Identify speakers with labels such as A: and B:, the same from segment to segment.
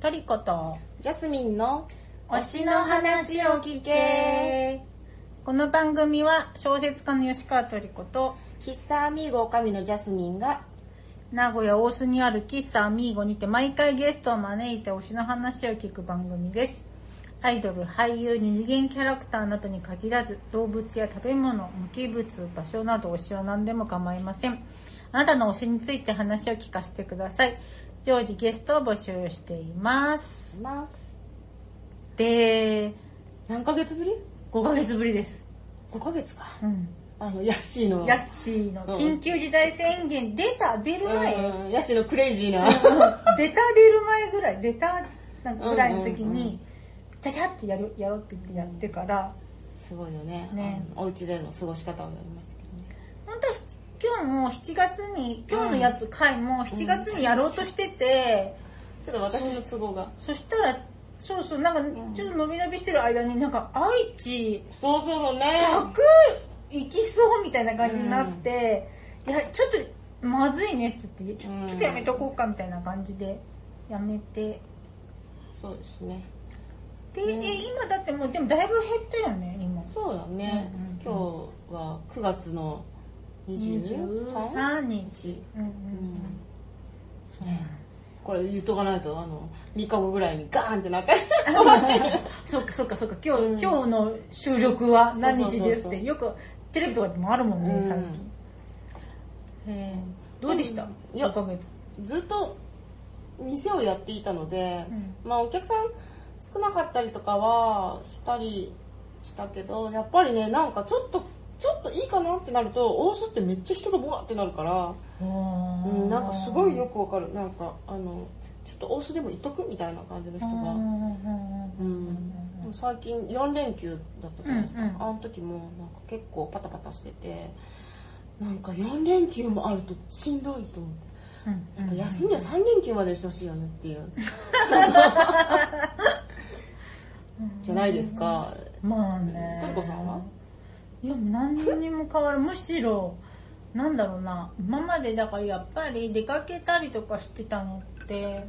A: トリコと
B: ジャスミンの
A: 推しの話を聞けこの番組は小説家の吉川トリコと
B: ヒッサーミーゴ女将のジャスミンが
A: 名古屋大須にある喫茶アミーゴにて毎回ゲストを招いて推しの話を聞く番組ですアイドル俳優二次元キャラクターなどに限らず動物や食べ物無機物場所など推しは何でも構いませんあなたの推しについて話を聞かせてください常時ゲストを募集しています
B: います。
A: で
B: 何ヶ月ぶり
A: 5ヶ月ぶりです、
B: ?5 ヶ月か。
A: うん、
B: あの、ヤッシーの。
A: ヤッシーの緊急事態宣言出た出る前
B: うんヤッシーのクレイジーな。
A: 出た出る前ぐらい出たなんかぐらいの時
B: うんうんう
A: にちゃちゃってやるやろうって言ってやってから
B: すごいよね。
A: ね
B: あのお家での過ごし方をやりましたけどね。
A: 本当は今日も7月に今日のやつ回も7月にやろうとしてて、
B: ちょっと私の都合が。
A: そしたらそうそうなんかちょっと伸び伸びしてる間になんか愛知
B: そうそうそうね。
A: 100行きそうみたいな感じになって、いやちょっとまずいねっつってちょ
B: うん
A: ちょっとやめとこうかみたいな感じでやめて。
B: そうですね。
A: で、え今だってもうでもだいぶ減ったよね今
B: そうだね。
A: うんうんうん
B: 今日は9月の23
A: 23日、うんうん
B: うん
A: そうなんです
B: これ言っとかないと、あの、3日後ぐらいにガーンってなって。
A: そっかそっかそっか今日、
B: うん
A: 今日の収録は何日ですっ
B: そうそうそうそ
A: て
B: う
A: よくテレビとかでもあるもんね、
B: うん
A: 最近えーどうでした
B: いや
A: ?5 ヶ月
B: ずっと店をやっていたので、
A: うん
B: まあお客さん少なかったりとかはしたりしたけどやっぱりねなんかちょっとちょっといいかなってなると大須ってめっちゃ人がボワってなるから、うん、なんかすごいよくわかるなんかあのちょっと大須でも行っとくみたいな感じの人
A: 人が
B: が、うん、でも最近4連休だったじゃないですか、
A: うんうん
B: あの時もなんか結構パタパタしててなんか4連休もあるとしんどいと思って。やっぱ休みは3連休までにしてほしいよねっ ていうじゃないですか、
A: まあね
B: トリコさんはい
A: や何にも変わるむしろなんだろうな今までだからやっぱり出かけたりとかしてたのって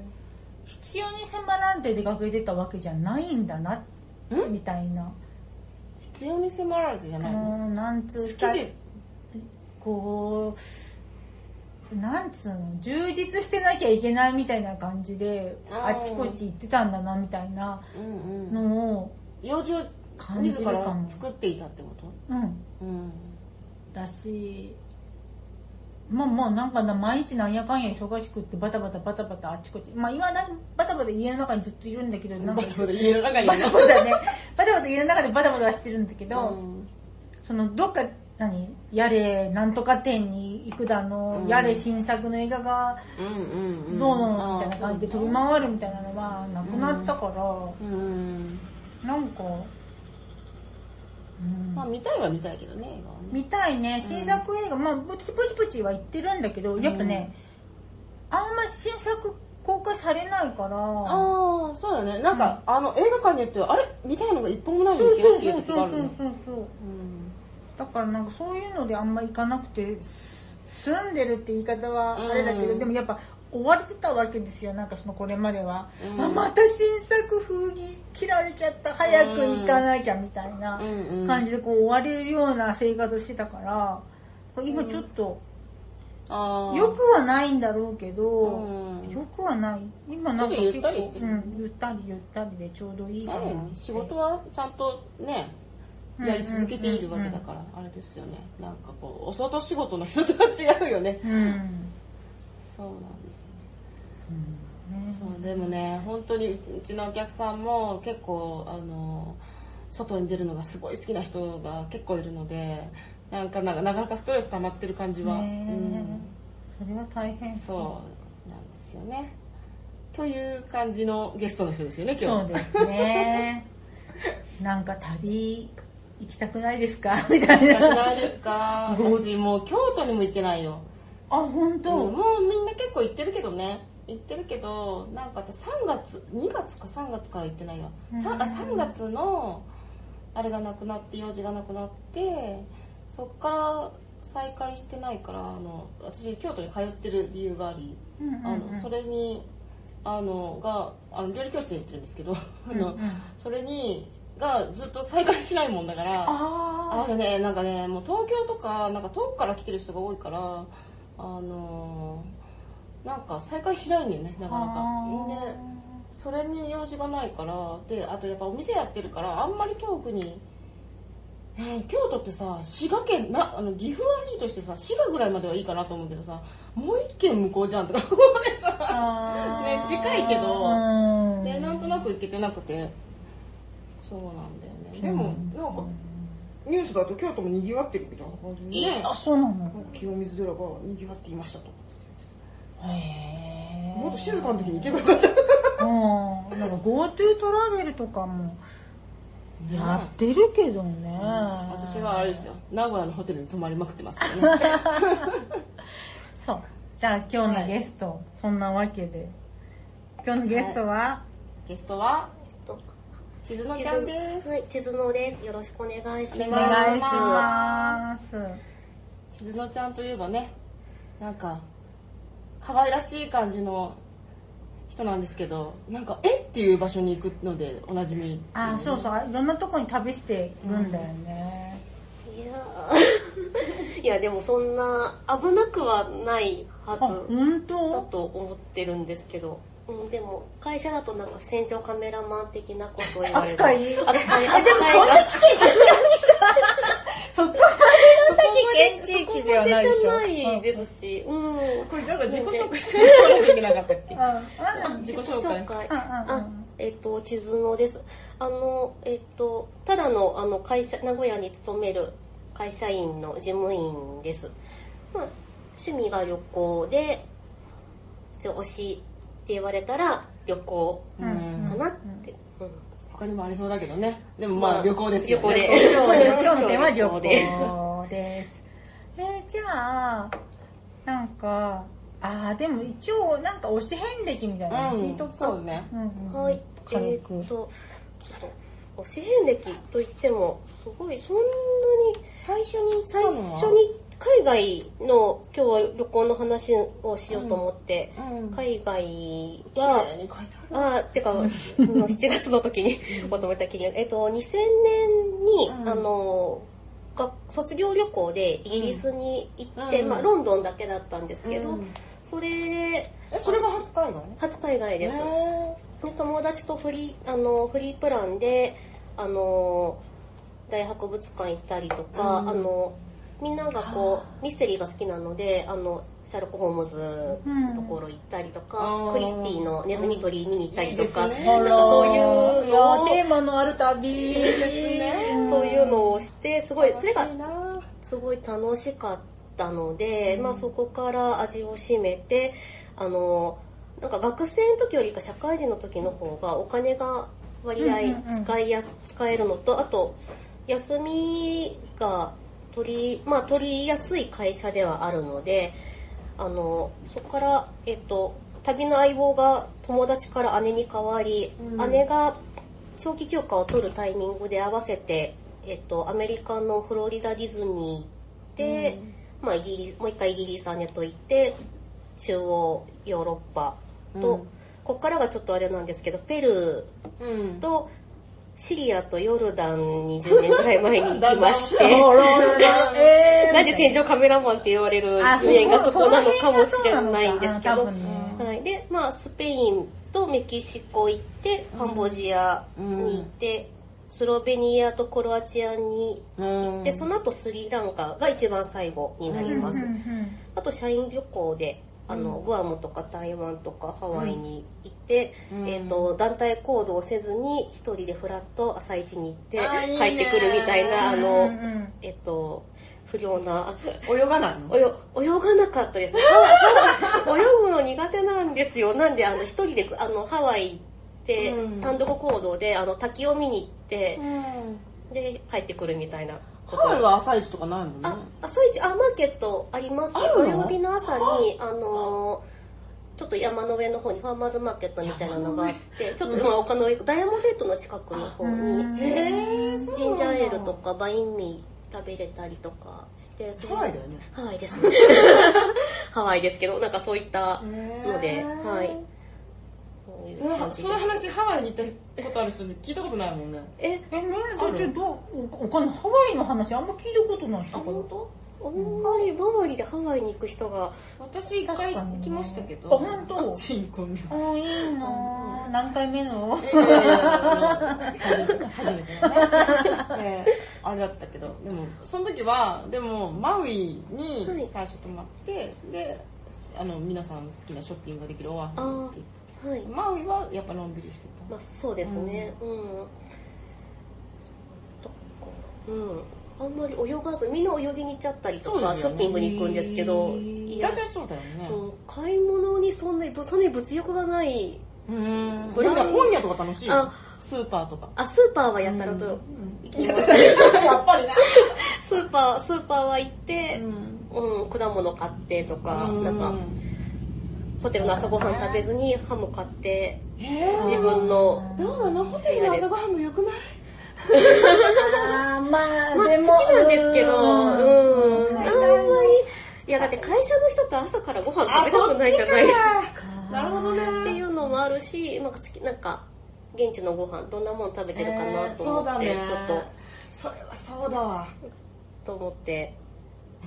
A: 必要に迫られて出かけてたわけじゃないんだなみたいな
B: 必要に迫られてじゃ
A: う
B: ないの
A: んなんつ
B: 好
A: う
B: き
A: か
B: で
A: こうなんつうの充実してなきゃいけないみたいな感じであ
B: あー
A: ちこち行ってたんだなみたいな
B: うんうん
A: のを
B: 用事を
A: 感じ
B: 自
A: るからも
B: 作っていたってこ
A: う
B: と
A: ん
B: うん
A: だしまあまあなんかな毎日なんやかんや忙しくってバタバタバタバタあっちこっちまあ今だバタバタ家の中にずっといるんだけどなんか
B: バタバタ家の中に
A: バタバタねバタバタ家の中でバタバタしてるんだけど、
B: うん
A: そのどっか何やれなんとか店に行くだの、
B: うん
A: やれ新作の映画が
B: うんうんうん
A: どうのみたいな感じで飛び
B: す
A: 回るみたいなのはなくなったから、
B: うん
A: なんか、うん
B: まあ見たいは見たいけどね映画はね
A: 見たいね新作映画、まあプチプチプチは言ってるんだけどやっぱね、あんま新作公開されないから
B: ああそうだねなんか、あの映画館によってはあれ見たいのが一本もないんで
A: そ
B: す
A: う
B: けど
A: そ
B: っ
A: う
B: てい
A: そうう
B: 時が
A: そ
B: あ
A: う
B: るね
A: そうそう
B: うん
A: だからなんかそういうのであんま行かなくてす住んでるって言い方はあれだけど、
B: うん
A: でもやっぱ追われてたわけですよなんかそのこれまでは、
B: うん
A: あまた新作風に切られちゃった早く行かなきゃみたいな
B: うんうん
A: 感じでこう追われるような生活をしてたから今ちょっと、
B: あー
A: よくはないんだろうけど、
B: うん
A: よくはない今なんか
B: ちょっとゆったりしてる
A: うん、ゆったりゆったりでちょうどいいかな、
B: うん仕事はちゃんとね
A: うん
B: やり続けているわけだから、あれですよねなんかこうお外仕事の人とは違うよね
A: うんそう
B: そうなんですね
A: なんだね
B: そうでもね本当にうちのお客さんも結構あの外に出るのがすごい好きな人が結構いるのでなんかななかなかストレス溜まってる感じは、
A: ねそれは大
B: うん、
A: 変
B: そうなんですよねという感じのゲストの人ですよね今日
A: そうです ねなんか旅行きたくないですか みたい
B: なく
A: な
B: ないですか
A: ご
B: 私もう京都にも行ってないよ
A: あ本当、
B: うんもうみんな結構行ってるけどね行ってるけどなんか私3月2月か3月から行ってないよ、さんあ3月のあれがなくなって用事がなくなってそっから再開してないからあの私京都に通ってる理由があり、
A: うんうんうん
B: あのそれにあのがあの料理教室に行ってるんですけどあの、
A: うんうん
B: それにがずっと再開しないもんだからあ
A: あ
B: れね、なんかね、もう東京とか、なんか遠くから来てる人が多いから、あのーなんか再開しないんだよね、なかなか。で、それに用事がないから、で、あとやっぱお店やってるから、あんまり遠くに、ね京都ってさ、滋賀県、なあの岐阜はじとしてさ、滋賀ぐらいまではいいかなと思うけどさ、もう一軒向こうじゃんとか、ここでさ、
A: あ
B: ね近いけど
A: うん
B: で、なんとなく行けてなくて、そうなんだよね。でも、なんか、ニュースだと京都も賑わってるみたいな感じでね。
A: あそうなの
B: 清水寺が賑わっていましたとかつって
A: へえ
B: もっと静かな時に行けばよかった。
A: うんなんか GoTo トラベルとかもやってるけどね。
B: 私はあれですよ、名古屋のホテルに泊まりまくってますからね。
A: そう。じゃあ今日のゲスト、そんなわけで。今日のゲストは、
B: ゲストは、
C: と
B: しずのちゃんです。
C: はい、地図のです。よろしくお願いします。
B: お
A: お願いします。
B: しずのちゃんといえばね、なんか、可愛らしい感じの人なんですけど、なんか、えっていう場所に行くので、おなじみ。
A: あ、そうそう。いろんなとこに旅しているんだよね。
C: いやーいや、でもそんな危なくはないは
A: あ、
C: ず
A: 本
C: だ
A: 当
C: と思ってるんですけど。うん、でも、会社だとなんか戦場カメラマン的なことを言われる。
A: 扱い
C: 扱い、
A: あ、でも
C: 扱い
A: そんな
C: が。
A: 地域さすがにさ、そこまでそんなに
C: そこまで、
A: 地
C: そこ
A: 域で
C: ま
A: は
C: で
A: ないでし
C: じ
A: ょ
C: ゃないですし、うん。
B: これなんか自己紹介してもらわなきゃいけなかったっけ
A: うん。なんで
B: 自己紹介
A: うんうんうん
C: あ、えっと、地図のです。あの、えっと、ただの、あの、会社、名古屋に勤める会社員の事務員です。まあ、趣味が旅行で、一応推しって言われたら旅行
A: う
B: うん
A: ん
C: かなって。うん
B: 他にもありそうだけどね。でもま
C: ま
B: あ
C: あ
B: 旅行ですよね。
C: 旅行で
A: 今日の今日のテーマは旅
C: 旅行で
A: 行です。えー、じゃあ、なんか、あーでも一応、なんか推し遍歴みたいなの聞いと
B: うん、
A: くか。
B: そうね。
A: うんうん
C: はい。
A: 軽
C: え
A: く
C: っ。と、ちょっと、推し遍歴といっても、すごい、そんなに、
B: 最初に
C: 最初に海外の、今日は旅行の話をしようと思って、
B: うん
C: 海外
B: 綺
C: は、
B: 麗に書いてある。
C: あー てか、あの7月の時に、まとめた記事、えっと、2000年に、
B: うん
C: あの、が卒業旅行でイギリスに行って、
B: うん
C: まあ、ロンドンだけだったんですけど、
B: うん
C: それで、
B: え、それが初海外ね。
C: 初海外です。
B: ね
C: で友達とフリー、あの、フリープランで、あの、大博物館行ったりとか、
B: うん
C: あの、みんながこう、ミステリーが好きなので、あの、シャーロック・ホームズのところ行ったりとか、
B: うん
C: クリスティのネズミ捕り見に行ったりとか、
B: うんいいですね
C: なんかそういうのを、
A: いやーテーマのある旅。
B: ね
C: そういうのをして、すごい、それが
B: いいな
C: すごい楽しかったので、まあそこから味を占めて、あの、なんか学生の時よりか社会人の時の方がお金が割合
A: うんうんうん
C: 使いやす、使えるのと、あと、休みが取り、まあ取りやすい会社ではあるので、あの、そこから、えっと、旅の相棒が友達から姉に変わり、
B: うん
C: 姉が長期休暇を取るタイミングで合わせて、えっと、アメリカのフロリダディズニーで、まあイギリス、もう一回イギリス姉と行って、中央ヨーロッパと、
B: うん
C: ここからがちょっとあれなんですけど、ペル
B: うん
C: ー。とシリアとヨルダンに10年ぐらい前に行き まして、
A: おろろろえー
C: なんで戦場カメラマンって言われる
A: あ
C: ゆえんがそこなのかもしれないんです
A: その辺がそうなの
C: け
A: かあー多
C: ど、
A: 分ね
C: はい、で、まあ、スペインとメキシコ行って、カンボジアに行って、スロベニアとクロアチアに行って、その後スリランカが一番最後になりま
A: う
C: す
A: んう。ん
C: あと、社員旅行で、あの、グアムとか台湾とかハワイに行って、
B: うん
C: えっ、と、団体行動せずに一人でフラッと朝一に行って
B: あーいいね
C: 帰ってくるみたいな、あ
A: うん
C: の、
A: うんうん
C: えっ、と、不良な、
B: 泳がないの
C: およ泳がなかったです。泳ぐの苦手なんですよ。なんで、あの、一人で、あの、ハワイ行って、
B: うん
C: 単独行動で、あの、滝を見に行って、で、帰ってくるみたいなこ
B: ハ
C: と。
B: ワイは朝市とかないもんね。
C: あ、朝一、あ、マーケットあります。
B: ある
C: 土
B: の
C: 曜日の朝に、あのー、ちょっと山の上の方にファーマーズマーケットみたいなのがあって、ちょっとまあ丘の上、ダイヤモンドヘッドの近くの方
A: うん
C: に、
B: へー
C: ジンジャーエールとかバインミー食べれたりとかして、す
B: ハ
C: ごい
B: ワイだよね。
C: ハワイです。 ハワイですけど、なんかそういったので、
B: へー
C: はい。感じ
B: そ
C: で
B: ういう話ハワイに行ったことある人で聞いたことないもんね
C: え
A: え、なん
B: あ
A: か
B: る
A: ちょっと、お金、ハワイの話あんま聞いたことない人かな。
B: 当
C: あんまり周りでハワイに行く人が
B: 私一回行きましたけど
A: あ、本当
B: 新婚旅行
A: あ、いいなぁ。何回目の
B: いやいやいや初めてのね、ええあれだったけどでもその時はでもマウイに
C: はい
B: 最初泊まってであの皆さん好きなショッピングができるオアフに行って
C: はい
B: マウイはやっぱのんびりして
C: まあそうですねうん、とかうんあんまり泳がずみんな泳ぎに行っちゃったりと
B: そう
C: か、
B: です
C: ショ
B: よ
C: ッ
B: ね
C: ピングに行くんですけどい
B: た
C: や
B: 大体そうだよね
C: うん買い物にそんなそんなに物欲がない
B: うん
C: ブ
B: な
C: ラ
B: ん
C: ン
B: か本屋とか楽しいよ
C: あ
B: スーパーとか
C: あスーパーはやったらと、行きます
B: やっぱりな
C: スーパースーパーは行って
B: う、
C: うん果物買ってとか、
B: ん
C: なんかホテルの朝ごはん食べずにハム買って
B: えー
C: 自分の
B: どうなのホテルの朝ごはんも良くない
A: あーまあ、
C: まあ、
A: でも。
C: 好きなんですけど、
A: うん
C: うん、あんま
A: 大
C: り
A: 体の、
C: いやだって会社の人と朝からご飯食べたくないじゃないですか。
B: なるほどね
C: っていうのもあるし、なんか好き、なんか、現地のご飯どんなもの食べてるかなと思って、
B: えー
C: ちょっ
B: そうだねそれはそうだわ
C: と、と思って、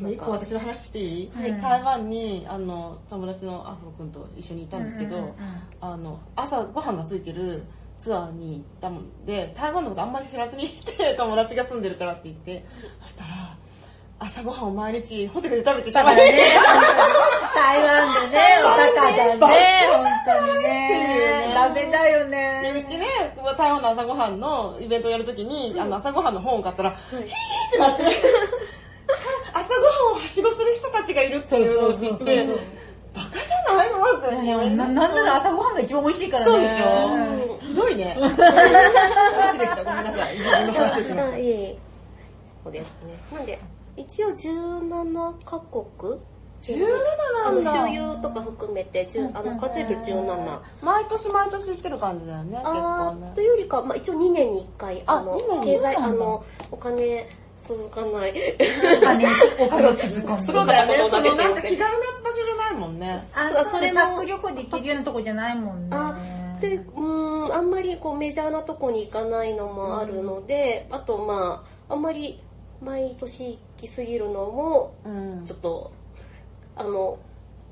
C: なん
B: 一
C: か
B: 個私の話していい、
A: はい
B: 台湾にあの友達のアフロ君と一緒にいたんですけど、
A: うんうんうんうん
B: あの朝ご飯がついてるツアーに行ったもんで台湾のことあんまり知らずに行って友達が住んでるからって言ってそしたら朝ごはんを毎日ホテルで食べてした
A: だ
B: わ
A: ね
B: ね。
A: 台湾でね、お高だね、本当にね。ダメだよ
B: でう
A: ね。
B: ちね、台湾の朝ごはんのイベントをやるときに、あの朝ごはんの本を買ったら、ヒーってなって、朝ごはんをはしごする人たちがいるっていうのを知
A: そうそ
B: っ
A: うそう
B: て
A: そう、
B: バカじゃないのって
A: いやななんなら朝ごはんが一番美味しいからね。
B: そうでし
A: ん
B: ょひどいね。話でした。ごめんなさい。自分の話をしまし
C: あいえいえそうですね。なんで、一応17カ国
B: た。17な
C: あの、
B: んだ
C: 周。遊とか含めて、じゅあの、数えて17。
B: 毎年毎年行ってる感じだよね、結構
C: あー
B: ね
C: と。いうよりか、まあ、一応2年に1回、あの
B: 二年、に
C: 経
B: 一回
C: 済、あの、お金続かない。
A: お金、お金続かん
B: そうだよね。
C: そん
B: そ
C: な
B: の
C: ことな
B: ないんか気軽な場所じゃないもんね。
A: あ、
C: そう
A: それ
C: それ
A: パ
C: も
A: ック旅行で行けるようなとこじゃないもんね。
C: あで、うーん、あんまりこうメジャーなとこに行かないのもあるので、あとまあ、あんまり毎年行きすぎるのも、
B: うん
C: ちょっと、あの、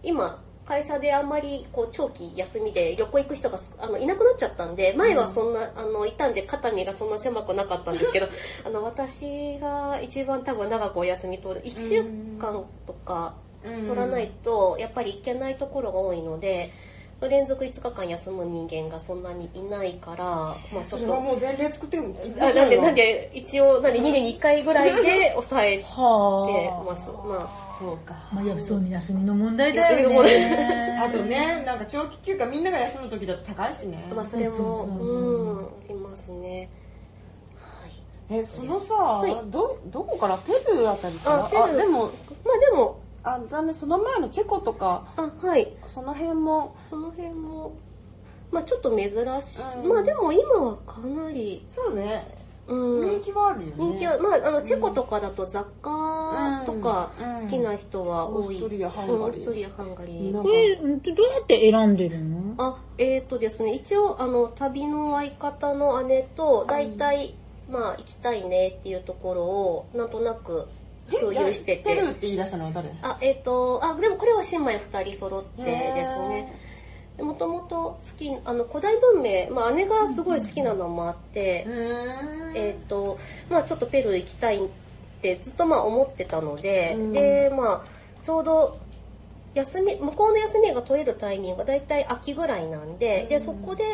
C: 今、会社であんまりこう長期休みで旅行行く人がすあのいなくなっちゃったんで、前はそんな、あの、いたんで肩身がそんな狭くなかったんですけど、あの、私が一番多分長くお休み取る、1週間とか
B: うん
C: 取らないと、やっぱり行けないところが多いので、連続5日間休む人間がそんなにいないから、まあち
B: そ
C: ょっ
B: れは
C: と、
B: もう前例作ってるんです
C: あなんで、なんで、一応、なんで2年に1回ぐらいで抑えて
A: はあ。
C: ます。まあ
B: そうか。
A: まあ、いや、そうね、休みの問題だよ
C: 休みの問
A: ね。
B: あとね、なんか長期休暇みんなが休む時だと高いしね。
C: まあそれも、、
A: そううそうそうん
C: ありますね。はい。
B: え、そのさ、
C: い
B: ど、どこからペルーあたりから
C: あペルー
B: でも、
C: まあでも、
B: あ、だね、その前のチェコとか、
C: あ、はい。
B: その辺も、
C: その辺も、まあちょっと珍しい。
B: うん
C: まあでも今はかなり、
B: そうね、
C: うん。
B: 人気はあるよね。
C: 人気は、まああの、チェコとかだと雑貨とか
B: うん
C: 好きな人は多い。
B: うんオーストリアハンガリー
C: うんオーストリア、ハンガリー。
B: なん
A: こ
B: か
A: れ、どうやって選んでるの
C: あ、えっ、ー、とですね、一応、あの、旅の相方の姉と、大体、まあ、行きたいねっていうところを、なんとなく共有してて。
B: ペルーって言い出したのは誰
C: あ、えっ、と、あ、でもこれは姉妹二人揃ってですね。
B: へ
C: もともと好き、あの、古代文明、まあ姉がすごい好きなのもあって
B: ー。、うーん。
C: えっ、と、まあちょっとペルー行きたいってずっとまあ思ってたので、
B: うん
C: で、まあちょうど、休み、向こうの休みが取れるタイミングがだいたい秋ぐらいなんで、で、そこで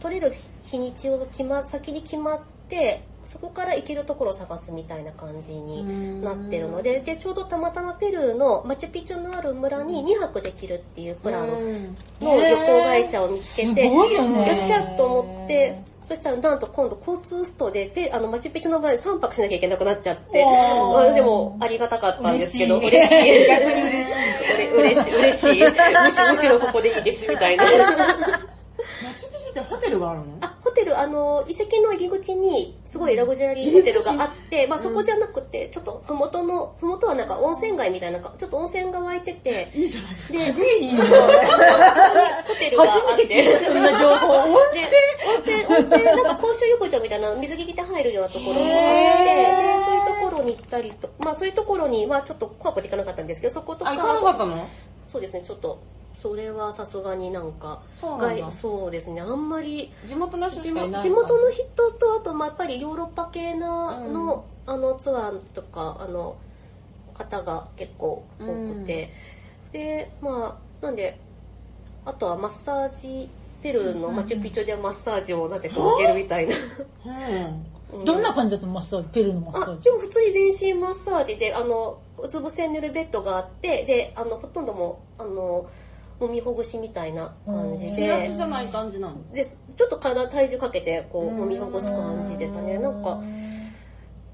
C: 取れる日にちを決ま、先に決まって、そこから行けるところを探すみたいな感じになってるので、で、ちょうどたまたまペルーのマチュピチュのある村に2泊できるっていうプラン
B: うん
C: の旅行会社を見つけて、
A: へーすごいよね
C: っしゃと思って、そしたらなんと今度交通ストでペ、あの、マチュピチュの村で3泊しなきゃいけなくなっちゃって、
A: お
C: ま
A: ー
C: あでもありがたかったんですけど、
A: 嬉
C: 嬉
A: し
C: し
A: い
C: い。
A: 逆に嬉
C: しい。嬉しい、嬉しい。 むしむしろここでいいですみたいな。
B: マチュピチュってホテルがあるの
C: あ、ホテるあの遺跡の入り口にすごいラグジュアリーホテルがあって、まあ、そこじゃなくてちょっと麓の麓はなんか温泉街みたいなかちょっと温泉が湧いてて
B: いいじゃないです
C: で
B: か。
C: ちょっと
B: いいじゃん
C: ホテルがあって
A: そんな情報を。
C: で、温泉、温泉、なんか公衆浴場みたいな水着着て入るようなところもあって、
B: へー
C: で、そういうところに行ったりと、まあそういうところに、まあちょっと怖くて行かなかったんですけど、そことか、
B: あ、行かなかったの
C: そうですね、ちょっと、それはさすがになんか、
B: そうなんだ
C: 外そうですね、あんまり、
B: 地元の人
C: 地
B: しかいない
C: 元
B: のか。
C: 地元の人と、あと、まあやっぱりヨーロッパ系なの、あの、ツアーとか、あの、方が結構多くて、で、まあなんで、あとはマッサージ、ペルーのマチュピチュでマッサージをなぜか受けるみたいな。うん
A: どんな感じだとマッサージペルーのマッサ
C: あ
A: ー、ジ
C: でも普通に全身マッサージで、あの、うつ伏せに寝るベッドがあって、で、あの、ほとんどもう、あの、揉みほぐしみたいな感
B: う
C: じ
B: ん。
C: で
B: 指、圧じゃない感じなの。
C: で、ちょっと体、体重かけて、こう、揉みほぐす感じでしたね。なんか、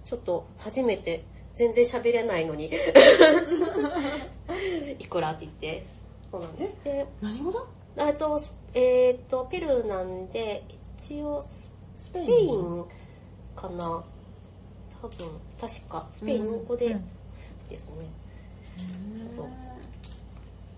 C: ちょっと初めて、全然喋れないの に、いくらって言って、そうなんです。で
B: 何語だ
C: あと、えっ、と、ペルーなんで、一応、ス
B: スペイン
C: ペインかな多分、確か、スペイン語でですね。
B: うん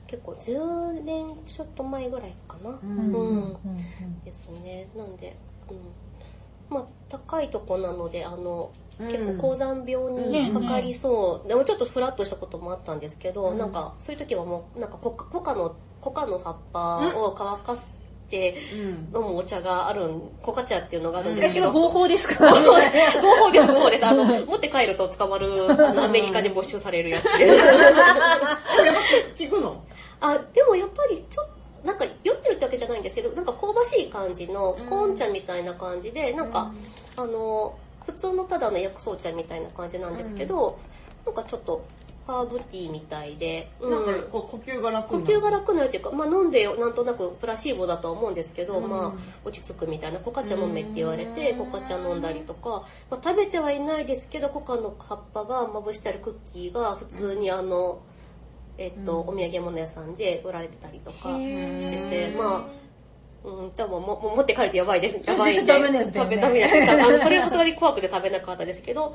C: 結構、10年ちょっと前ぐらいかな。
B: うん
C: うん
A: うん
C: ですね。なんで、うん。まあ、高いとこなので、あの、
B: うん
C: 結構高山病にかかりそう、でもちょっとフラッとしたこともあったんですけど、
B: うん
C: なんかそういう時はもうなんかコカコカのコカの葉っぱを乾かして
B: うん。
C: 飲むお茶があるんコカ茶っていうのがあるんです
A: 私
C: け
A: は
C: ど、
A: 合法ですから。
C: 合法です、合法です。あの、持って帰ると捕 まる、あの、アメリカで没収されるやつで。
B: 聞くの
C: あ、でもやっぱりちょっと、なんか酔ってるってわけじゃないんですけど、なんか香ばしい感じの
B: うん、
C: コーン茶みたいな感じで、なんか、あの、普通のただの薬草茶みたいな感じなんですけど、なんかちょっと、ハーブティーみたいで、うん
B: なんかこう呼吸が楽
C: 呼
B: にな
C: 吸
B: る
C: が楽になるというか、まあ飲んでなんとなくプラシーボだとは思うんですけど、
B: うん
C: まあ落ち着くみたいな、コカ茶飲めって言われて、
B: うん
C: コカ茶飲んだりとか、まあ食べてはいないですけど、コカの葉っぱがまぶしてあるクッキーが普通にあの、えっと、
B: うん
C: お土産物屋さんで売られてたりとか
B: へー
C: してて、まあ、うん、多分ももう持って帰るとやばい です。やばい
A: 絶
C: んで。
A: 対ダメなやつだよね
C: 食べダメなやつあのそれはさすがに怖くて食べなかったですけど、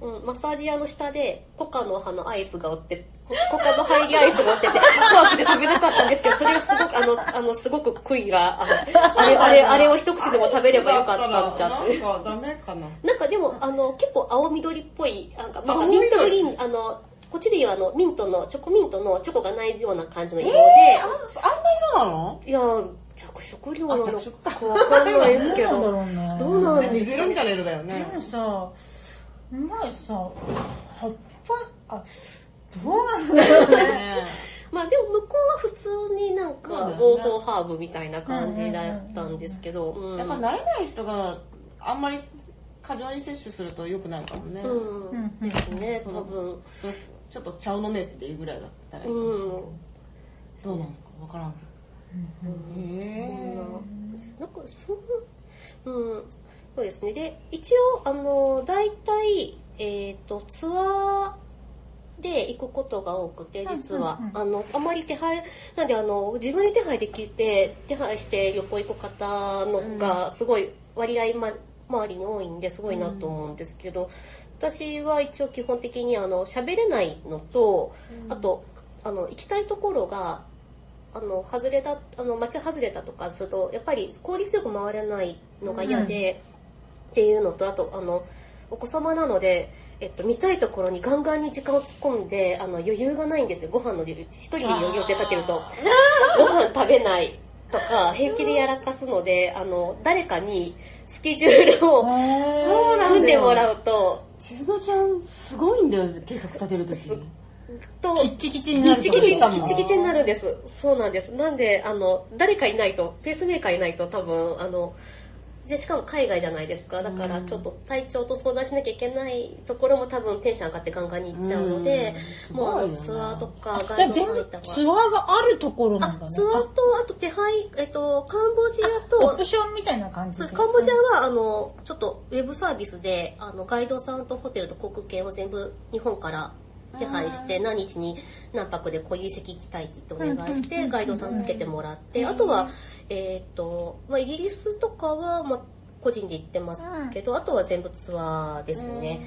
C: うん、マッサージ屋の下で、コカの葉のアイスが売って、ココカの入りアイスが売ってて、怖くて食べなかったんですけど、それをすごく、あの、あの、すごく悔いが、あのあれ、あれ、あれを一口でも食べればよかったんじゃっ
B: な
C: て。
B: んかダメかな。
C: なんかでも、あの、結構青緑っぽい、なんか、なんか
B: 青
C: ミ
B: 緑
C: ントグリーン、あの、こっちで言うあの、ミントの、チョコミントのチョコがないような感じの色で、
B: えあんな色なの
C: いやー、着色料なの
B: あ
C: か
B: 着色か
C: わかんないですけ
A: どう
C: ど、
A: なんだろ
C: ど
A: う
C: う
A: ね。
C: なんですかね
B: 水色みたいな色だよ
A: で
B: ね。
A: もさ、前さ、葉っぱ、あ、どうなんだろうね。
B: ね
C: まあでも向こうは普通になんか
B: そうだよね
C: 合法ハーブみたいな感じだったんですけど、うん。
B: やっぱ慣れない人があんまり過剰に摂取すると良くないかもね。
C: う
A: うん
C: ん。
A: うん
C: ですね、
B: そ
C: 多
B: の
C: 分。
B: そうちょっと茶を飲めっていうぐらいだったらいいかもしれない。
C: うん。
B: どうなのかわからんけど。へ
C: そんな
B: ー。、
C: なんかそんな、うん、そうですね。で、一応、あの、大体、えっ、と、ツアーで行くことが多くて、実は
A: うんうん。うん
C: あの、あまり手配、なんであの、自分で手配できて、手配して旅行行く方のが、すごい割合、ま、周りに多いんですごいなと思うんですけど、私は一応基本的にあの、喋れないのと、あと、あの、行きたいところが、あの、外れだ、あの、街外れたとかすると、やっぱり効率よく回れないのが嫌で、っていうのと、あと、あの、お子様なので、えっと、見たいところにガンガンに時間を突っ込んで、あの、余裕がないんですよ。ご飯の時、一人で余裕を出かける と、ご飯食べないとか、平気でやらかすので、あの、誰かにスケジュールを
B: そうなんだよ
C: 組んでもらうと、
B: 千鶴ちゃん、すごいんだよ、計画立てるときに。
C: と、
A: キッチキチになる
C: キ
A: と
C: ッ
A: 思
C: チ
A: う
C: キチ、
B: し
C: キ
B: たもん
C: ッチキチになるんです。そうなんです。なんで、あの、誰かいないと、ペースメーカーいないと多分、あの、で、しかも海外じゃないですか。だから、ちょっと体調と相談しなきゃいけないところも多分テンション上がってガンガンに行っちゃうので、
B: うん
C: もうあ
B: すごいよ
C: の、
B: な
C: ツアーとか、
A: じゃ
C: ガ
A: あ
C: イド
A: 全
C: さんと
A: 部
C: か。
A: ツアーがあるところなんだ
C: あ
A: ね。
C: ツアーと、あと手配、えっと、カンボジア
A: あオ
C: と
A: プ、ションみたいな感じ
C: そう
A: で
C: ですカンボジアは、あの、ちょっとウェブサービスで、あの、ガイドさんとホテルと航空券を全部日本から手配して、何日に何泊でこういう遺跡行きたいって言ってお願いし
A: うんうんう
C: て、
A: ん
C: ガイドさんつけてもらって、あとは、えーっと、まあ、イギリスとかは、まあ、個人で行ってますけど、あとは全部ツアーですね。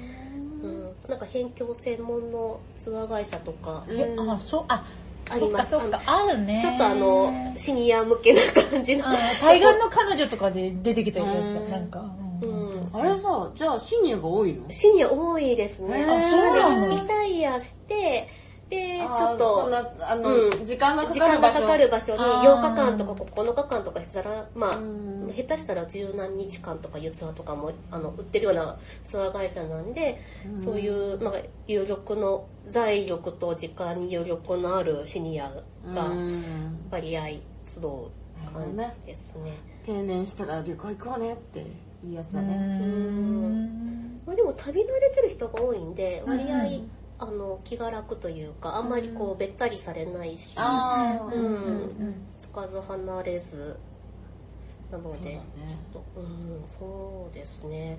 C: うん、なんか辺境専門のツアー会社とか、
B: うん
A: えあ、そう、あ、
C: あ
A: そ
C: り
A: っ
C: ま
A: か
C: す
A: そっか、あるね。
C: ちょっとあの
A: うん、
C: シニア向けな感じの。
A: 対岸の彼女とかで出てきたやつだ
B: うん
A: なんか。う
C: うんん、
B: あれさ、じゃあシニアが多いの
C: シニア多いですね。
B: へーあそうなの
C: でリタイアして、で、
B: あー
C: ちょっ
B: そん
C: と、
B: な、あの、
C: うん
B: 時間がか
C: 時
B: かる
C: 間が
B: 場所。
C: かかる場所に
A: あー
C: 8日間とか9日間とかしたら、まあ、
B: うん
C: 下手したら十何日間とかいうツアーとかも、あの、売ってるようなツアー会社なんで、
B: うん
C: そういう、まあ、有力の、財力と時間に余力のあるシニアが
B: うん
C: 割合集う感じですね。
B: 定年したら旅行行こうねっていいやつ
A: う
B: だね。
A: ん。
C: まあ、でも旅慣れてる人が多いんで、割合、
A: うん
C: あの、気が楽というか、あんまりこう、べったりされないし、
B: ああ、、
A: う
C: うんん、つかず離れずなの
B: そうだ
C: で
B: ね。
C: ちょっとうんそうですね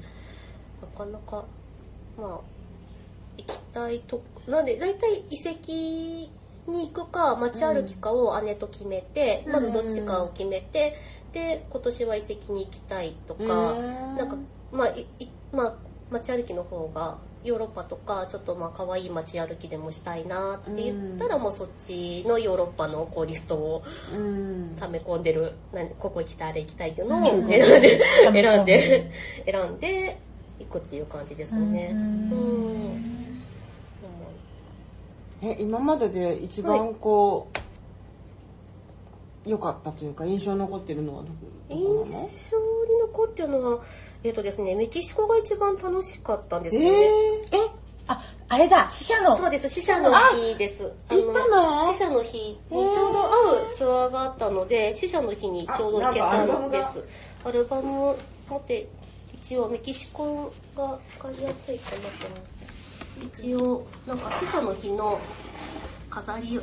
C: なかなかまあ行きたいとなんで大体遺跡に行くか街歩きかを姉と決めて、
B: うん
C: まずどっちかを決めてで今年は遺跡に行きたいとか、
B: うん
C: なんか、まあ、いいまあ、街歩きの方が、ヨーロッパとか、ちょっとまあ、可愛い街歩きでもしたいなって言ったら、
B: うん
C: もうそっちのヨーロッパのこうリストを
B: うん。
C: 溜め込んでる、なんここ行きたい、あれ行きたいっていうのを
A: うん
C: 選んで、
A: うん
C: 選んで、選んで、行くっていう感じですね。
A: う
C: うんん。
B: え、今までで一番こう、良かったというか印象に残ってるのはどこど
C: 印
B: こなの
C: 象に残ってるのは、えっ、とですね、メキシコが一番楽しかったんですよね。
B: えー、え
A: あ、あれだ、死者の。
C: そうです、死者の日です。あ
B: 行ったの
C: 死者の日にちょうど合うツアーがあったので、死者の日にちょうど行けたんです。アルバムを持って、一応メキシコがわかりやすいかなと思って。一応、なんか死者の日の飾りを、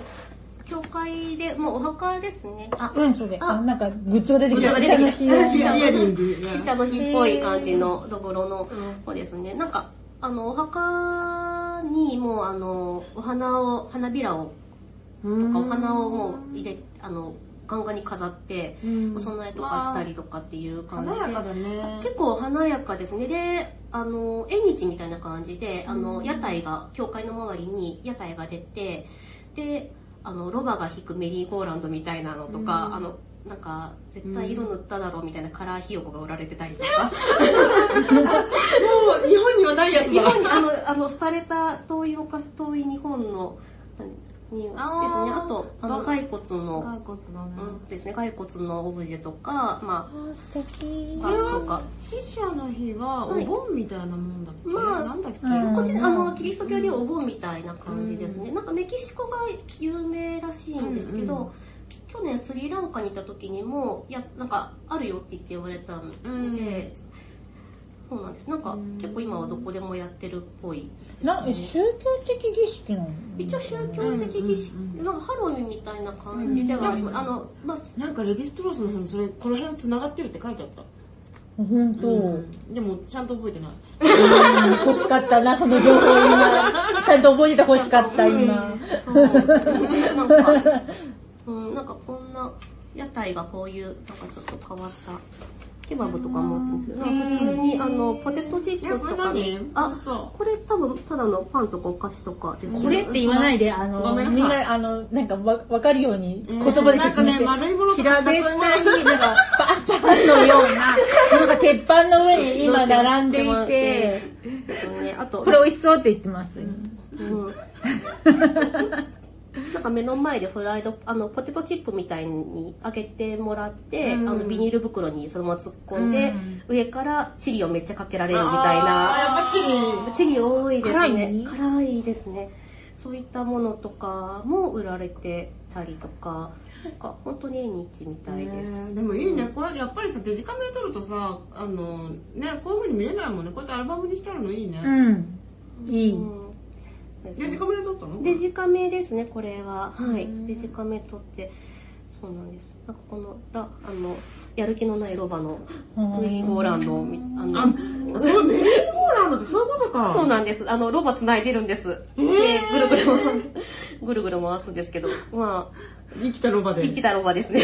C: 教会で、もうお墓ですね。あ、
A: うん、それ。
C: あ
A: あ、なんか、グッズが出てきた。
C: グッ
A: 死
C: ズが
A: 者の
C: 出てき
A: 日用
B: シ
C: た
A: の。
B: ニアリング
C: 死者の日っぽい感じのところの方ですね。なんか、あの、お墓にもうあの、お花を、花びらを
B: な
C: なんかお花をもう入れ、あの、ガンガンに飾って、
B: うん
C: お供えとかしたりとかっていう感じ
B: 華
C: で。
B: やかだね。
C: 結構華やかですね。で、あの、縁日みたいな感じで、あの、屋台が、教会の周りに屋台が出て、で、あの、ロバが引くメリーゴーランドみたいなのとか、あの、なんか、絶対色塗っただろうみたいなカラーひよこが売られてたり とか、
B: もう日本にはないやつ
C: 日
B: だ。
C: 本に、あの、あの、廃れた遠い昔、遠い日本の、にですね、
B: あー
C: あと、あの、骸骨の、
B: 骸骨だね。
C: うんですね、骸骨のオブジェとか、ま
A: あ素敵
C: あ、。バスとか。
B: 死者の日はお
C: はい
B: 盆みたいなもんだっけ、
C: まあ
B: なんだっけ、
A: うん
C: こっち、あの、キリスト教ではお盆みたいな感じですね。なんかメキシコが有名らしいんですけど、
B: うんうん
C: 去年スリランカに行った時にも、いや、なんか、あるよって言って言われたんで、
B: うん
C: そうなんです。なんか、
B: うん
C: 結構今はどこでもやってるっぽい。
A: な、宗教的儀式なの
C: 一応宗教的儀式、
B: うんうん
C: なんかハロウィンみたいな感じではあります。あの、まあ、
B: なんかレギストロースの方にそれ、この辺繋がってるって書いてあった。
A: ほんと。
B: ん、でもちゃんと覚えてない。
A: 欲しかったな、その情報今。ちゃんと覚えてて欲しかった、今。
C: そう。なんか、 うん、なんかこんな、屋台がこういう、なんかちょっと変わった、ケバブとかもあったんですけど、なんか普通にあの、ポテトチップスとか
B: え
C: に
B: これ、何
C: あ
B: 嘘、
C: これ多分ただのパンとかお菓子とかですね
A: これって言わないで、あ
B: ご
A: の、
B: めんなさい
A: みんな、あの、なんかわ、わかるように、
B: う
A: 言
B: ん
A: 葉で説明して。
B: なんかね丸いものとか
A: 平
B: 四角
A: べっ
B: いも
A: た
B: の
A: に、なんか、パンパンのような、 なんか鉄板の上に今並んでいて、
C: ね、あと
A: こ、れ美味しそうって言ってます。
C: うん。なんか目の前でフライド、あの、ポテトチップみたいに揚げてもらって、
B: うん
C: あの、ビニール袋にそのまま突っ込んで、上からチリをめっちゃかけられるみたいな。
B: あーやっぱチリ。
C: チリ多いですね。
B: 辛い
C: 辛いですね。そういったものとかも売られてたりとか、なんか本当に縁日みたいです。
B: ねえでもいいね、これやっぱりさ、デジカメで撮るとさ、あの、ね、こういう風に見れないもんね、こうやってアルバムにしてあるのいいね。
A: うん。いい。
C: うん
B: デジカメで撮ったの
C: デジカメですね、これは。はい
B: うん。
C: デジカメ撮って、そうなんです。なんかこの、らあの、やる気のないロバの、メリーゴーランドをみ、あ
B: あ
C: の、、
B: そう、メリーゴーランドってそういうことか。
C: そうなんです。あの、ロバ繋いでるんです。
B: えー
C: でぐるぐる回す、 ぐるぐる回すんですけど、まあ、
B: 生きたロバで。
C: 生きたロバですね。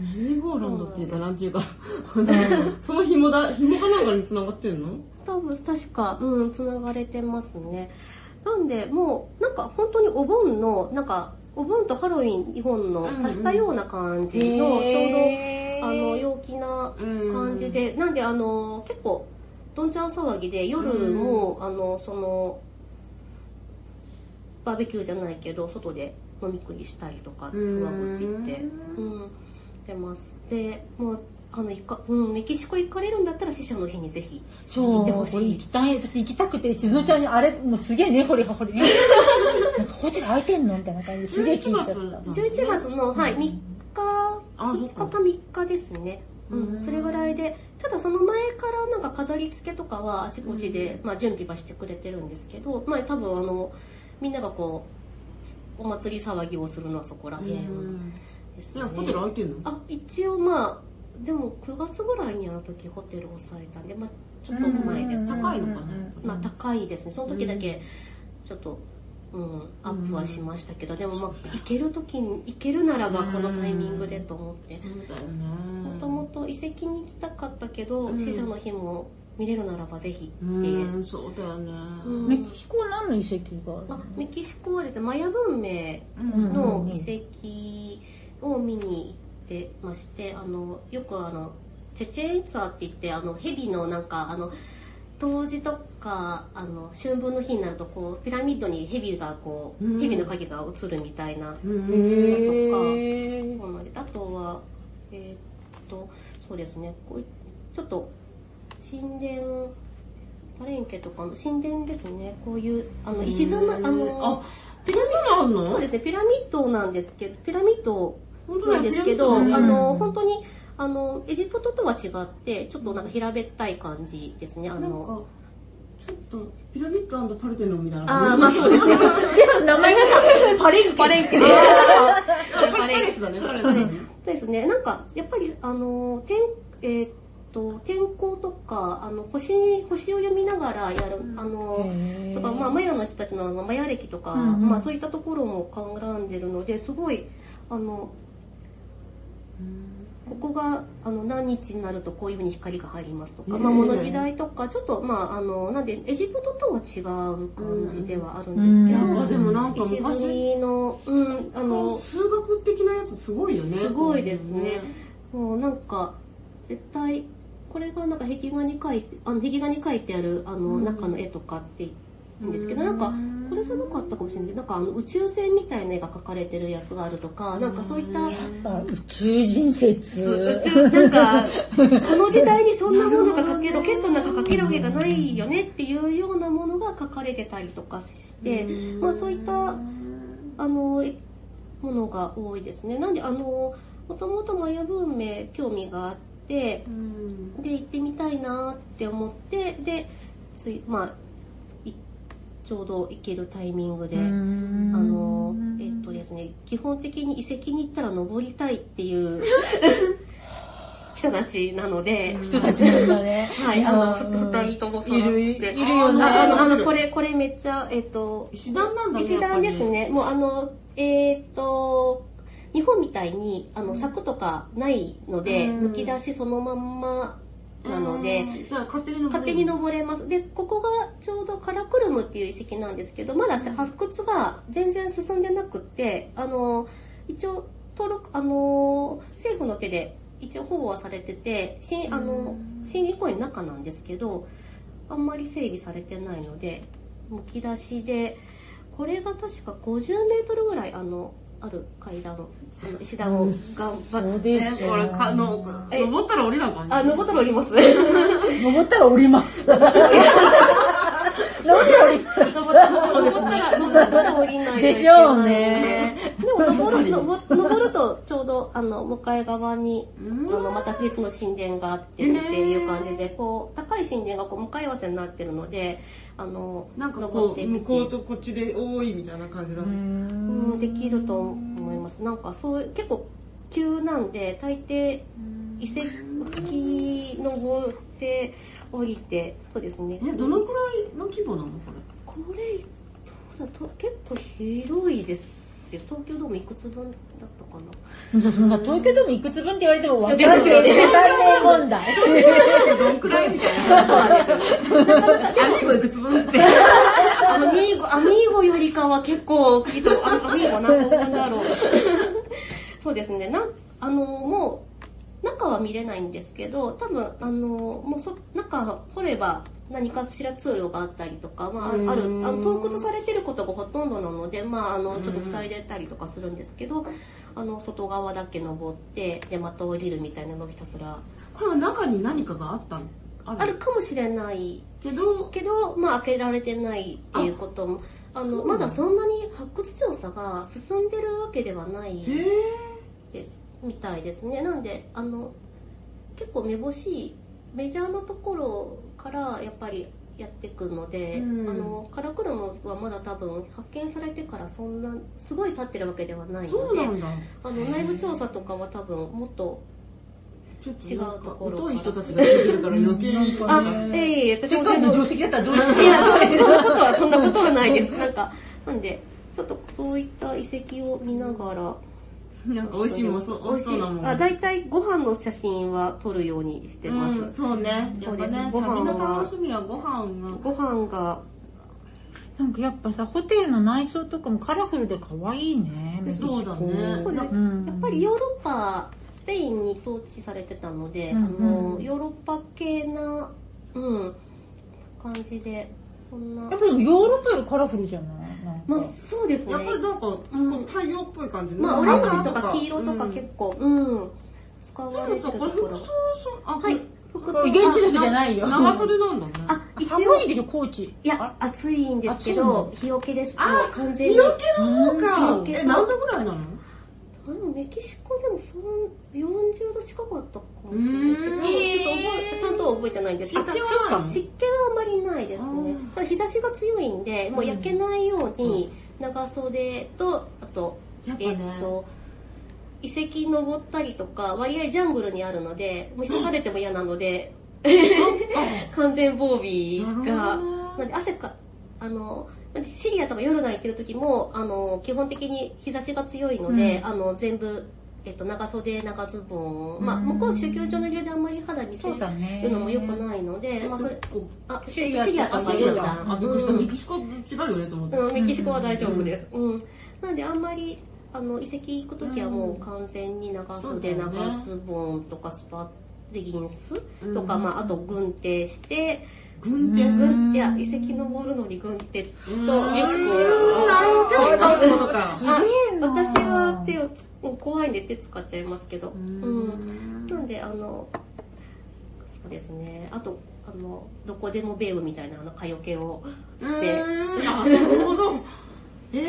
B: メリーゴーランドって言ったらなんていうか、 その紐だ、紐かなんかに繋がってんの
C: 多分確か、うん、つながれてますね。なんで、もう、なんか本当にお盆の、なんか、お盆とハロウィン、日本の足したような感じの、ちょうど、
B: へー
C: あの、陽気な感じで、なんで、あの、結構、どんちゃん騒ぎで、夜も、あの、その、バーベキューじゃないけど、外で飲み食いしたりとか、スワブって言って、うん、出ます。で、もう、あの、いかうん、メキシコ行かれるんだったら死者の日にぜひ。
A: そう、
C: 行ってほしい
A: これ行きたい。私行きたくて、千鶴ちゃんにあれ、もうすげえね、ほりはほり。なんかホテル空いてんのみたいな感じですげえ聞いちゃった。
B: 11月
C: 11月の、はい、3日、
B: あ
C: 5日
B: そ
C: か
B: うか
C: 3日ですね。う
B: うん
C: ん、それぐらいで、ただその前からなんか飾り付けとかはあちこちで、まあ準備はしてくれてるんですけど、まあ多分あの、みんながこう、お祭り騒ぎをするのはそこら辺
B: うん
C: です
B: い
C: ね
B: や、。ホテル空いてんの
C: あ、一応まあ、でも9月ぐらいにあの時ホテルを抑えたんで、まあちょっと前です
A: うん
B: 高いのかな
C: まあ高いですね。その時だけ、ちょっと、うん、アップはしましたけど、でもまあ、行ける時に、行けるならばこのタイミングでと思って。
B: そうだよ
C: も
B: ね。
C: ともと遺跡に行きたかったけど、
B: うん
C: 死者の日も見れるならばぜひ
B: う
C: っていう。
B: ん、そうだよね。
C: うん
A: メキシコは何の遺跡があ
C: まあ
A: る、
C: メキシコはですね、マヤ文明
A: うん
C: の遺跡を見に行ってまして、あの、よくあの、チェチェンイツァーって言って、あの、蛇のなんか、あの、冬至とか、あの、春分の日になると、こう、ピラミッドに蛇がこ
B: う
C: う、
B: ん
C: 蛇の影が映るみたいな
B: うん
A: へー
C: そうなんですあとは、えーっと、そうですね、こうちょっと、神殿、パレンケとかの神殿ですね、こういう、あの、石積む、あの、、
B: ピラミッドあんの
C: そうですね、ピラミッドなんですけど、ピラミッド
B: 本当
C: な
B: だ
C: ん
B: よ
C: ですけ
A: ピ
C: ど、
A: ラミッド
C: あ
A: う
C: の、
A: ん
C: 本当に、あの、エジプトとは違って、ちょっとなんか平べったい感じですね、あ
B: なん
C: の、
B: か、ちょっと、ピラミッドパルテノンみたいな。
C: あー、まあそうですね、ちょっと全部名 前がパレンケ。パレンケで。
B: パ
C: パレン
B: レ
C: ケ
B: スだね、パレスだね。
C: そうですね。なんか、やっぱり、あの、天、えーっと、天候とか、あの、星に、星を読みながらやる、あの、
A: へー
C: とか、まあ、マヤの人たちのあのマヤ歴とか、
A: うんうん
C: まあ、そういったところも絡んでるので、すごい、あの、ここが、あの、何日になるとこういうふうに光が入りますとか、まあ、
B: へー
C: 物着代とか、ちょっと、まあ、あの、なんで、エジプトとは違う感じではあるんです
B: な
C: けど、
B: んかでもなんか
C: 石積
B: 昔、
C: みの、うん、あの、
B: 数学的なやつすごいよね。
C: すごいですね。もうなんか、絶対、これがなんか壁画に書いて、あの壁画に書いてあるあの
B: うん
C: 中の絵とかっていうんですけど、
B: う
C: なんんか、これじゃなかったかもしれないけど、なんかあの宇宙船みたいな絵が描かれてるやつがあるとか、なんかそういった、
A: あ宇宙人説。
C: 宇宙、なんか、この時代にそんなものが描け、ロケットなんか描けるわけがないよねっていうようなものが描かれてたりとかして、まあそういったあの、えものが多いですね。なんで、あの、もともとマヤ文明興味があって、
B: うん
C: で、行ってみたいなって思って、で、つい、まあ、いちょうど行けるタイミングで、あの、えっとですね、基本的に遺跡に行ったら登りたいっていう人たちなので、。
A: 人たちなんだね
C: はい、あの、
A: うん
C: 二人とも揃
A: い
C: って。
A: る、いるよね。
C: ああの、あの、これ、これめっちゃ、えっと、
B: 石段なんだね。
C: 石段ですね。もうあの、えーっと、日本みたいに、あの、柵とかないので、
B: うん
C: 剥き出しそのまんま
B: や
C: な
B: っぱりね。
C: ので、
B: うん、じゃあ勝手に登れる
C: 勝手に登れます。で、ここがちょうどカラクルムっていう遺跡なんですけど、まだ発掘が全然進んでなくって、あの、一応、登録、あの、政府の手で一応保護はされてて、新、あの、森林公園の中なんですけど、あんまり整備されてないので、むき出しで、これが確か50メートルぐらい、あの、ある階段、あの石段を頑
A: そ
C: 張
A: う
C: って、
A: で
B: ね
A: すよ。
B: これかの、
C: え
B: 登ったら降りなか
C: あ、登ったら降ります。
A: 登ったら降ります。 登ったら降ります。
C: 登ったら、登ったら降りないといけない
A: でしょ
C: の
A: うね。
C: でも登る、登登るとちょうど、あの、向かい側に、
B: うん
C: あの、また別の神殿があってっていう感じで、こう、高い神殿がこう向かい合わせになってるので、あの、
B: なんか
C: 登っ
B: こう、
C: ていく
B: 向こうとこっちで多いみたいな感じだね。
C: うん、できると思います。なんかそういう、結構急なんで、大抵、遺跡登って降りて、そうですね。
B: え、どのくらいの規模なのこれ。
C: これ、どうだと結構広いですよ。東京ドームいくつ分だったかな。
A: そんな東京ドームいくつ分って言われても分かんないよね。3年問題。
D: どんくらいみたいな。アミーゴいくつ分っつ って。
C: アミーゴ、アミーゴよりかは結構大きいと思う、あアミーゴ何個分 だろう。そうですね、な、あの、もう、中は見れないんですけど、多分、あの、もうそ、中掘れば何かしら通路があったりとか、まあ、ある、あ
B: うん
C: の、洞窟されてることがほとんどなので、まあ、あの、ちょっと塞いでたりとかするんですけど、あの、外側だけ登って、で、また降りるみたいなのをひたすら
D: これは中に何かがあったの
C: あるかもしれない
D: けど、
C: けど、まあ開けられてないっていうことも、あの、まだそんなに発掘調査が進んでるわけではない
D: へぇ
C: です、みたいですね。なんで、あの、結構めぼしいメジャーなところからやっぱりやってくので、
B: うん
C: あの、カラクルムはまだ多分発見されてからそんな、すごい経ってるわけではない
D: そ
C: の
D: うな
C: で、
D: んだ。
C: あの、内部調査とかは多分もっと、
D: ちょっと
C: 違う
D: なん
C: と
D: か、
C: ころ
D: 疎い人たちが聞いてるから余計に、
C: あ
D: なん、か
C: ええいえ、私
D: 世
C: も
D: 界の
C: 全部
D: 常識だったら常識
C: いや、そ んなことは、そんなことはないです。なんか、なんで、ちょっとそういった遺跡を見ながら、
D: なんか美味しいもん、そう美味しそうなもん。
C: あ、大体ご飯の写真は撮るようにしてま
D: うん、
C: す。
D: そうね。や
C: そ
D: っ
C: う
D: ぱ
C: です
D: ね、
C: ご飯は
D: 旅の楽しみはご飯が。
C: ご飯が、
A: なんかやっぱさ、ホテルの内装とかもカラフルで可愛いね。メキシコ
D: そうだね
C: そうです
A: う
C: ね
A: ん
C: やっぱりヨーロッパ、スペインに統治されてたので、
A: うん
C: あの、ヨーロッパ系な、うん、感じで、こんな
A: やっ、ぱりヨーロッパよりカラフルじゃないなんか
C: まあそうですね
D: やっ。ぱりなんか、こ
C: うん
D: う太陽っぽい感じね
C: まあオレンジとか黄色とか
D: うん
C: 結構、うん、使
D: で
C: われ
D: も
C: て
D: さ、
C: る
D: こ
C: とこ
D: れ服装
C: ろ
D: さ。、あ、
C: はい、服装
A: これ現地の人じゃないよ。
D: 長袖なんだね。
C: あ、一
A: 寒
C: 応、
A: いでしょ、高知。
C: いや、暑いんですけ
A: 暑
C: ど、日よけです。
D: あ
C: もう完全
D: 日
C: に。
D: よけの方
C: う
D: か
C: ん。
D: え、何度ぐらいなの
C: あのメキシコでもその40度近かったかもしれないですけど、
D: うーん
C: 多分ちょっと覚えちゃんとは覚えてないんですけど、
D: 湿気はないの
C: 湿気はあまりないですね
D: あー。
C: ただ日差しが強いんで、もう焼けないように、長袖と、あと、
D: やっぱ
C: え
D: ね
C: っ、と、遺跡登ったりとか、割合ジャングルにあるので、虫刺されても嫌なので、 完全防備
D: な
C: が、
D: るほどね
C: なんで汗か、あの、シリアとか夜泣いてる時も、あの、基本的に日差しが強いので、
A: うん
C: あの、全部、えっと、長袖、長ズボン、まあ、
A: うん
C: 向こう宗教上の理由であんまり肌見せ
A: そうだ
C: る
A: ね。
C: のも良くないので、まあ、それ、
D: こ
C: あ、シ
A: シ
C: リ
A: リア
C: アと
D: う
C: か
A: あ
D: そう
C: ヨ
D: だ
C: ダ
D: あ、
C: ン。
D: びっくりした。
C: うん
D: メキシコ違うよねと思って。
C: うんメキシコは大丈夫です。うん。なんであんまり、あの、遺跡行くときはもう完全に長袖、
D: そうだよね
C: 長ズボンとかスパレギンスとか、
D: うん
C: まあ、あと軍手して、
D: 軍手。
A: うん
C: 軍いや、遺跡登るのに軍手とリュックを。
D: なるほど。
C: あ
D: なるほどか。
C: あ
A: げえな
C: 私は手をつ、もう怖いんで手使っちゃいますけど。うんなんで、あの、そうですね。あと、あの、どこでもベーブみたいなあの、蚊よけをして、
D: あ、なるほど。えー。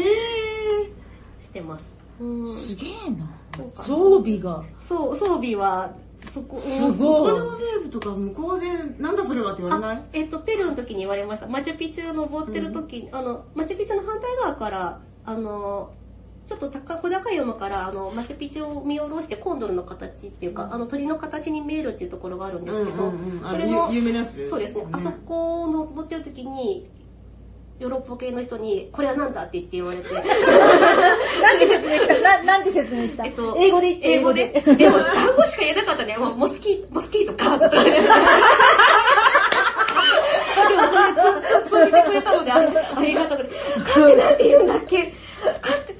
C: してます。うん。
A: すげえな。
C: そうか
A: 装備が。
C: そう、装備は、そこ、
A: す
C: うん
D: こ
A: ごい
D: れ。のウェーブとか向こうで、なんだそれはって言われない
C: あえっ、と、ペルーの時に言われました。マチュピチュ登ってる時に、あの、マチュピチュの反対側から、あの、ちょっと高小高い山から、あの、マチュピチュを見下ろして、コンドルの形っていうか、あの、鳥の形に見えるっていうところがあるんですけど、
D: あ
C: それも
D: の、、有名なやつ
C: そうですね、あそこを登ってる時に、ヨーロッパ系の人に、これはなんだって言って言われて、
A: なんて説明したな、なんて説明した、
C: えっと
A: 英語で言って。
C: 英語で、でも単語しか言えなかったね、もうモスキモスキーと か、とか。でもそれ、そうしてくれたので、あありがたくて、カってなんて言うんだっけカって、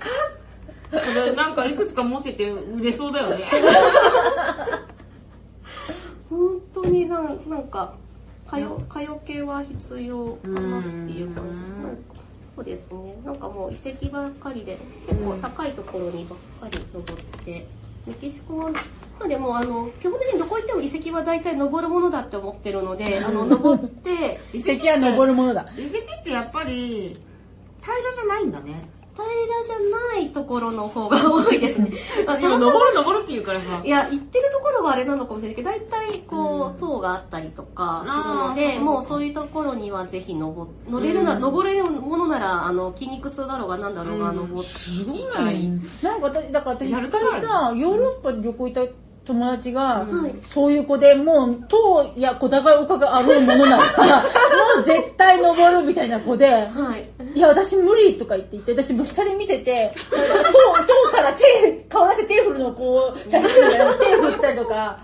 C: カ
D: それなんかいくつか持ってて売れそうだよね。
C: 本当になんなんか、かよ、かよけは必要かなっていう感じ。
D: うん
C: なんかそうですね。なんかもう遺跡ばっかりで、結構高いところにばっかり登って、メキシコは、まあでもあの、基本的にどこ行っても遺跡は大体登るものだって思ってるので、あの、登って、
A: 遺跡は登るものだ。
D: 遺跡ってやっぱり、平らじゃないんだね。
C: 平らじゃないところの方が多いですね。まあ
D: 今登る登るって言うからさ
C: い。や、行ってるところがあれなのかもしれないけど、大体こう、塔があったりとかするの
D: あー
C: で、
D: そう
C: もうそういうところにはぜひ登、乗れるな、登れるものなら、あの、筋肉痛だろうがなんだろうが、登って。
A: すごい。なんか私、だから私、
D: やる気ある
A: 一回さ、ヨーロッパ旅行行った友達が、
C: はい
A: そういう子でもう塔や小高い丘があろうも のならもう絶対登るみたいな子で、
C: はい。
A: いや、私無理とか言って言って、私もう下で見てて、塔、塔から手、顔出して手振るのをこう、写真撮るのを手振ったりとか、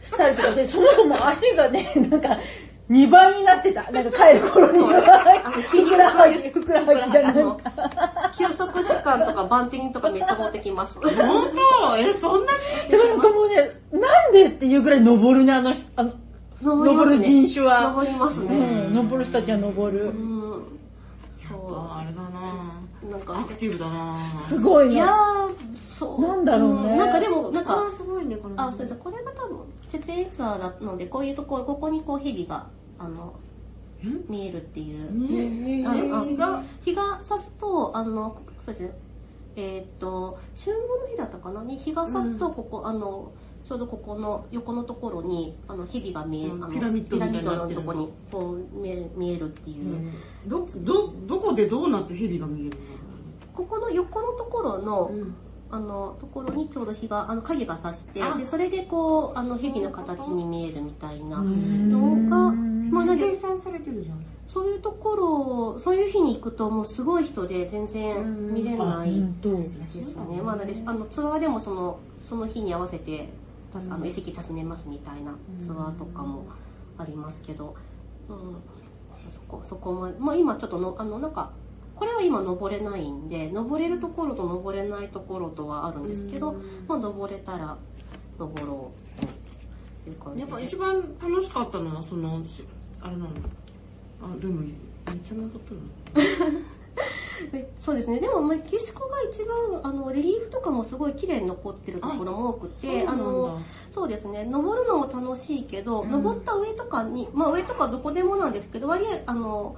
A: したりとかして、その子も足がね、なんか、2倍になってた。なんか帰る頃には。
C: ひ
A: ふ
C: げ
A: く
C: が
A: らはぎ、ふくらはぎが
C: あ
A: なん
C: の
A: か。、
C: 休息時間とかバンテリンとかめっちゃ持ってきます。
B: 本当え、そんなに
A: でもなんかもうね、なんでっていうぐらい登るね、あの人、あの登る人種は。
C: 登ります
A: う
C: ね。
A: ん、登る人たちは登る
C: う。ん。そ
B: あれだな
C: う。なん
B: ア
C: か、
B: クティブだな
A: すごい
C: い
A: ね
C: や。ー、そう。
A: なんだろうね
C: んなんかでも、なん
B: あ
C: か
B: ー、すごいね、これ。
C: あ、そうです。これが多分、設営ツアーなので、こういうとこ、ここにこう、蛇が、あの、見えるっていう。
B: ね
C: あのあ
B: ねが、
C: 日が差すと、あの、そうですね。えーっと、春分の日だったかなに日が差すと、ここ、あの、ちょうどここの横のところに、あの、蛇が見える、
B: うん
C: あの
B: ピラミッド
C: ピラ
B: みたい
C: ミッ
B: にな
C: ド
B: っ
C: の
B: てる
C: とこに、こう見える、見えるっていう。
B: ど、ど、どこでどうなって蛇が見える
C: ここの横のところの、
B: の
C: あのところにちょうど日があの影が差して
B: あ
C: でそれでこうあの蛇の形に見えるみたいな
B: うん
C: のが
A: うん
C: まあなんで
B: 計算されてるじゃん。
C: そういうところをそういう日に行くともうすごい人で全然見れ
A: あ、
C: な
A: う
C: い
A: ん、どう
C: ですねまあなんであのツアーでもそのその日に合わせてたあの遺跡訪ねますみたいなツアーとかもありますけど、うん、そこそこまで、まあ、今ちょっとのあのなんかこれは今登れないんで登れるところと登れないところとはあるんですけど、まあ、登れたら登ろうという感じ
B: やっぱ
C: で
B: 一番楽しかったのは、その、しあれなの。あ、でも、めっちゃ残ってるの。
C: えそうですねでもまあメキシコが一番あのレリーフとかもすごい綺麗に残ってるところも多くてあのそうですね登るのも楽しいけど、登った上とかにまあ上とかどこでもなんですけど割合あの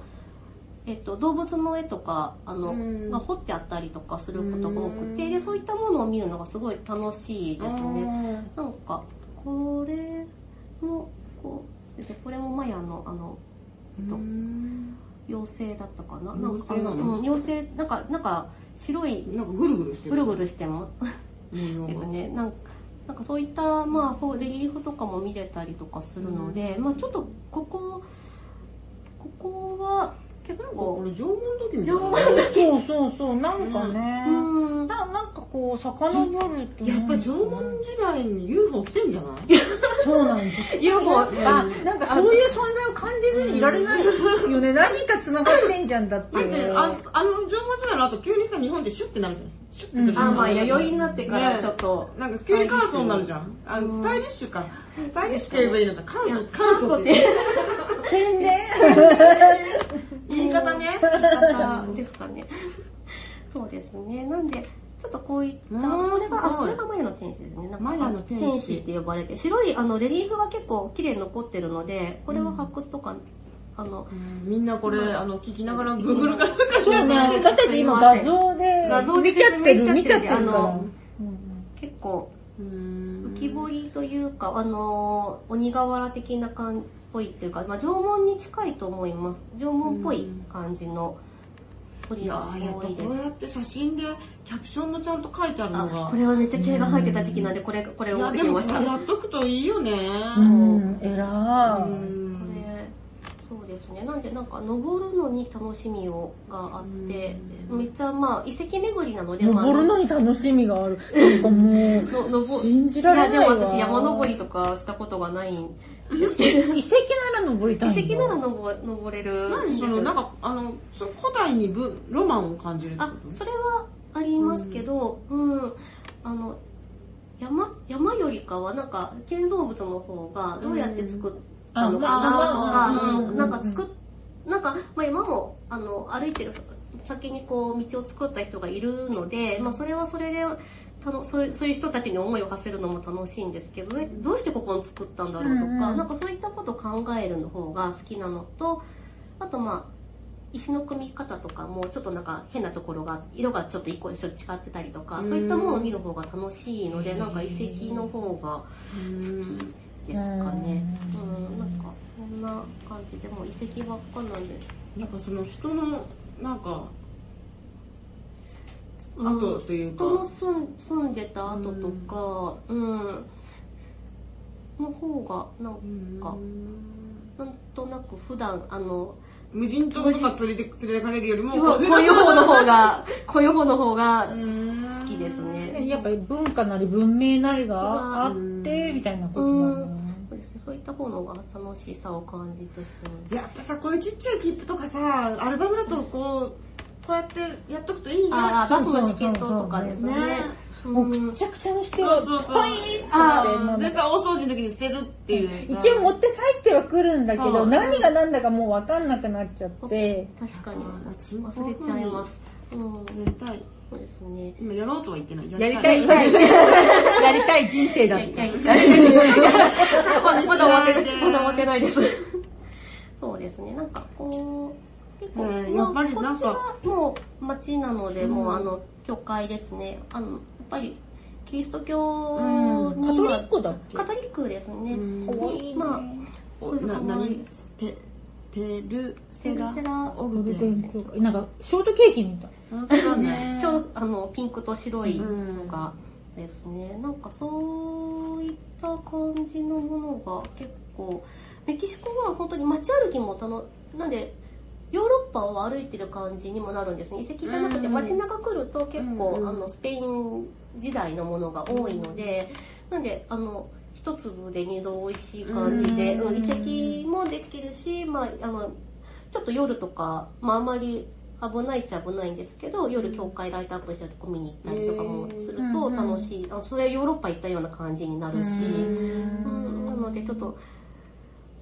C: えっと、動物の絵とかあの、
B: うん
C: が彫ってあったりとかすることが多くてでそういったものを見るのがすごい楽しいですね。
B: ね。
C: なんか、これも、こう、先生これもマヤの、あの、
B: うん
C: 妖精だったかななんか、あ
B: 妖精なの
C: の、うん妖精、なんか、なんか、白い、
B: なんかぐるぐるして
C: ぐ
B: る。
C: るぐるしても、
B: 模
C: で
B: 様
C: す
B: が。
C: ね。なんか、なんかそういった、まあほう、レリーフとかも見れたりとかするので、まあちょっと、ここ、ここは、結
B: こ
C: 構、
B: れ縄文の時みたい
C: 縄
B: な
C: 文
A: そうそうそう、なんか
C: う
A: ね。
C: ん、
A: ななんかこう、遡ると。
B: やっぱ縄文時代に UFO 来てんじゃない
A: そうなんです。
C: UFO、
A: あ、なんかそういう存在を感じずにいられないよね。何か繋がってんじゃんだって
B: だっ。て、ああの縄文時代の後急にさ、日本ってシュッてなるじゃん。シュッてするじゃん
C: あ、まあ、弥生になってからちょっと、
B: なんか急に簡素になるじゃん。あの、スタイリッシュか。スタイリッシュって言えばいいのか。簡素、簡素って
A: 宣伝
B: 言い方ね。
C: 方ですかね。 そうですね。なんで、ちょっとこういった、
B: うん
C: これが、
B: す
C: あ、
B: ごい
C: これがマヤの天使ですね。なんか
B: マヤの天使
C: 天使って呼ばれて、白い、あの、レリーフが結構綺麗に残ってるので、これは発掘とか、あの、
B: みんなこれ、あの、聞きながら Google かなんかし
A: そ
B: て
A: うね、私たち今画像で
C: 画像で
A: 見ちゃってる、見
C: 見
A: ち
C: ち
A: ゃっ
C: ゃってて
A: る
C: る
A: か
C: あ
A: ら
C: の。結構、
B: うーん
C: 浮き彫りというか、あの、鬼瓦的な感じっぽいっていうか、まあ、縄文に近いと思います。縄文っぽい感じの
B: い
C: 鳥
B: や
C: が
B: ーやっ
C: 多い
B: ぱ
C: で
B: こうや
C: す。
B: って写真でキャプションもちゃんと書いてあるの
C: あ
B: が。
C: これはめっちゃ毛が生えてた時期なんで、これ、これ
B: い
C: を持
B: や、
C: って
B: で
C: き
B: も
C: ました。
B: やっとくといいよね。
A: うん、偉
B: う
A: い。
C: こ
B: ん
C: れそうですねなんでなんか登るのに楽しみをがあってめっちゃまあ遺跡巡りなのでまあ
A: 登るのに楽しみがある。なんかもう、
C: の登
A: 信じられないわ
C: やでも私山登りとかしたことがないんですけど
A: 遺跡なら登りたいんだ。
C: 遺跡なら登登れる
B: 何その、なんか、あの、そう古代にぶロマンを感じるってこ
C: あそれはありますけどうん、あの山山よりかはなんか建造物の方がどうやって作っ
A: う
C: たのかなんとか、
A: あ
C: うん
A: まあ
C: なんか作っなんか、まあ、山もあの歩いてる先にこう道を作った人がいるので、まあ、それはそれでたのそういうそういう人たちに思いを馳せるのも楽しいんですけどねどうしてここを作ったんだろうとか、
A: うんうん
C: なんかそういったことを考えるの方が好きなのとあとまあ石の組み方とかもちょっとなんか変なところが色がちょっと一個一緒違ってたりとかそういったものを見る方が楽しいのでなんか遺跡の方が
B: うん
C: ですかねうんなんかそんな感じでもう遺跡ばっかなんです
B: なんかその人の、なんか、
C: うん
B: 後というか
C: 人の住ん住んでた後とかうんの方がなんか
D: ん
C: なんとなく普段あの
D: 無人島とか連れて、連れてかれるよりも、
C: こういう方の方がこういう方の方が好
D: 好
C: きですね。
A: やっぱり文化なり文明なりがあって、みたいなことなのかな。
C: そうですね、そういった方の方が楽しさを感じてしま。
D: やっぱさ、こういうちっちゃい切符とかさ、アルバムだとこう、こうやってやっとくといいう
C: あ
D: な。
C: あ、バスのチケットとかですね。
D: ね
C: う
A: もうんくちゃくちゃにして
D: そ
A: は、
D: うそうそう
A: ポイーン
D: あ
A: っ
D: ー
A: て
D: で
A: って
D: さ、大掃除の時に捨てるっていう。
A: 一応持って帰ってはくるんだけ
D: そ
A: ど、
D: う
A: 何が何だかもうわかんなくなっちゃって、
C: 確かに忘
D: 忘
C: れちゃいま。す。うん、
D: やりたい。
C: そうですね。
D: 今やろうとは言ってない。
A: やりた い、やりたいやりたい人生だっ
D: やりた
A: て。
D: い。
C: まだ 終わってな
D: 知らな
C: い
D: い
C: まだ終わってないです。そうですね、なんかこう、結構、
D: ねえ
C: ま
D: や
C: あ
D: っぱりなんか
C: こっちはもう町なので、
D: うん
C: もうあの、教会ですね。あの、やっぱり、キリスト
A: う
C: 教
A: ん
C: に
A: カト
C: は、
A: リックだっけ
C: カトリックですね。
D: うん
A: かわいいね
C: ま
D: おな、なに、て、てるせら、
C: てるせら
D: お
A: グ
D: る
A: ル
D: べ
A: テ。ンとかなんか、ショートケーキみたい。
D: なんかわかんない。
C: あ、ちょうどあの、ピンクと白いのがですね、なんかそういった感じのものが結構、メキシコは本当に街歩きも楽、なんで、ヨーロッパを歩いてる感じにもなるんですね。遺跡じゃなくて
D: うん
C: 街中来ると結構、
D: うんうん
C: あの、スペイン時代のものが多いので、なんで、あの、一粒で二度美味しい感じで、
A: うん
C: 遺跡もできるし、まあ、あの、ちょっと夜とか、まああまり危ないっちゃ危ないんですけど、夜教会ライトアップしたとこ見に行ったりとかもすると
A: うん
C: 楽しい。あのそれはヨーロッパ行ったような感じになるし、うんなのでちょっと、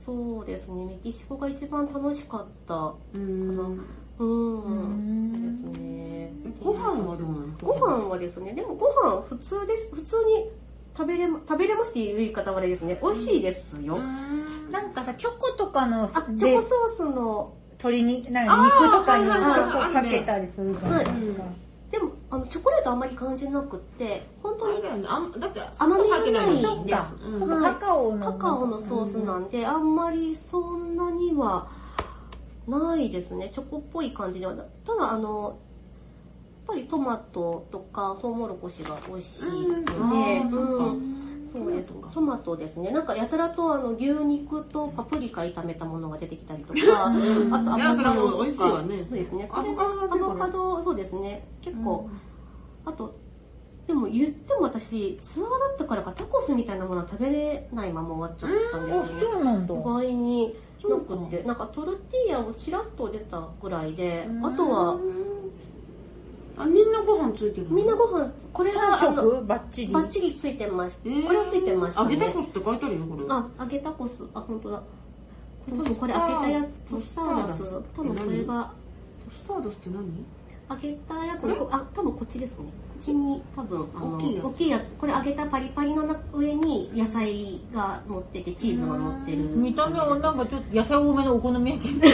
C: そうですね、メキシコが一番楽しかった。
D: うん。
C: うん、ですね。
D: ご飯はどうなの
C: ご飯はですね、でもご飯普通です。普通に食べれま、食べれますっていう言い方はあれですね、美味しいですよ。
D: うん
A: なんかさ、チョコとかの、
C: あ、チョ
A: で
C: コ、ソースの
A: 鶏に、なんか肉とかにチ
D: あーはいはい
A: ョコ
D: あ
A: か
D: るね
A: けたりするじゃないですか。
C: でも、あの、チョコレートあんまり感じなくって、本当
D: あれ
C: に
D: だよね。あんだって、
C: 甘みが
D: 入って
C: ない
D: の
C: です
D: そうかうん
A: そ
C: は
A: う
C: い
A: カカオの。
C: カカオのソースなんで、あんまりそんなにはないですね。チョコっぽい感じではなただ、あの、やっぱりトマトとかトウモロコシが美味しいので、
D: うんあーそっか
C: うんそうです
D: トマト。か
C: トマトですね。なんかやたらとあの牛肉とパプリカ炒めたものが出てきたりとか、あとア
D: いや
C: ボ
D: それ
C: カ
D: は
C: ドとか。
D: 美味しいわね
C: そうですね。こ
D: ア
C: れ
D: ボカドが出て
C: ア
D: くる
C: ボカド、そうですね。結構、あと、でも言っても私、ツアーだったからかタコスみたいなものは食べれないまま終わっちゃったん
A: あ、
C: ですよね。
A: そうなんだ。
C: 意外になく
D: そう
C: って、なんかトルティーヤをちらっと出たぐらいで、あとは、
D: あ、みんなご飯ついてる
C: みんなご飯、これが、あ
A: 3
C: の、
A: 色バッチリ
C: バ。ッチリついてました。
D: えー
C: これはついてました
D: 揚げタ
C: ね
D: コ。スって書いてあるよ、これ。
C: あ、揚げタコス。あ、本当だ。多分これ揚げたやつ、
D: ト
C: ト
D: ス
C: ス
D: タ
C: タ
D: ー
C: ー
D: ダ
C: ダ
D: ス
C: ス。多分これが、
D: トスタードスって何
C: 揚げたやつ
D: これ
C: こあ、多分こっちですね。こっちに、多分、あの、
D: 大きいやつ
C: 大きいやつ。これ揚げたパリパリのな上に野菜が乗ってて、チーズが乗ってる。
A: 見た目はなんかちょっと野菜多めのお好み焼きみたい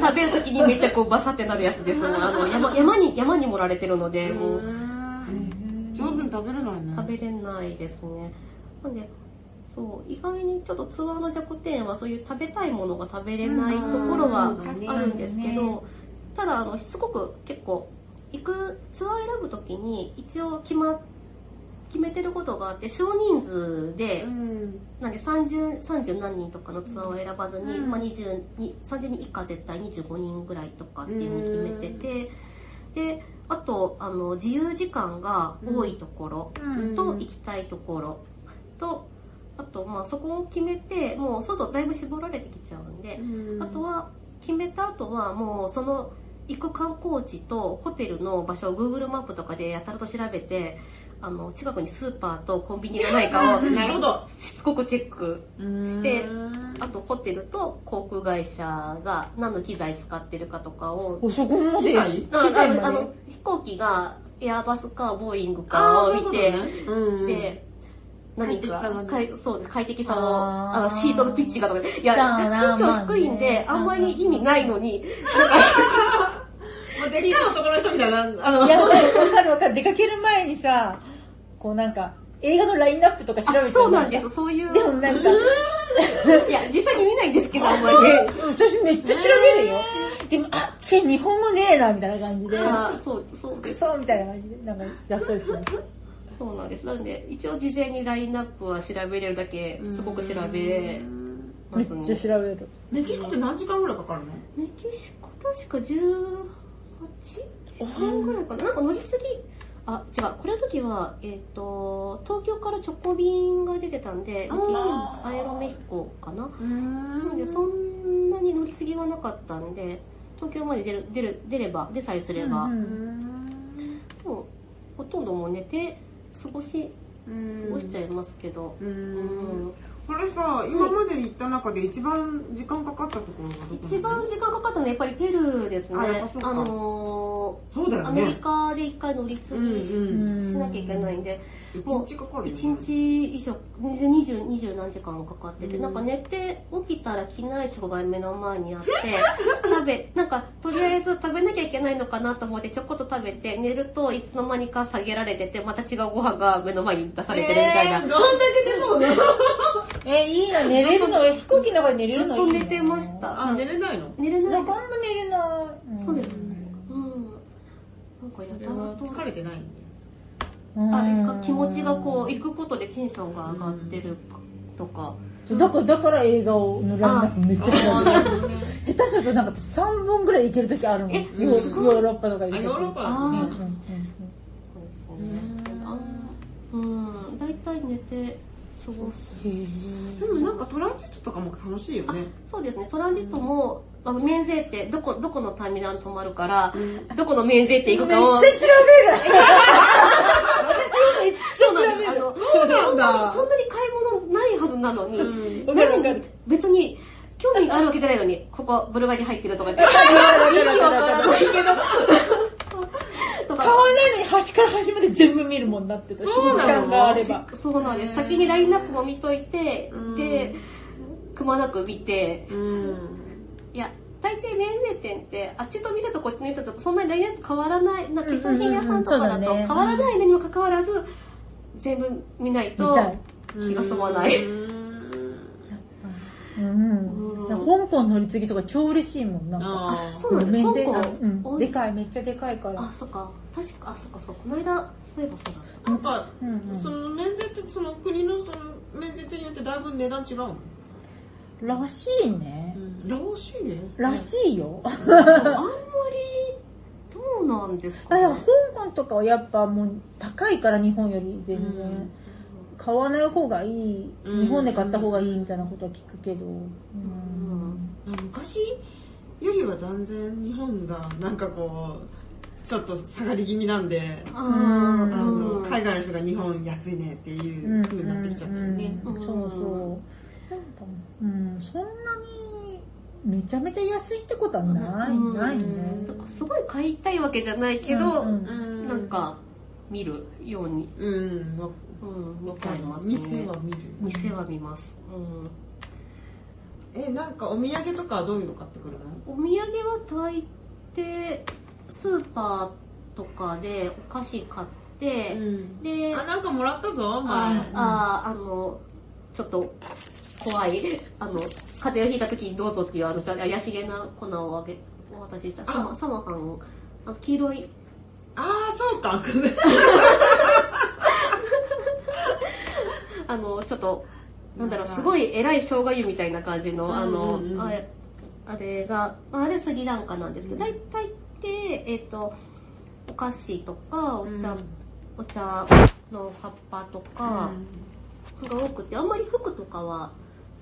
C: 食べるときにめっちゃこうバサってなるやつです。あの山山に山に盛られてるので、もう
D: うん上手に食べれないね。
C: 食べれないですね。なんで、そう、意外にちょっとツアーの弱点はそういう食べたいものが食べれないところは
D: うん
C: あるんですけど、ただあの、しつこく結構、行くツアー選ぶときに一応決ま、決めてることがあって、少人数で
D: うん。
C: なんで30、30何人とかのツアーを選ばずに、
A: うん
C: まあ20、30人以下絶対25人ぐらいとかっていうふうに決めてて、で、あと、あの、自由時間が多いところ
A: うん
C: と行きたいところと、あと、まあそこを決めて、もうそうそうだいぶ絞られてきちゃうんで、あとは、決めた後はもうその行く観光地とホテルの場所を Google マップとかでやたらと調べて、あの、近くにスーパーとコンビニがない かを、
D: なるほど。
C: しつこくチェック
D: し
C: してあとホテルと航空会社が何の機材使ってるかとかを、
A: な。そこまで。機
C: ああ
A: 材
C: のあ
A: まで
C: の。飛行機がエアバスかボーイングかを見て、
D: うん。
C: で、
D: 快
C: 何か
D: 適さがね
C: かいそうです快適さを、
A: あー
C: あのシートのピッチがとかで、いや、
A: だな
C: 身長低いんで、
A: まあ
C: あ
A: ね
C: んまり意味ないのに、
D: まあでっかい男の人みたいな、あの、
A: いや、わかるわかるわかる。出かける前にさ、こうなんか、映画のラインナップとか調べちゃう
C: あそうなんです、。そういう、
A: でもなんか、
C: いや、実際に見ないんですけど、あんまりね。
A: 私めっちゃ調べるよ。でも、あ、ち日本語ねえな、みたいな感じで。
C: あーそう、そう
A: ク
C: です。
A: ソみたいな感じで、なんか、やったりする。
C: そうなんです。なんで、一応事前にラインナップは調べれるだけ、すごく調べ
A: め
C: ま
A: っ
C: す
A: ちゃ
C: ね。
A: 調べる。
B: メキシコって何時間ぐらいかかるの
C: メキシコ確か 18? 年ぐらいかな。なんか乗り継ぎ、あ、違う、これの時は、えっ、と、東京から直行便が出てたんで、メキシ
E: あー
C: アエロメヒコかな。
B: う
C: なんで、
B: ん
C: そんなに乗り継ぎはなかったんで、東京まで出る、出る、出れば、出さえすれば、
A: うん
C: もうほとんどもう寝て、過ごし、過ごしちゃいますけど、うん
B: これさ、今まで行った中で一番時間かかったところはどこなの
C: 一番時間かかったのはやっぱりペルーですね。
B: あやっぱそうか
C: あの
B: そうだ
C: ー、
B: よ
C: アメリ
B: ね。
C: カで一回乗り継ぎし,、
A: うんうん
C: なきゃいけないんで、
B: 一
C: もう
B: 日かかるよね。
C: 1日以上、20、20何時間かかってて、なんか寝て起きたら機内食が目の前にあって、 食べ、なんかとりあえず食べなきゃいけないのかなと思ってちょこっと食べて、寝るといつの間にか下げられてて、また違うご飯が目の前に出されてるみたいな。
B: どんだけでもね。
A: え、いいな、寝れるの飛行機の中で寝れ
C: ず
A: る
C: っ
A: の
C: と
A: いい
C: 寝てまし。た。
B: あ、寝れないの
C: 寝れな
A: ないん
C: で
A: か
C: す。
A: あんま寝れない。
C: そうです。うん。なんかやたらと。
B: 疲れてないんだよ。
A: うん。
C: あれか気持ちがこう行くことでテンションが上がってるとか、
A: う。だから、だから映画を塗らなくめっちゃ
B: あ
A: 調べ
B: ーな
A: る。
B: るほどね
A: 下手するとなんか3本ぐらい行けるときあるもん。ヨ
C: え
A: ーヨーロッパとか行
B: あ、
A: ける
B: ヨーロッ
A: 時
B: パだもん
A: うん
B: ね。
C: そうですねあうん大体寝て過ごす
B: でもなんかトランジットとかも楽しいよね。
C: そうですねトランジットも、あの免税ってどこどこのターミナル止まるから、どこの免税って行く
A: めっ
C: かを
A: ちゃ調べる私今めっち
C: そ
A: ゃ
C: うな
A: 調べ
C: んですあ
A: る
C: の
B: そうなんだ
C: そんなに買い物ないはずなのに、
B: うん
A: わかるわかる
C: 別に興味があるわけじゃないのにここブルガリ入ってるとか言って
A: る
C: 意
A: わかる
C: 味わからないけどとか
A: 買わないのに端から端まで全部見るもんなってた。
B: そう
A: 時
B: なの
A: 間があれば。
C: そうなんです。先にラインナップも見といて、
B: うん
C: で、くまなく見て、
B: うん。
C: いや、大抵免税店って、あっちの店とこっちの店とそんなにラインナップ変わらない、なんか化粧品屋さんとかだ
A: うんうんうん
C: と
A: そうだね
C: 変わらないのにもかかわらず、全部見ない
A: 見
C: と
A: たい。
C: 気が済まない。
A: うん。なんか香港乗り継ぎとか超嬉しいもんなんか。
B: あ
C: あ
B: あ。
C: そうなんです。
A: 面
C: 香
A: で
C: 港
A: う、ん、
C: 多
A: で
C: い。
A: かい、めっちゃでかいから。
C: あ、そっか。確か、あ、そっか、そう。この間、そういえばそうだった。
B: なんか、
A: うんうん
B: その免税って、その国のその免税店によってだいぶ値段違うの
A: らしいね。
B: らしいね。
A: らしいよ。
C: でもあんまり、どうなんですか
A: あ、
C: ね
A: 香港とかはやっぱもう高いから日本より全然。
B: うん
A: 買わない方がいい、
B: うん
A: 日本で買った方がいいみたいなことは聞くけど。うん
C: うん
B: 昔よりは断然日本がなんかこうちょっと下がり気味なんで、
C: あ
A: うん
B: あの
C: ー
B: 海外の人が日本安いねっていう風になってきちゃったよね、
A: うんうんうんそうそう。なんか、うん、そんなにめちゃめちゃ安いってことはない、
C: うん
A: ないね。
C: なんかすごい買いたいわけじゃないけど、
A: うんうん
B: うん
C: なんか見るように、
B: うんわ
C: うん、見
B: わ
C: ち
B: か
C: ゃい
B: りま
C: ますすね。
B: 店は見る
C: 店は見ます。うん
B: えなんかお土産とかはどういうの買ってくるの
C: お土産は大抵スーパーとかでお菓子買って、
B: うん
C: で、
B: あ
C: あ
B: なんかもらったぞ前
C: ああの、ちょっと怖い、あの、風邪をひいた時にどうぞっていうあの、ちょっと怪しげな粉をあげ、お渡ししたサマ、サマハン、あの黄色い
B: ああそうか
C: あの、ちょっと、なんだろう、
B: うん
C: すごい偉い生姜湯みたいな感じの、あの
B: うんうんう、ん
C: あれあれが、あれスリランカなんですけど、大体って、えっ、と、お菓子と か、お茶、
B: うん
C: お茶の葉っぱとかが多くて、あんまり服とかは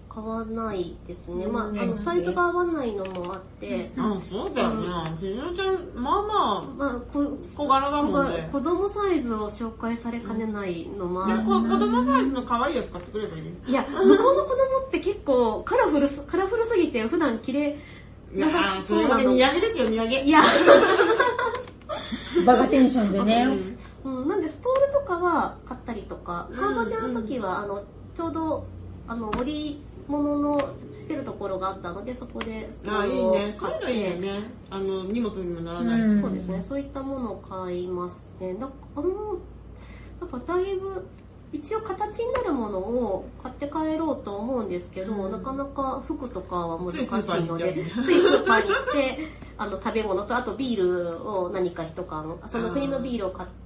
C: 買わないですね。まあ、あ
A: うん
C: の、サイズが合わないのもあって、
B: あそうだよねひなちゃんまあま
C: まあ、こ
B: 小柄だもんね
C: 子供サイズを紹介されかねないのもあ
B: あいやこ子供サイズの可愛いやつ買ってくればいいね
C: いや、向こうの子供って結構カラフルす、カラフルすぎて普段着れ、
B: いやーそれはね
C: そうなの
B: 土産ですよ土産
C: いや、
A: バカテンションでね。
C: うん、なんでストールとかは買ったりとか、
B: ん
C: カンボジアの時は、あの、ちょうど、あの、織物のしてるところがあったので、そこでスト
B: あ
C: ー
B: あい
C: ル
B: い
C: を買っ
B: ね
C: て。
B: そういうのいいよねあの荷物にもなら
A: う
B: ないし、
A: ん
C: そうですね、そういったものを買いますね。だあの、なんかだいぶ、一応形になるものを買って帰ろうと思うんですけど、
B: うん
C: なかなか服とかは難しい
B: ついスーパーに行
C: の
B: っちゃう
C: で、ついスーパーに行って、あの食べ物とあとビールを何か一缶、その国のビールを買って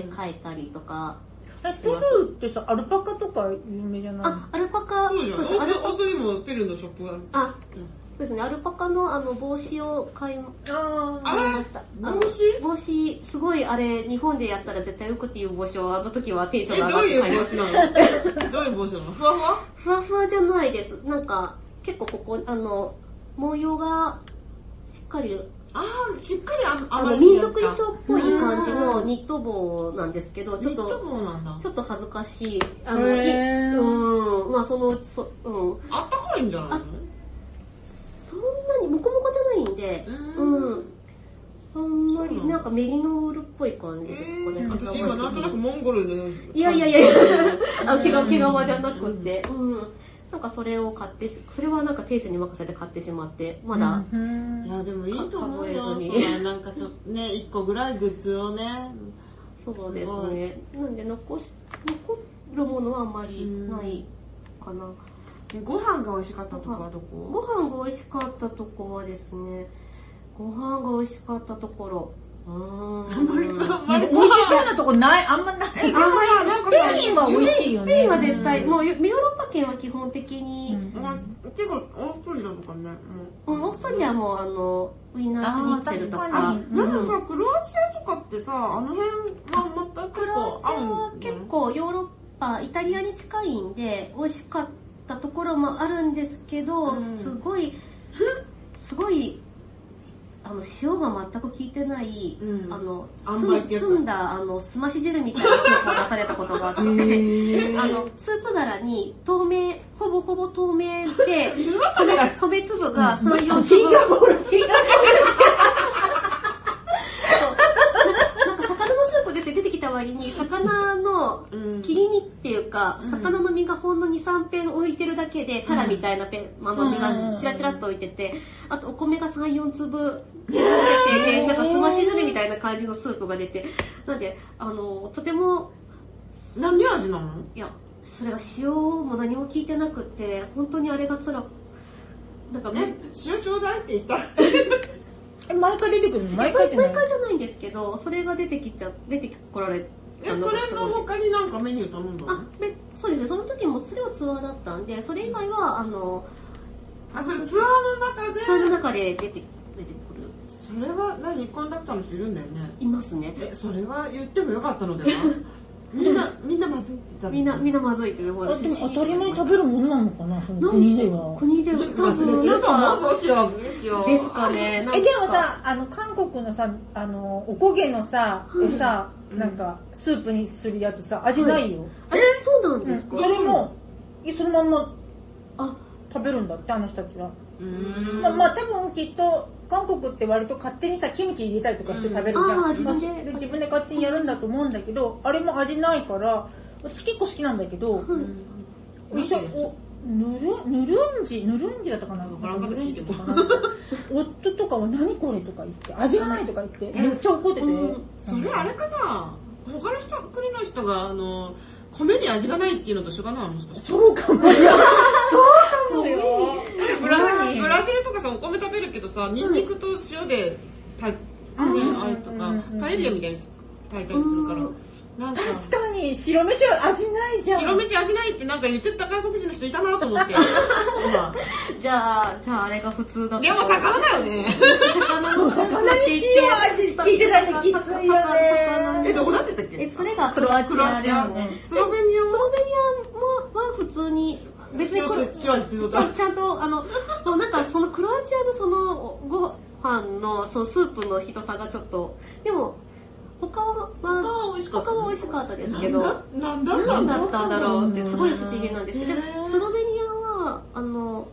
B: うん
C: 帰ったりとか、
A: え、ペルーってさ、アルパカとか有名じゃない
C: あ、アルパカ、
B: そうじゃん。
C: ですねアルパ
B: 大須にもペルーのショップがある。
C: あ、そうですね、アルパカのあの帽子を買い
A: あ
B: あ
A: あ
B: れ
C: 買いました。あの
B: 帽子
C: 帽子、すごいあれ、日本でやったら絶対浮くっていう帽子をあの時はテンション
B: え、
C: が上
B: ど
C: が
B: う
C: って買い
B: い
C: ま
B: う帽
C: し
B: 子
C: た。
B: なのどういう帽子なのふわふわ
C: ふわふわじゃないです。なんか、結構ここ、あの、模様がしっかり、
B: あー、しっかりあの、
C: あ
B: ま
C: の
B: りに
C: 民
B: やった
C: 族衣装っぽい感じのニット帽なんですけど、ちょ
B: ニ
C: っ
B: ット
C: と、
B: 帽なんだ
C: ち。ょっと恥ずかしい。あの、
A: へ
C: い
A: ー
C: うん、まあそのうち、そうん。
B: あったかいんじゃないの
C: そんなにモコモコじゃないんで、
B: うん
C: うん。あんま
B: そうな
C: り、
B: んだ
C: なんかメリノールっぽい感じ
B: え
C: ですかね
B: ー。私今なんとなくモンゴルの。
C: いやいやいやいや、あ毛が毛皮じゃなくて、うん。なんかそれを買ってし、それはなんか店主に任せて買ってしまって、まだ、
B: いやでもいいと思う
C: か
B: よ。
C: ぶれ
B: そ
C: ずに
B: れなんかちょっとね、一個ぐらいグッズをね。
C: そうですね。なんで残し、残るものはあんまりないかな。
B: ご飯が美味しかったとこはど
C: ご
B: こ
C: 飯が美味しかったとこはですね、ご飯が美味しかったところ、うーん。あんまり
A: なんか美味しそうなとこない、あんまない。スペインは美味しいよ
C: ス
A: ね。
C: ペインは絶対、もうヨーロッパ圏は基本的に、
A: うん
B: あてか、オーストラリアとかね。も
C: うんオーストリアもあの、ウィンナースニッツェルと
A: あー
C: か、
A: 確かに
B: うなんかさ、クロアチアとかってさ、あの辺は全く
C: クロアチアは結
B: 構
C: 構ヨーロッパ、イタリアに近いんで、美味しかったところもあるんですけど、
B: うん
C: すごい、すごい、あの、塩が全く効いてない、
B: うん
C: あの、
B: あんまりってやつ
C: 澄んだ、あの、すまし汁みたいなスープが出されたことがあって、あの、スープ皿に透明、ほぼほぼ透明で、米米粒が3、4
A: フィンガ
C: 粒
A: ー。ボール、フィンガー
C: なんか魚のスープ出て出てきた割に、魚の
B: うん
C: 切り身っていうか、魚の身がほんの2、3片置いてるだけで、タラみたいなペン、まあまあ身がチラチラっと置いてて、あとお米が3、4粒出てて、なんかすまし汁みたいな感じのスープが出て、なんで、あの、とても、
B: 何味なの
C: いや、それが塩も何も効いてなくて、本当にあれが辛く、なんか
B: え、塩ちょうだいって言ったら。
A: え、毎回出てくるの毎回じゃない
C: 毎回じゃないんですけど、それが出てきちゃ、出てこられ
B: え、
C: た
B: そ
C: のが
B: れ
C: すご
B: の
C: い
B: 他になんかメニュー頼んだ
C: あ
B: の
C: でそうですねその時もそれはツアーだったんでそれ以外はあの
B: あ、それツアーの中で、
C: ツアーの中で出て出てくる
B: それは何、コンダクターの人いるんだよね。
C: いますね
B: え、それは言ってもよかったのではみんな、みんなまずいって言ったの
C: みんなみんなまずいって思
A: あ
C: う
A: でも当たり前に食べるものなのかな、そ
C: な
A: の
C: ん
A: 国では。
C: 国では多
B: 忘れ
C: 分
B: て
C: な
B: る
C: ん
B: と思う、
C: か
B: そうしよう、そうしよう。
C: ですかねなんか
A: え、でもさ、あの、韓国のさ、あの、おこげのさ、をさ、なんか、スープにするやつさ、味ないよ。
C: あえそうなん
A: う
C: で
A: ん
C: す
A: そ
C: か、
A: れも、いそのまんま
C: あ
A: 食べるんだって、あの人たちは。
B: うーん
A: まあ、まあ多分きっと韓国って割と勝手にさキムチ入れたりとかして食べるじゃん、
C: うんあー自分で
A: まあ自分で勝手にやるんだと思うんだけどあれも味ないから私結構好きなんだけど、
C: うん
A: 一緒におぬるぬるんじぬるんじだったかな
B: からんかっ
A: ぬ
B: た
A: るんじとかな夫とかは何これとか言って味がないとか言ってめっちゃ怒ってて、
C: うん
B: それあれかな他の人、国の人が、あの、米に味がないっていうのと一緒かなもしかして。
A: そうかもよそうかもよ
B: ブラ
A: 確かに
B: ブラジルとかさ、お米食べるけどさ、ニンニクと塩で炊い、ね
A: うん
B: あれと
A: う
B: か
A: んうんうん、
B: パエリアみたいに炊いたりするから
C: うん。
B: なんか、
A: 確かに白飯は味ないじゃん
B: 白飯味ないってなんか言ってた外国人の人いたなと思って。今
C: じゃあじゃああれが普通だった
B: でも魚だよね。
C: 魚の
A: 魚に塩味ついてないのきついよね
B: え、どこだって言ったっけ
C: えそれがクロアチ
B: クロア
C: ア
B: チ
C: で
B: ア
C: すね。
B: スロベニ
C: スロベニアもは普通に、別にこれ、
B: 塩味強
C: そ
B: か
C: うちゃんと、あの、もうなんかそのクロアチアのそのご飯のそのスープのひどさがちょっと、でも、他は、
B: は美味しかった
C: 他は美味しかったで
B: ア
C: す
B: な
C: け
B: ん
C: ど、
B: だ、なんだった
C: 何
B: ん
C: だ
B: だ
C: ったんだろうってすごい不思議なんですけど、
B: へ
C: で
B: ー
C: スロベニアは、あの、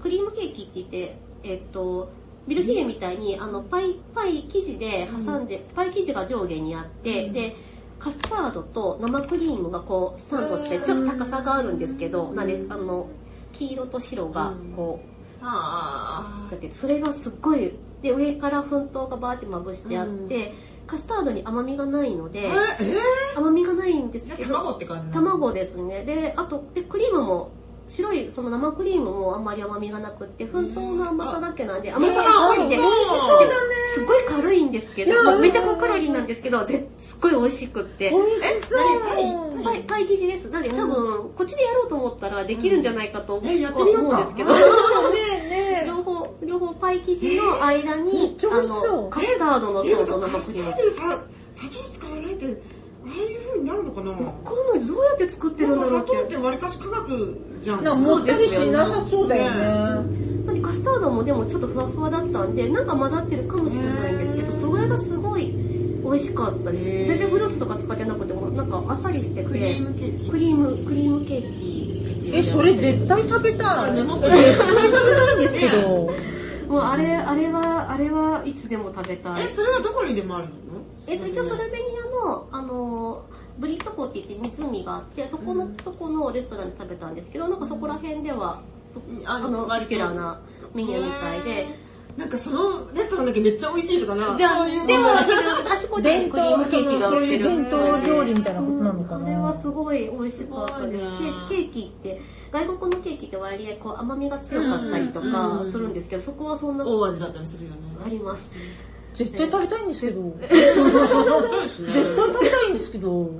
C: クリームケーキって言って、えっと、ミルフィーユみたいに、あの、パイ、パイ生地で挟んで、パイ生地が上下にあって、で、カスタードと生クリームがこう、サンドして、ちょっと高さがあるんですけど、なんで、あの、黄色と白がこう、
B: あ
C: だってそれがすっごいで上から粉糖がバーってまぶしてあって、カスタードに甘みがないので、
B: ーえ、え
C: 甘みがないんで
B: ー
C: す
B: じゃあ
C: けど
B: 卵って感じなの
C: 卵ですねであとでクリームも白いその生クリームもあんまり甘みがなくって粉糖の甘さだけなんで甘さが濃いんで、
B: えーそう
C: でですっごい軽いんですけど、まあめちゃ高カロリーなんですけどぜすっごい美味しくって
A: 美味し
B: え、
A: そう
B: 何パイ
C: パイ生地です。なんで多分、こっちでやろうと思ったらできるんじゃないかと思うん
B: ね
C: で
B: やってみようか
C: すけど。
A: ねえね
C: 両方、両方パイ生地の間
A: めっ
C: に
A: ちゃ、美
C: あ
A: 味しそう
C: の、カスタードのソ
B: でも
C: ース
B: さ
C: を生
B: カ
C: ク
B: ス
C: リ
B: タ
C: ーム
B: ー。ドでさ砂糖使わないってああいう風になるのかな
C: わかんない。どうやって作ってるんだろう
B: 砂
C: って
B: 糖ってわりかし化学じゃ
A: え
B: ん
A: なんかもったりしなさそうだよね。
C: なんでカスタードもでもちょっとふわふわだったんで、なんか混ざってるかもしれないんですけど、それがすごい美味しかったです。
B: へー
C: 全然フルーツとか使ってなくても、なんかあっさりしてて、
B: ク
C: ク
B: リ
C: リ
B: ームケーキ
C: ーム、クリームケーキ。
A: え、それ絶対食べたい。
B: ね
A: 絶対食べたいんですけど。
C: もうあれ、あれは、あれはいつでも食べたい
B: え。それはどこにでもあるの
C: えっと、一応スルベニアの、あのー、ブリット湖って言って湖があって、そこのとこのレストランで食べたんですけど、なんかそこら辺では、あ
B: あ
C: の、ポピュラーなメニューみたいで、
B: なんかそのレストランだけめっちゃ美味しいとかな
C: じゃ
B: そ
C: あ、
B: ういう
C: でも、あちこちに
A: 伝
C: クリー
A: 統、
C: ムケーキが
A: そ
C: 売
A: う
C: って
A: いう
C: る。
A: 伝統料理みたいなことなのか
C: これは
A: な。
C: すごい美味しかったです
B: すごいね。
C: ケーキケーキって、外国のケーキって割合こう甘みが強かったりと
B: うん
C: か
B: うん
C: するんですけど、そこはそんな
B: 大味だったりするよね
C: あります。
A: 絶対食べたいんですけ ど。
B: すね
A: 絶対食べたいんですけど。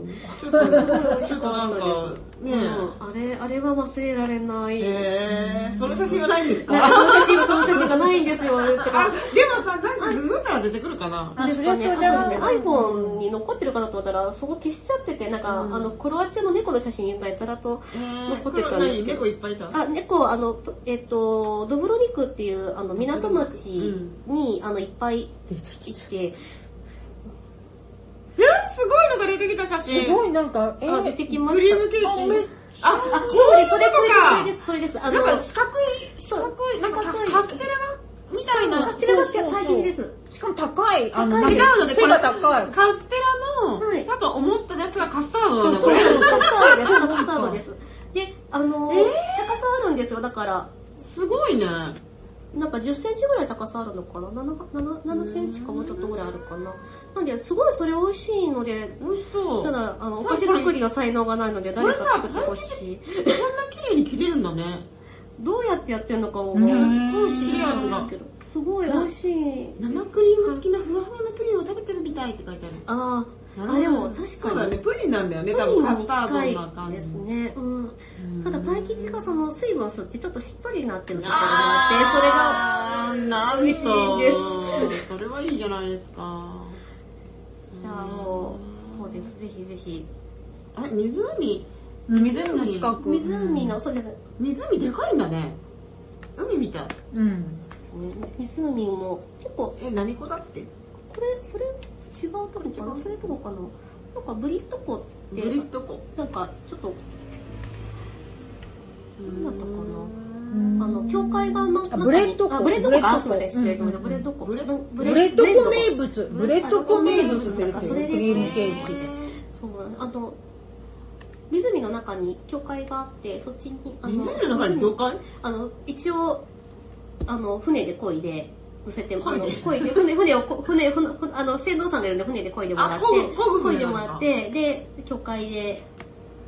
B: ちょっと
C: ち
B: ちょ
C: ょっ
B: っ
C: と
B: と
C: な
B: なんん
C: か
B: か
C: うん
B: ね
C: あれ、あれは忘れられない。
B: えー、その写真はないんです
C: なん
B: か
C: かその写真、その写真がないんですよ。だから
B: あ、でもさ、なんかググったら出てくるかな
A: あ
C: 確
A: それ
C: か
A: は
C: ね、
A: それだ
C: あとね、iPhone に残ってるかなと思ったら、そこ消しちゃってて、なんか、あの、クロアチアの猫の写真がやたらと
B: えー、
C: 残っ
B: こ
C: て
B: れ
C: たんです
B: 何
C: けど
B: 猫、いっぱいいた
C: あ、猫、あの、えっ、と、ドブロニクっていう、あの、港町に、あの、いっぱい
A: 出てき
C: いて、
B: えー、すごいのが出てきた写
A: す
B: 真
A: ごいなんか、え
C: あ出てきま
B: ク
C: し
B: リ
C: た
B: ー。ムケーキ
A: あめっ
B: あ、
C: あ、
B: こ
C: そう
B: うい
C: で
B: うこ
C: す、そ
B: と
C: れ
B: か
C: です、それです、それです。
B: な
C: あ
B: ん
C: の、
B: か四角い、
C: そう
B: 四角い、なんか
C: 四角い
B: カステラみたいな。
C: カステラだってパイ生地です。
A: しかも高い。あ
C: 高
A: の、
C: い
A: 違
B: 違うので、
A: 背が高い。
B: カステラの、
C: はい
B: 多分思ったやつがカスタードなんだ、
C: そ
B: こ
C: う
B: れ。
C: そう、カスタードです、カスタードです。で、あのー、高さあるんですよ、だから、
B: すごいね。
C: なんか10センチぐらい高さあるのかな 7, 7, ?7 センチかもうちょっとぐらいあるかな。なんで、すごいそれ美味しいので、
B: 美味しそう。こ
C: た
B: んな
C: だ、あの、お菓子作りは才能がないので、誰か作ってほしい。
B: 綺麗に切れるんだね。
C: どうやってやってるのかを、
B: すっ
C: す
B: ごい切れ味が。
C: ごい美味しい。
B: 生クリーム付きのふわふわのプリンを食べてるみたいって書いてある。
C: あ
B: なる
C: あ、
B: ほ
C: あ、
B: ど
C: でも確
B: そう
C: か
B: だ
C: に
B: ね、。プリンなんだよね、
C: パ
B: 多
C: ン
B: 分
C: に
B: カスタ
C: 近
B: ードない感じ。
C: ですね。うん。
B: うん
C: ただパイ生地がその水分吸ってちょっとしっとりになってるところがあ
B: あー、それが、なんと
C: 嬉しい
B: です。それはいいじゃないですか。
C: って、それが、じゃあもう、そうです。ぜひぜひ。
B: あれ、湖、
A: 湖の近く。
C: 湖の、そうですね。
B: 湖でかいんだね。海みたい。
A: うん。
C: 湖も、結構、
B: え、何個だって
C: これ、それ、違うとこかなそれともかななんかブリット湖っ
B: ブ
C: て、
B: リット湖。
C: なんか、ちょっと、どうだったか
A: うん
C: なあの、教会がな、
A: あブレッド湖
C: あ、ブレッド湖か。あすい
A: ブ
C: ま
A: レ
C: せん、
A: ッド湖
C: 失礼しました。ブレッド湖。
B: ブレ
C: ブ
A: ブレッド
C: ブレ
A: 湖名
C: ッド
A: 物。ブレッド湖名物って言
C: あ
A: って
C: そ
A: る
C: れ
A: よ
C: です
A: クリームケ
C: ね
A: ーキ。
C: そう、あの、湖の中に教会があって、そっちに、あ
B: 湖の中に教会
C: あの、一応、あの、船で漕いで、乗せて、あの、
B: 漕いで
C: 漕いで、船、船をこ、船、船、船あの、船頭さんがいるんで、船で漕いでもらって、
B: あ漕ぐ漕ぐ船
C: 漕いでもらって、で、教会で、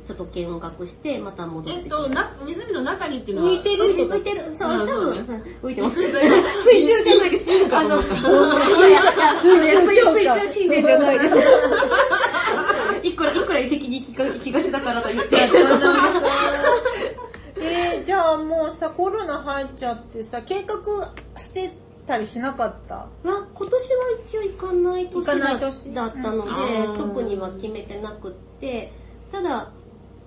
C: ちょっと見学して、また戻って
B: えっ
C: くる。
B: と、な、湖の中にっていうのは。
A: 浮いて
C: 浮
A: る
C: い
A: っててこ
C: る、浮い
A: と
C: てる、そう、
B: あ
C: 多
B: そうね
C: 分、浮いてます。水中じゃないです。あの、いやいや、それ水中、水中神殿じゃないです。いくら、いくら遺跡に行きが行きがちだからと言って。
A: えー、じゃあもうさ、コロナ入っちゃってさ、計画してたりしなかった
C: まあ、今年は一応行かない年
A: 行かない
C: だ
A: 年
C: だったので、
B: うん
C: 特には決めてなくって、ただ、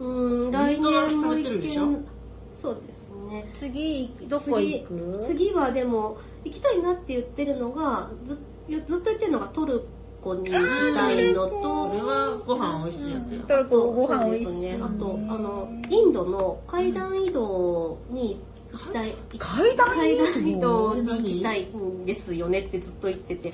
C: うーん、
B: リ
C: 来
B: ストラ
C: 年も
B: されてる
C: 行
B: で
C: け
B: しょ
C: ん、そうですね。
A: 次、どこ行く
C: 次次はでも、行きたいなって言ってるのが、ずずっと言ってるのがトルコに行きたいの、
B: ことれはご飯美味しいやつや。
A: トルコご飯
C: そう
A: 美味
C: です
A: しい。
C: ね。あと、あの、インドの階段移動に行きたい。
A: 階段
C: 階段移
A: 移動
C: 動に行きたいんですよねってずっと言ってて。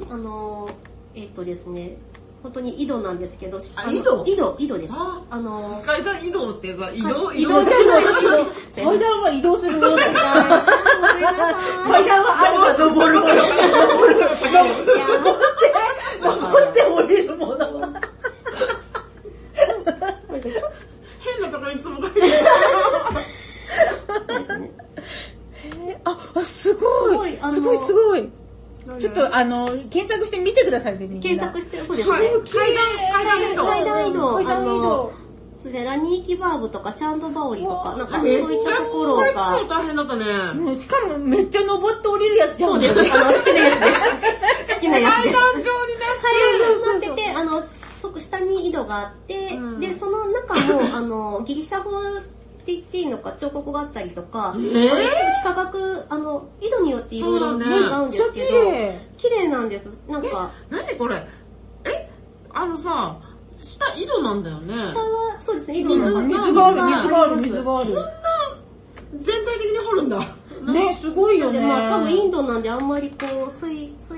B: 何
C: あの、えっとですね、本当に井戸なんですけど、
B: あ
C: の
B: 井戸
C: 井戸、井戸です。
B: あ
C: あ の、
B: 階段移動ってさ、移動、
C: はい移
B: 移
C: 動
B: 動
A: じ
B: じ
A: ゃ
B: ゃ
A: な
B: ないい。
A: 私も、階段は移動するものだ。
C: ごめんなさい
A: 階段はある登るから、登るから、下る。
C: いや
A: 登って降りるもの。
C: そうですねちょっ
B: 変なとこにつもがいる。
C: とですね
A: あ、あすごい。
C: す
A: す
C: ご
A: ごい、
C: いあの
A: すごい。ちょっと、あの、検索して見てくださいね、みんな。
C: 検索して、そうです
B: そ
C: ね
B: れ。階段、階段移動。
C: 階段移動
A: 階段移
C: あの
A: 動。
C: ずそうですね、ラニーキバーブとかチャンドバオリとか、なんかそう
B: めっちゃ
C: いったところが、
B: これ大変だったね。
A: もうしかもめっちゃ登って降りるやつじゃん。
C: そうです、あの、好きなやつです。好きなやつ
B: 階
C: です。
B: 段状になって
C: なってて、あの、そこ下に井戸があって、
B: うん
C: で、その中も、あの、ギリシャ語って言っていいのか、彫刻があったりと
B: え
C: か、あの
B: ー
C: ちょっと幾何学、あの、井戸によっていろいろ
B: そうだ
C: 文
B: ね
C: が合うん
A: めっ
C: で
A: ちゃ
C: す
A: 綺
C: けど、
A: 麗。
C: 綺麗なんです。なんか、
B: 何これえあのさ、下井戸なんだよね。
C: 下は、そうですね、井戸
A: 水
C: の中に
A: 水がある、水がある、
C: ります
A: 水がある。
B: 全体的に掘るんだ。
A: ね、すごいよね。
C: まあ多分インドなんであんまりこう水水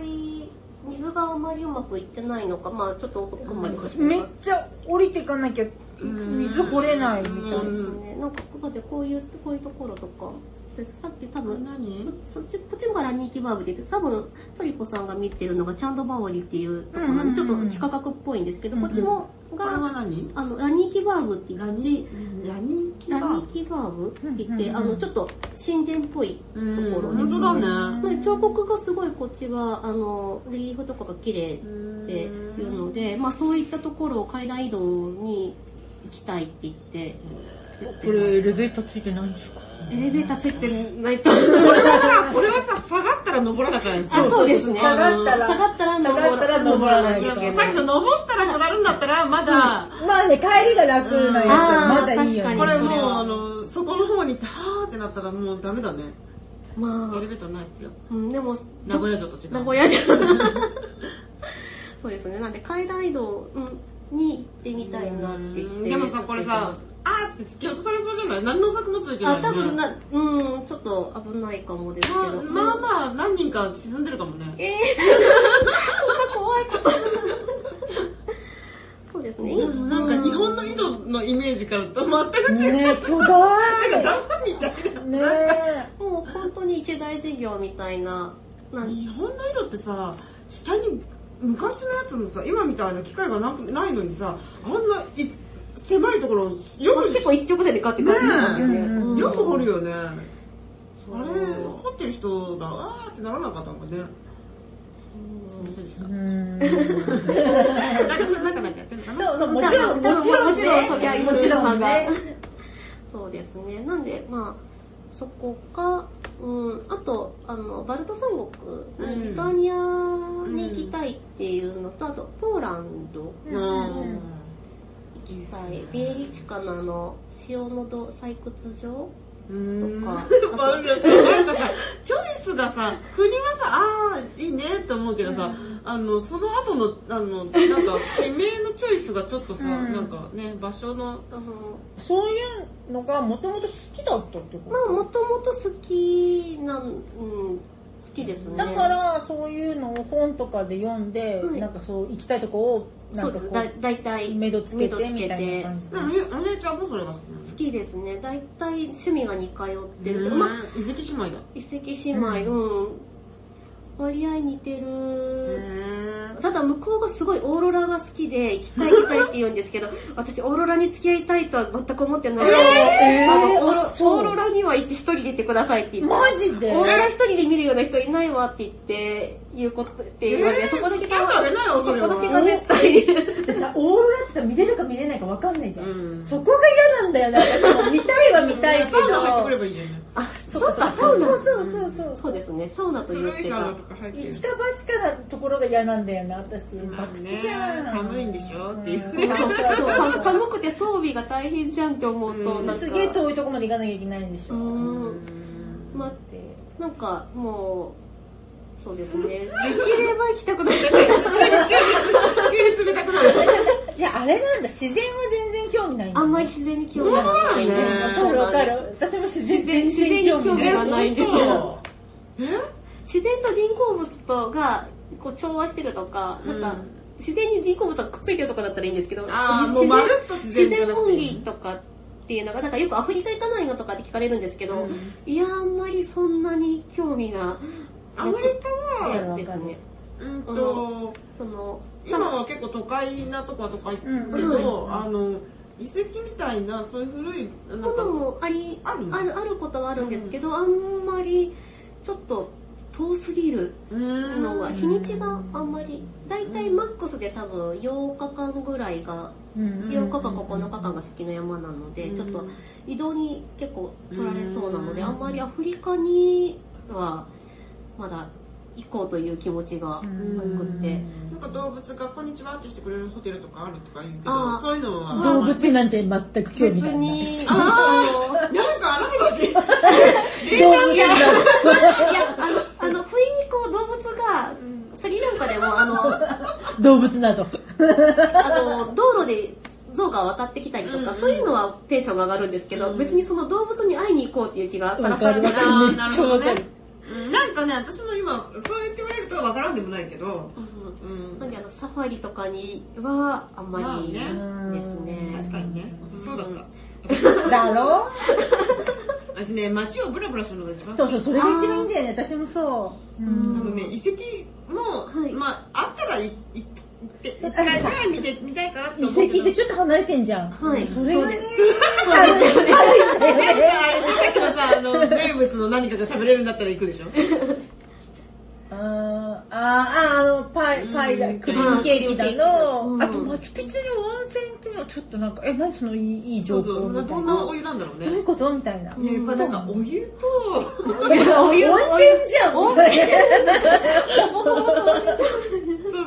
C: 水があんまりうまくいってないのかまあちょっと奥までかしこま
A: め
C: っ
A: っちゃ降りていかなきゃ水掘れないみたい
C: たで
A: な。
C: すね。なんかここでこういうこういうところとかですさっき多分
B: 何
C: そっちこっちのがラニーキバーブで多分トリコさんが見てるのがチャンドバオリっていうところなんでちょっと幾何学っぽいんですけどこっちも
B: これは
C: が
B: 何
C: あのラニーキバーブって言
B: ラ
C: っ
B: ニ
C: て
B: ラニキ
C: ラ
B: バ
C: ニーキバーブって言ってあのちょっと神殿っぽいと
B: うん、
C: ころです
B: 本当だね。
C: まあ彫刻がすごいこっちはあのレリーフとかが綺麗っていうので、まあ、そういったところを階段移動に行きたいって言って作ってます
A: エレベーターついてないんですか
C: エレベーターついてないと
B: これはさ、これはさ、下がったら登らなくないんです
C: あ
B: よ。
C: そうですね
A: 下がったら、
C: 下がったら登ら
A: 下がったら登らない
B: い
A: と
B: や
A: ダメ
B: さっきの登ったら下るんだったら、まだ、
A: まあね、帰りが楽なやつ、まだいいよ
C: う
A: ね。
C: ん
B: これもう、
A: は
B: あの、そこの方に行って、はーってなったらもうダメだね。
C: ま
B: エレ
C: あ、
B: ベーターないっすよ。
C: うん、でも
B: 名古屋城と違う。
C: 名古屋じゃ そうですねなんで階段移動うんに行ってみたいなって言って
B: でもさ、これさ、あーって突き落とされそうじゃない何の作物いけない
C: あ
B: よね
C: 多分なうんちょっと危ないかもですけど、
B: まあまあまあ、何人か沈んでるかもね。
C: ええそんな怖いこと。 そうですね。
B: うんなんか日本の井戸のイメージからと全く違う。
A: ね巨
B: なん
A: 大
B: かダムみたいな。
A: ね
C: もう本当に一大事業みたいな。なん
B: 日本の井戸ってさ、下に昔のやつもさ、今みたいな機械がなくないのにさ、あんない狭いところをよく、
C: 結構一直線でガッてガッてますよね。
A: ねえ
C: うん
B: よく掘るよね。あ
C: そう
B: れ、掘ってる人がわーってならなかったのかね。すいませんでした。
A: う。
B: なんんか、 なんかなんかやってんのかな
A: そうそう、もちろん、もちろんね、
C: もちろんそりゃもちろんが
A: ね。
C: そうですね。なんで、まあ、そこか、うん、あと、あの、バルト三国、
B: うん
C: リトアニアに行きたいっていうのと、あと、ポーランド
B: うん。
C: 行きたい。ビエリチカのあの、塩のど採掘場
B: うーん
C: とか
B: パウロさん、なんかさ、チョイスがさ、国はさ、あー、いいねって思うけどさ、あの、その後の、あの、なんか、地名のチョイスがちょっとさ、
A: うん
B: なんかね、場所の、
C: あの、
A: そういうのがもともと好きだったってこ
C: まあ、
A: と
C: もともと好きなん、うん、好きですね。
A: だか、ら、そういうのを本とかで読んで、
C: はい
A: なんかそう、行きたいとこを、な
C: そ
A: ん
C: う
A: か
C: で
A: こ
C: す。だ
A: う、
C: だいたい。
A: 目処つけてみたいな
C: 目処つ
A: 感じ。
B: でもお姉ちゃんもそれが好きなの
C: けて好きですね。だいたい趣味が似通ってる。
B: うん
C: まあ、
B: 遺跡姉妹だ。
C: 一石姉妹、うん、割合似てる。
B: へ
C: ただ向こうがすごいオーロラが好きで行きたい行きたいって言うんですけど私オーロラに付き合いたいとは全く思ってないので、
A: えー
C: あのオー
A: あ
C: ロ
A: そう
C: オーロラには行って一人で行ってくださいって言って
A: マジで
C: オーロラ一人で見るような人いないわって言って、言うことって言われて、
B: えー
C: そこだけ
B: 付き合ってあげなよ
C: そ
B: そ
C: こ
B: れ
C: だ
B: は
C: けが絶対に。
A: でさ、オーロラってさ、見れるか見れないかわかんないじゃん。
B: うん
A: そこが嫌なんだよね。私も見たいは見たい
B: ぇ
A: けど。
B: ー。サウナ入ってくればいいじゃん。
C: あ、
A: そ
C: そう
A: か
C: う
A: そ
C: か、
A: う
C: サウナ。
A: そうそうそうそう。
C: そうですね、サウナという
B: 古い
C: 手
B: サウナ
C: が
B: と。か入ってる。
A: 近場近なところが嫌なんだよね、私。
B: まあ
A: 博
B: ね
A: 打じゃん。
B: 寒いんでしょっていうん
C: そうそう
A: そう
C: 寒寒くて装備が大変じゃんって思うと、
B: う
C: なんか。
A: すげえ遠いとこまで行かなきゃいけないんでし
C: う
A: ょ。
C: ん。待って、なんかもう、そうですね、できれば行きた くない。
B: 急に冷たくなる。
A: いや、あれなんだ、自然は全然興味ないんだ
C: あんまり自然に興味がないんで
B: うん
A: わ
C: す。
A: かるわかる
C: そうなんで。
A: 私も自
C: す自
A: 然
C: 然
A: 全
C: 自然
A: 然
C: に
A: 興
C: 興
A: 味な
C: 味
A: い。
C: がないんですよ。
B: え
C: 自然と人工物とがこう調和してるとか、なんか、
B: うん
C: 自然に人工物がくっついてるとかだったらいいんですけど、
B: あーも
C: じ
B: うまるっと自然じゃなくていい
C: 自然オンリーとかっていうのが、なんかよくアフリカ行かないのとかって聞かれるんですけど、
B: うん
C: いや、あんまりそんなに興味が
B: アフリカは、
A: わかる
C: ですね。
B: うんと、
C: その、
B: 今は結構都会なとこは都会行くけ
C: うん
B: ど、あの、遺跡みたいな、そういう古い、なん
C: も
B: か、
C: のもあり、
B: あ
C: あ
B: る
C: る、あることはあるんですけど、あんまり、ちょっと、遠すぎる
B: うーん
C: のは、日にちがあんまり、だいたいマックスで多分8日間ぐらいが
A: うん
C: 8日か9日間が関の山なので、
B: うん
C: ちょっと移動に結構取られそうなので、
B: うん
C: あんまりアフリカにはまだ行こうという気持ちがなくって、
B: なんか動物がこんにちはってしてくれるホテルとかあるとか言うけ
C: あ
B: ど、
C: ー
B: そういうのは。
A: 動物になんて全く興味な
C: 別
A: いな。
C: に、
B: あ
C: あの
B: ーなんかあなたた ち、
A: 動物になん
C: いや、あの、あの、不意にこう動物が、スリランカでもあの、あ
A: て動物など。
C: の、道路で象が渡ってきたりとか、そういうのはテンションが上がるんですけど、別にその動物に会いに行こうっていう気がさらさらな
A: わ
C: く
A: かるわかる
B: あーなるほど
A: めっちゃわ
B: ね
A: かる。
B: うんなんかね、私も今、そう言ってもらえるとわからんでもないけど、
C: うん
B: うん
C: なんであのサファリとかにはあんまりです
A: ま
C: ね。
A: あねうん
B: 確かにね、そうだっ
A: だ
B: た。
A: ろ
B: 私ね、街をブラブラするのが一番好き
A: そうそう、それが一番いいんだよね。私もそう。うん
B: あのね、遺跡も、
C: はい
B: まあ、あったらいい行って、一回ぐらい見てみたいかなって
A: 遺
B: 思うけど。
A: 跡ってちょっと離れてんじゃん。
C: はい
A: それがね
C: そうで、
A: 軽い軽いんだよ
B: でもさ
A: ね。、
B: さっきのさ、あの、名物の何かが食べれるんだったら行くでしょ
A: あーあー、あーあの、パイ、パイだ、クリームケーキだ
C: う
A: の
C: ん、
A: あとマチュピチュに温泉っていうのはちょっとなんか、え、何そのいいいい
B: そ
A: 情
B: うそ
A: 報
B: う、
A: みた
B: ど
A: い
B: ん
A: な。
B: な
A: ど
B: お湯なんだろうね
A: う。いうことみたいな。
B: いや、やっぱなんかお湯と、
A: 温泉じゃんみたいな
B: そう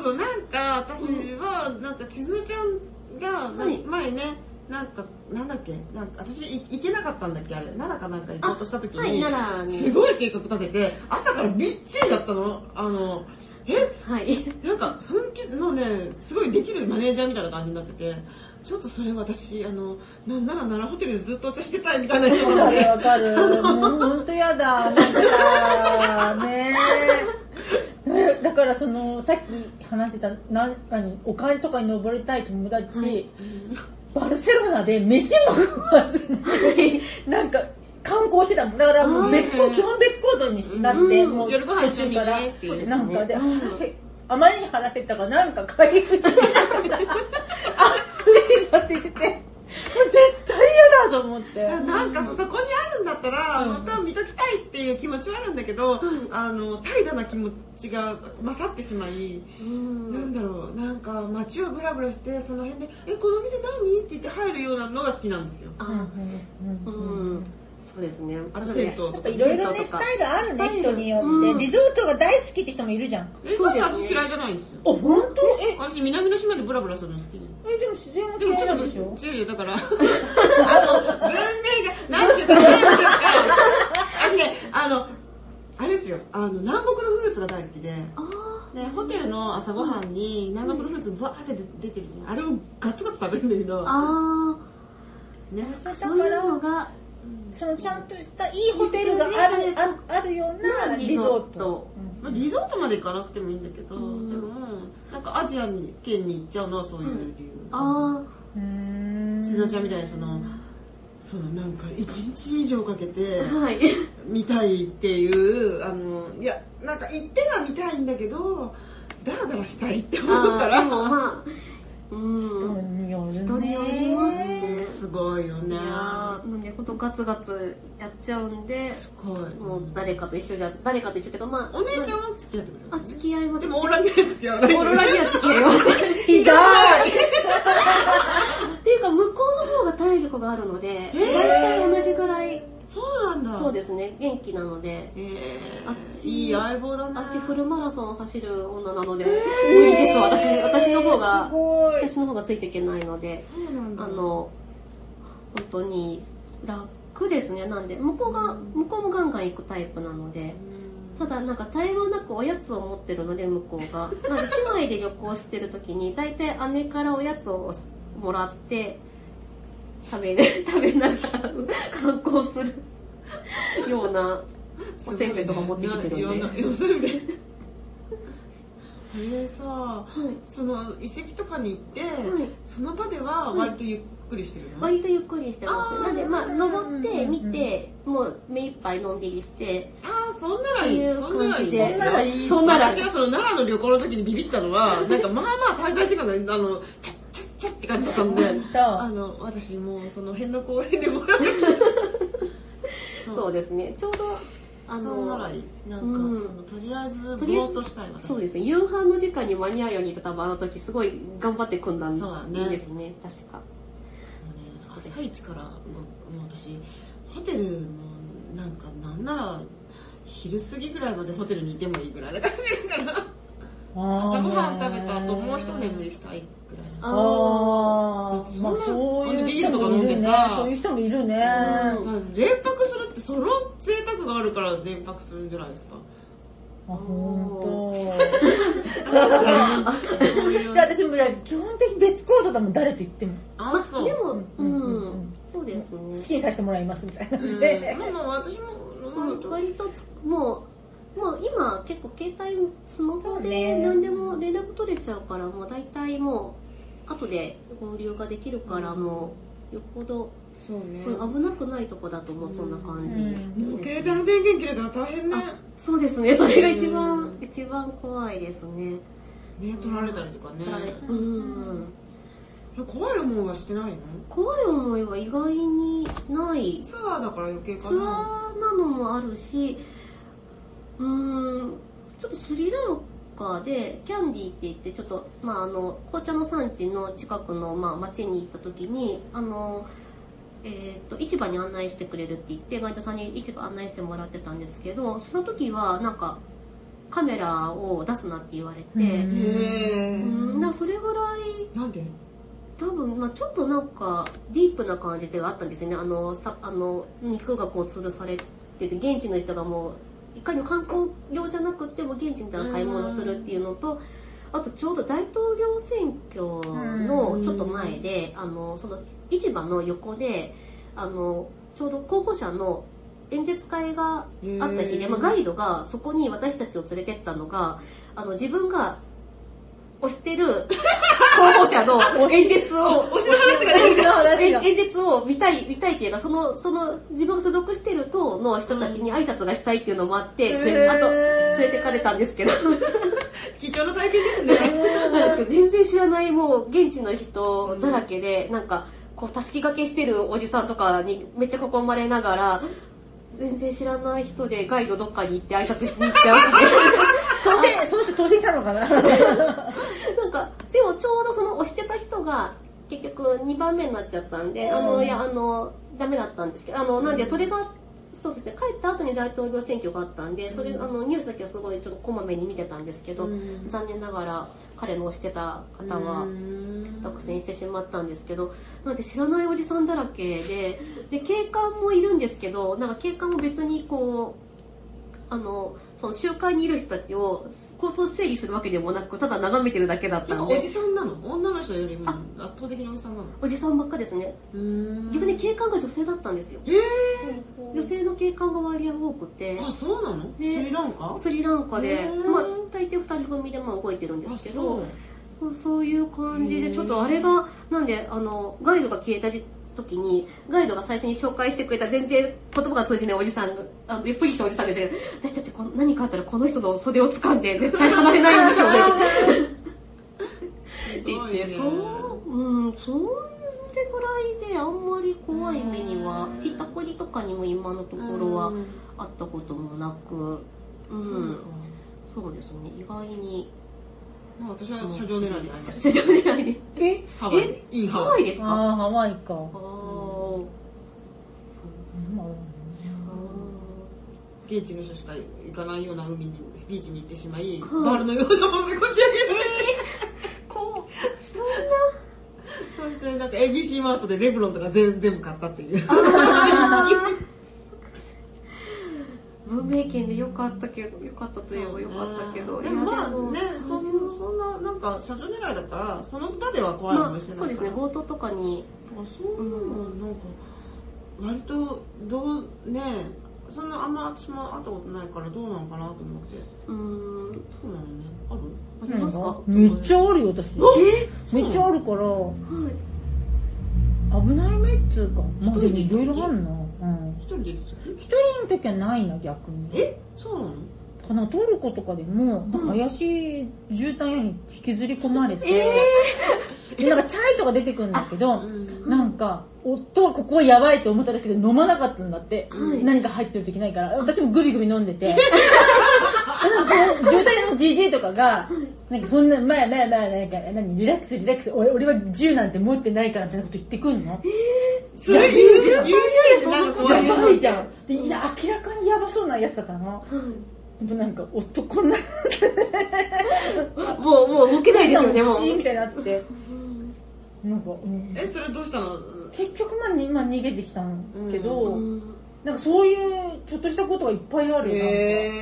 B: そう、なんか私は、なんか千鶴ちゃんが、な
C: はい
B: 前ね、なんか、なんだっけ、なんか私い行けなかったんだっけ、あれ、奈良かなんか行こうとした時
C: はい、
B: に、
C: 奈良
B: す
C: に。
B: ごい計画立てて、朝からびっちりだったの。あの、え、
C: はい。
B: なんか、奮起のね、すごいできるマネージャーみたいな感じになってて、ちょっとそれ私、あの、なんなら奈良ホテルでずっとお茶してたいみたいな人な
A: わか
B: の
A: る
B: で、
A: わかる。もうほんとやだ。なんかさ、ねえ。だからその、さっき話してた、な、何、お金とかに登りたい友達、バルセロナで飯も食わずに、なんか、観光してたもんだからもう別行、
B: あー
A: 基本別行動になって、
C: うん
A: もう
B: 夜ご飯一緒
A: 途中
B: に
A: から
B: ねっていうね
A: なんかで、
C: ん
A: あへあまりに腹減ったからなんか回復しちゃった。あ、無理だって言ってて、もう絶対嫌だと思って。
B: なんかさ、そこにあるんだったら、また見ときたいっていう気持ちはあるんだけど、あの、怠惰な気持ちが勝ってしまい、
C: うん
B: なんだろう、なんか街をブラブラして、その辺で、え、この店何って言って入るようなのが好きなんですよ。
A: うん
C: あ
A: うん
C: う
A: うん
C: ん。そうですね。
B: あと銭湯と
A: やっ
B: か
A: ぱ。いろいろね、
C: 銭湯
A: スタ
C: とか
A: イルあるね、
C: スタイル
A: 人によ
C: う
A: っ
C: ん
A: て。リゾートが大好きって人もいるじゃん。
B: え、そ
C: そ
B: うう
C: ですね
B: 私嫌いじゃないんですよ。
A: あ、ほんと
B: 私、南の島でブラブラするの好きで。
A: え、でも自然は
B: でもち
A: 嫌い
B: ょ
A: な
B: っ
A: ん
B: と
A: でしょ
B: 違うよ、だから、あの、文明が、なんていうか、なんていうか、私ね、あの、あれですよ、あの、南国のフルーツが大好きで、
C: あ
B: ね、ホテルの朝ごはんに南国のフルーツブワーって出てるじゃん。あれをガツガツ食べるんだけ
C: ー
B: ど、
C: あ
B: ね、
A: そう
C: ー、そうい
A: だ
C: うの
A: か
C: が、
A: ら、そのちゃんとしたいいホテルがある、ああるようなリゾート。
B: まあリゾートまで行かなくてもいいんだけど、で
C: うん
B: も、なんかアジアに、県に行っちゃうのはそういう理由。
C: あ
A: うーん
B: 千奈ちゃんみたいにその、そのなんか一日以上かけて、
C: ー、はい。
B: 見たいっていう、あの、いや、なんか行っては見たいんだけど、ダラダラしたいって思っ
C: あ
B: た
C: ー
B: ら、
C: でもまあ、うん。
A: 人によるね。
C: 人によりますね。
B: すごいよね。
C: なんで、ほんとガツガツやっちゃうんで、
B: すごい。
C: もう誰かと一緒じゃ、誰かと一緒っていうか、まあ、
B: お姉ちゃんは付き合ってくれ
C: あ、付き合いま
B: る。
C: す。
B: でもオーラには付き合わない。
C: オーロラには付き合います。
A: ひどい
C: っていうか、向こうの方が体力があるので、大体同じぐらい、
B: そうなんだ。
C: そうですね、元気なので、
B: え
C: あっ
B: ー、
C: ち
B: いい相棒だね。
C: あっちフルマラソンを走る女なので、無理です、私、私の方が
A: す、ごい。
C: 私の方がついていけないので、
B: そうなんだ
C: あの、本当に楽ですね、なんで、向こうが、向こうもガンガン行くタイプなので、ただなんか大量なくおやつを持ってるので、向こうが。なんで姉妹で旅行してる時に、大体姉からおやつをもらって、食べ、 食べながら観光するようなおせんべいとか持ってきてるんで。
B: いやいやおせんべい。えーさ、その遺跡とかに行って、
C: い
B: その場では割とゆっくりしてるの、
C: 割とゆっくりしてます
B: あー
C: なんで、まあ、登って、見て、もう目いっぱいのんびりして、
B: ああ、そんならい
C: ってい
B: い。
C: う
B: そんならいい。
C: 感じで
B: そ
C: そ
B: ん
C: ん
B: な
C: な
B: ら
C: ら
B: いい。私
C: いい
B: はその奈良の旅行の時にビビったのは、なんかまあまあ滞在時間が、あの、チャッチャッチャッって感じだったんで
A: 本、当
B: あの、私もうその辺の公園でもらう。
C: そうですね。ちょうど、
B: あ
C: そう
B: の、ならいい、なんか、
C: うん
B: そのとりあえず、ぼ
C: とりあえ
B: ー
C: ず
B: っとしたいわ。
C: そうですね。夕飯の時間に間に合うようにと多分あの時すごい頑張って組んだん
B: そうだね
C: ですね。確か。
B: もうね朝一から、もうもう私、ホテルも、なんか、なんなら、昼過ぎぐらいまでホテルにいてもいいぐらいな感じだから、朝ごはん食べた後、もう一眠りしたいぐらいな。
A: あー
C: あ
A: まあそういう人もい
B: ビールとか飲ん
A: る
B: で
A: ね
B: さ
A: そういう人もいるね
C: うん
B: まず連泊するって、その贅沢があるから連泊するぐらいですか。
A: あ本当。で私もいや基本的に別行動だもん誰と言っても
B: あ、
C: ー。ま
B: そ
C: あ、
B: う。
C: でも、う、
A: うんうんうん
C: そうですね
A: 好。きにさせてもらいますみたいな感じ
B: うん
A: で
B: まあまあ私も、
C: うん割とつもう、もう今結構携帯、スマホ
A: そう
C: で
A: ね
C: 何でも連絡取れちゃうから、もう大体もう、後で合流ができるから、もう、よっぽど、
F: そうね。
C: うん危なくないとこだともうそんな感じ。
A: うん
B: 携帯の電源切れたら大変ね。
C: あそうですね、それが一番、一番怖いですね。
B: ね、取られたりとかね。
C: うん、
B: え怖い思いはしてないの
C: 怖い思いは意外にない。
B: ツアーだから余計か
C: ツ
B: な。
C: アーなのもあるし、うーん、ちょっとスリランカで、キャンディーって言って、ちょっと、まああの、紅茶の産地の近くの、まあ町に行った時に、あの、えっと、市場に案内してくれるって言って、ガイドさんに市場案内してもらってたんですけど、その時は、なんか、カメラを出すなって言われて、
A: うん
B: へ
C: う
B: ー。
C: ん、なんかそれぐらい
B: なんで
C: 多分、まあちょっとなんか、ディープな感じではあったんですよね。あの、さ、あの、肉がこう吊るされてて、現地の人がもう、いかにも観光用じゃなくても、現地の人が買い物するっていうのと、あとちょうど大統領選挙のちょっと前で、あの、その、市場の横で、あの、ちょうど候補者の演説会があった日で、
B: うん
C: まあ、ガイドがそこに私たちを連れてったのが、あの、自分が推してる候補者の演説を、
B: 推しの話が
A: 私の話が
C: 演説を見たい、見たいっていうか、その、その、自分が所属してる党の人たちに挨拶がしたいっていうのもあって、
A: うん
C: それあと、
A: へー
C: 連れてかれたんですけど、
B: 貴重な体験です ね。
C: なんですけど全然知らないもう、現地の人だらけで、なんか、こう、たすき掛けしてるおじさんとかにめっちゃ囲まれながら、全然知らない人でガイドどっかに行って挨拶しに行っちゃうしね。
A: 当選その人当選したのかな
C: なんか、でもちょうどその押してた人が、結局2番目になっちゃったんで、あ
A: うん
C: の、いや、あの、ダメだったんですけど、あの、なんでそれが、そうですね、帰った後に大統領選挙があったんで、それ、あの、ニュースだけはすごいちょっとこまめに見てたんですけど、
B: うん
C: 残念ながら彼の押してた方は、落選してしまったんですけど、なので知らないおじさんだらけで、で、警官もいるんですけど、なんか警官も別にこう、あの、その集会にいる人たちを交通整理するわけでもなく、ただ眺めてるだけだった
B: 今お
C: んで
B: じ、さんなの女の人よりも
C: あ
B: 圧倒的におじさんなの
C: おじさんばっかですね。逆に警官が女性だったんですよ。
B: え
C: 女性の警官が割合多くて
B: ー、、あ、そうなのス
C: ね
B: リランカ
C: スリランカで
B: へ、ー
C: まあ大抵二人組でまあ動いてるんで
B: あ、
C: すけ
B: そ
C: ど
B: う、。
C: そうそういう感じで、ちょっとあれが、なんで、あの、ガイドが消えた時に、ガイドが最初に紹介してくれた全然言葉が通じないおじさんが、あの、ゆっくりしたおじさんがいて、私たちこの何かあったらこの人の袖を掴んで絶対離れないんでしょうね。って言って、
B: す
C: そ
B: ごいね
C: う、うん、そういうぐらいであんまり怖い目には、ひったくりとかにも今のところは
B: うん
C: あったこともなく、うん、そうですね、意外に。
B: まあ私は車上狙いじゃないです。
C: 社長以外に。
A: え
B: ハワイ。いいハ
C: ハ
B: ワ
C: ワ
B: イ。
C: イですか
A: ああハワイか
C: あー
A: まあ
B: 現地の人しか行かないような海に、ビーチに行ってしまい、バ
C: ん
B: ールのようなものでこじ開けて、
C: こう、
B: そしてなんか ABC マートでレブロンとか全全部買ったっていう。
C: 文明圏で良かったけど、良かったといえば良かったけど、
B: で
C: いや
B: もまあね、そ
C: そう
B: のそんな、なんか、車上狙いだったら、その場では怖い
C: ま
B: 思
C: あ
B: いしてない
C: そうですね、強盗とかに、
B: あそういうの、なんか、割と、どう、ね、そのあんま私も会ったことないからどうなのかなと思って。
C: うーん、
B: そうなのね。ある
C: ありますか
A: めっちゃあるよ私
C: え
A: めっちゃあるから
C: はい。
A: 危ない目っつうかまあでも
B: 一
A: い
B: 人
A: ろ
B: で
A: いろあんなうん
B: 一人で行くと
A: 一人の時はないな逆に
B: えそうなの
A: かなトルコとかでも、
C: ん
A: 怪しい絨毯屋に引きずり込まれて、
C: え
A: でなんかチャイとか出てくるんだけど、
B: うん
A: なんか、夫はここはやばいと思っただけで飲まなかったんだって。
B: うん
A: 何か入ってるといけないから。私もグビグビ飲んでて。なんかその渋滞のじじいとかが、なんかそんな、まあまあまあ、なんか、何、リラックスリラックス、俺俺は銃なんて持ってないからみたいなこと言ってくんの
B: それ言う、言うよりそんな怖い
A: や
B: よ
A: ばいじゃん。で、いや、明らかにやばそうなやつだったの。でもなんか、夫こんな、
C: もう、もう動けないですよね、もう。
A: シーンみたいになってて。なんか、うん
B: え、それどうしたの
A: 結局まあ、にまあ逃げてきたんだけど、
C: うん
A: なんかそういうちょっとしたことがいっぱいあるな。
B: え
A: う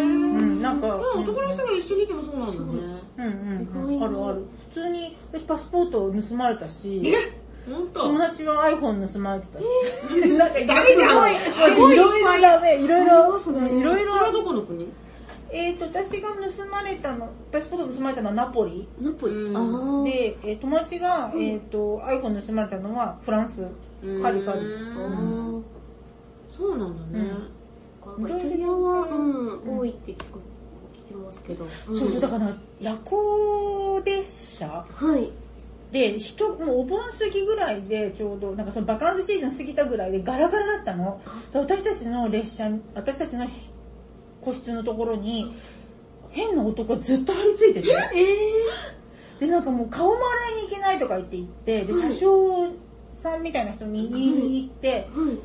B: ー。
A: ん、なんか。
B: そう、男の人が一緒にいてもそうなんだね。
A: うんうんうん、あるある。普通に、私パスポートを盗まれたし、
B: えほんと
A: 友達は iPhone 盗まれてたし、なんか
B: ダメじゃん
A: すごいいろいろダメ、いろいろ、いろい
B: それは
A: ろ。
B: どこの国
A: えっと、私が盗まれたの、パスポート盗まれたのはナポリ。
C: ナポリ
B: うん
C: あー
A: で、えー友達が、えっと、iPhone 盗まれたのはフランス。パリパリ。
B: う
C: あ
B: ん
C: ー
B: そうなんだね。
C: なんかイタリアは、うん、多いって聞く聞きますけど。
A: そうそう、だから、夜行列車
C: ら。はい。
A: で、人、もうお盆過ぎぐらいで、ちょうど、なんかそのバカンスシーズン過ぎたぐらいでガラガラだったの。で私たちの列車に、私たちの個室のところに、変な男がずっと張り付いてて。
C: えー、
A: で、なんかもう顔も洗いに行けないとか言って言って、で、車掌さんみたいな人に言いに行って、
C: はい。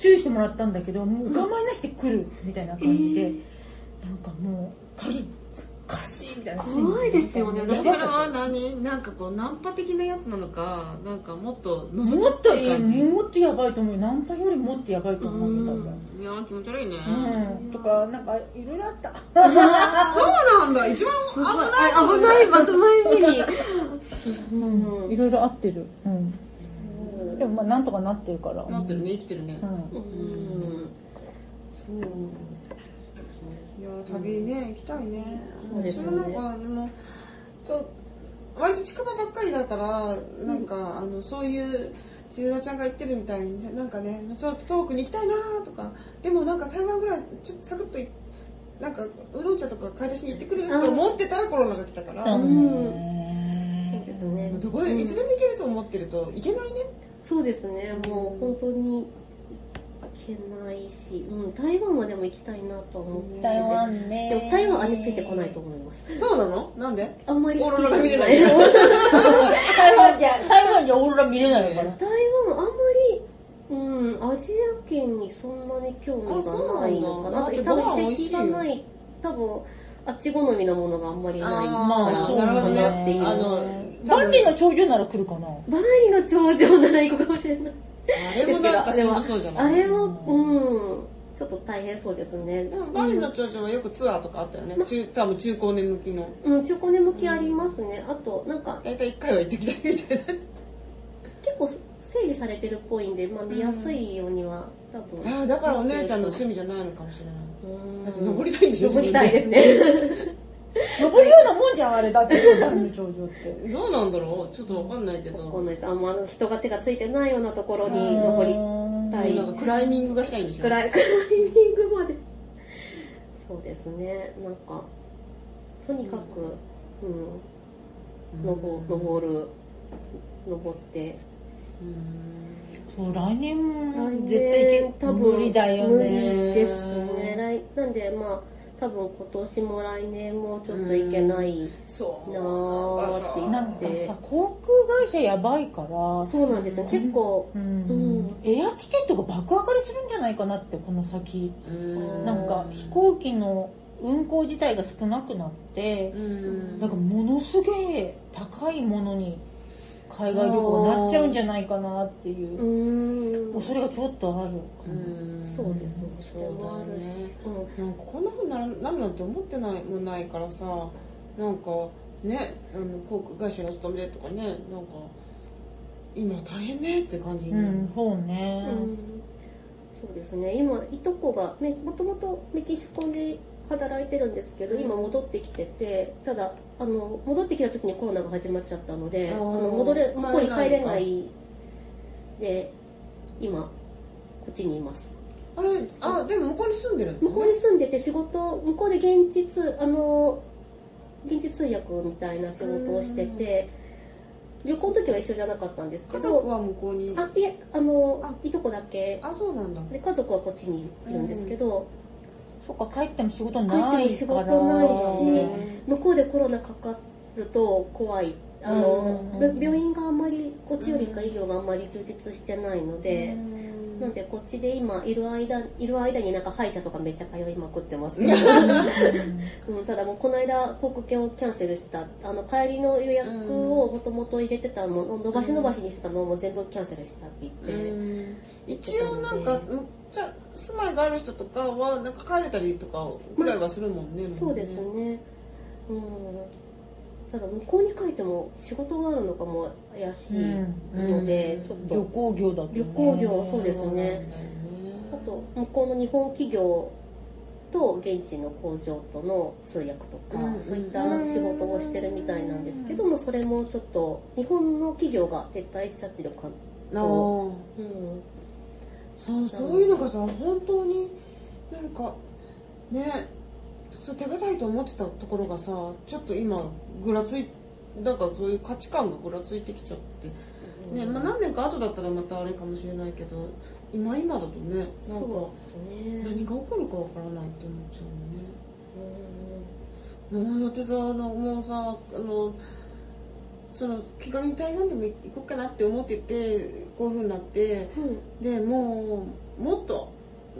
A: 注意してもらったんだけど、もうお構いなしで来る、みたいな感じで、なんかもう、鍵、カシーみたいな。
C: 怖いですよね
A: や
B: え
A: ば
B: そ
A: かっ
B: れ
A: た
B: は何なんかこう、ナンパ的なやつなのか、なんかもっと、
A: もっと
B: い
A: い
B: い
A: い、
B: 感じ。
A: もっとやばいと思うよ。ナンパよりもっとやばいと思うよ、多分。
B: いやー気持ち悪いね。
A: うん、とか、なんか、いろいろあった。
B: そうなんだ、一番
C: すごいあ危ない、まず前目 に。
A: いろいろあってる。うん。でも、まあ、なんとかなってるから。
B: なってるね、生きてるね
A: う。ん。
C: うん
B: そう。いやー旅ね、行きたいね。
A: そうですよね
B: 私もなんか、でも、そう、割と近場ばっかりだから、なんか、あの、そういう、千鶴ちゃんが言ってるみたいに、なんかね、ちょっと遠くに行きたいなーとか、でもなんか台湾ぐらい、ちょっとサクッとい、なんか、ウーロン茶とか買い出しに行ってくると思ってたらコロナが来たから、
A: そう
C: そうで
A: ね。
C: すね。
B: どこで、いつでも行けると思ってると、行けないね。
C: そうですね、もう本当に行けないし、うん、台湾はでも行きたいなと思ってて。
A: 台湾ね。
C: でも台湾あれついてこないと。思います。
B: そうなのなんで
C: あんまり好きじ
B: オー
C: ゃ
B: ロラ見れな
C: ないい。台湾、
A: 台湾じゃ、台湾じゃオーロラ見れないから。
C: あんまり、うん、アジア圏にそんなに興味がないのかな。
B: あそうなんだだっ
C: 多分
B: てご飯美味しいよ
C: がない、多分、あっち好みのものがあんまりないから、
A: まあそうなのかな
C: っていう。
B: あの、
A: 万里の長寿なら来るかな。
C: バリの頂上なら行くかもしれない。
B: あれもなんかしんどそうじゃない
C: あれも、うん、ちょっと大変そうですね。
B: でもバリの長女はよくツアーとかあったよね。中、多分中高年向きの。
C: うん、チョコネ向きありますね。あと、なんか、
B: 大体一回は行ってきたいみたい
C: 結構整理されてるっぽいんで、まあ見やすいようには、多分。
B: な。ああ、だからお姉ちゃんの趣味じゃないのかもしれない。
C: うん
B: だって登りたいんでしょ
C: 登りたいですね。
A: 登るようなもんじゃん、あれだって、万里の長寿って。
B: どうなんだろうちょっとわかんないけ
C: こ
B: ど。
C: のあんまあの人が手がついてないようなところに登りたい
B: な。んかクライミングがしたいんでしょ
C: クライクライミングまで。そうですね、なんか、とにかく、うん、登登る、登って。
A: そう、来年も
C: 来年
A: 絶対行け
C: 多分
A: 無理だよね。
C: 無理ですね来なんでまあ多分今年も来年もちょっといけない
B: そう。
C: なーって
A: な
C: 言
A: ん
C: っ
A: か
C: て
A: さ、航空会社やばいから、
C: そうなんですよ結構
A: うんエアチケットが爆上がりするんじゃないかなって、この先。
B: うーん。
A: なんか飛行機の運航自体が少なくなって
B: う、ん。
A: なんかものすげえ高いものに海外旅行がなっちゃうんじゃないかなっていうう、
C: ーん
A: 恐れがちょっとあるか
B: う
A: な。
B: ん
C: そうですねそ
B: そう
C: れ
B: だ
C: はあ
B: よ
C: るし
B: ね。
C: うん
B: なんかこんな風になるなるなんて思ってないもんないからさなんかねあの航空会社の勤めとかねなんか今大変ねって感じに
A: う
B: なる、
A: ん、そうね。
C: うんそうですね今いとこがめもともとメキシコで働いてるんですけど、今戻ってきててただあの戻ってきた時にコロナが始まっちゃったので
B: あー
C: あの戻れここに帰れないで今こっちにいます
B: あれあでも向こうに住んでるの
C: 向こうに住んでて仕事向こうで現実あの現地通訳みたいな仕事をしてて、旅行の時は一緒じゃなかったんですけ
B: 家
C: ど
B: 族、は向こうに。
C: あ、いえ、あの
B: あ、
C: いとこだけ、
B: あ、そうなんだ。
C: で、家族はこっちにいるんですけど、
A: そっか、帰っても仕事
C: 帰っ
A: な
C: ても
A: い
C: 仕
A: か
C: 事
A: ら。
C: ない
B: ね
C: し、向こうでコロナかかると怖い。あの
A: うんうんう、ん
C: 病院があんまり、こっちよりか医療があんまり充実してないので、なんでこっちで今いる間、いる間になんか歯医者とかめっちゃ通いまくってますけど、うん、ただもうこの間航空券をキャンセルした、あの帰りの予約をもともと入れてたのを伸ばし伸ばしにしてたのをもう全部キャンセルしたって言って、
B: うん一応なんか、むじゃ住まいがある人とかは、なんか帰れたりとかぐらいはするもんね。
C: そうですね。うん。ただ向こうに書いても仕事があるのかも怪しいので、
B: うん
C: ちょ
A: 旅
C: っと。
A: 行業だと、ね。
C: 旅行業、そうです
B: そうなんだよ
C: ね。
B: ね。
C: あと、向こうの日本企業と現地の工場との通訳とか、
B: うん
C: そういった仕事をしてるみたいなんですけども、それもちょっと日本の企業が撤退しちゃってるか、
B: なあ
C: うん、
B: そうそういうのがさ本当になんかねそう手堅いと思ってたところがさちょっと今ぐらついなんかそういう価値観がぐらついてきちゃって、ねまあ、何年か後だったらまたあれかもしれないけど今今だとねなん
C: そ
B: か
C: うですね。
B: 何が起こるかわからないって思っちゃうよね。
C: うん
B: もう私さあのもうさあのその気軽に台湾でも行こうかなって思っててこういう風になってでもうもっと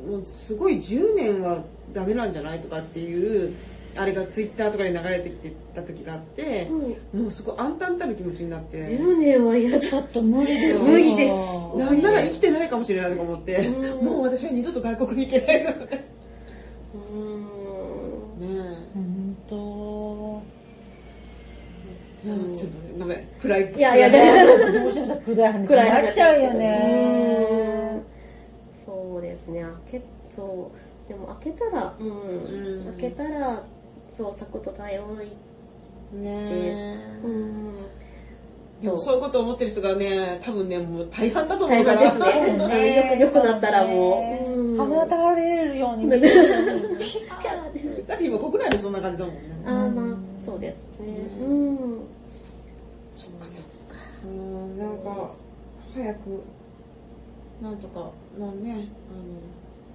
B: もうすごい10年はダメなんじゃないとかっていうあれがツイッターとかで流れてきてた時があって、
C: うん
B: もうすごい暗淡たる気持ちになって
C: 10年は嫌だ。
A: ちょっと無理ですよ。
C: 無理です
B: なんなら生きてないかもしれないとか思って、
C: うん
B: もう私は二度と外国に行けないの ね
C: う
B: え
C: ん
A: 本当。
B: ちょっとごめん暗い
C: いやいや、でも、
A: どうしてもさ、暗い話に
C: 暗い話
A: なっちゃうよ
C: う
A: ね
C: ん。そうですね、開け、そう、でも開けたら、うん、
B: うん
C: 開けたら、そう、サクッと対応行っ
B: ね
C: て、うん、
B: でもそういうことを思ってる人がね、多分ね、もう大半だと思
C: 対
B: うか
C: 応
B: ら。
C: ですね。
A: そう
C: うんよく、よくなったらもう、うん
A: 鼻垂れるように見て
B: だって今国内でそんな感じだもんね。
C: ああ、まあ、そうですね。うん。
B: そっかそっか。うん、なんか、早く、なんとか、なんね、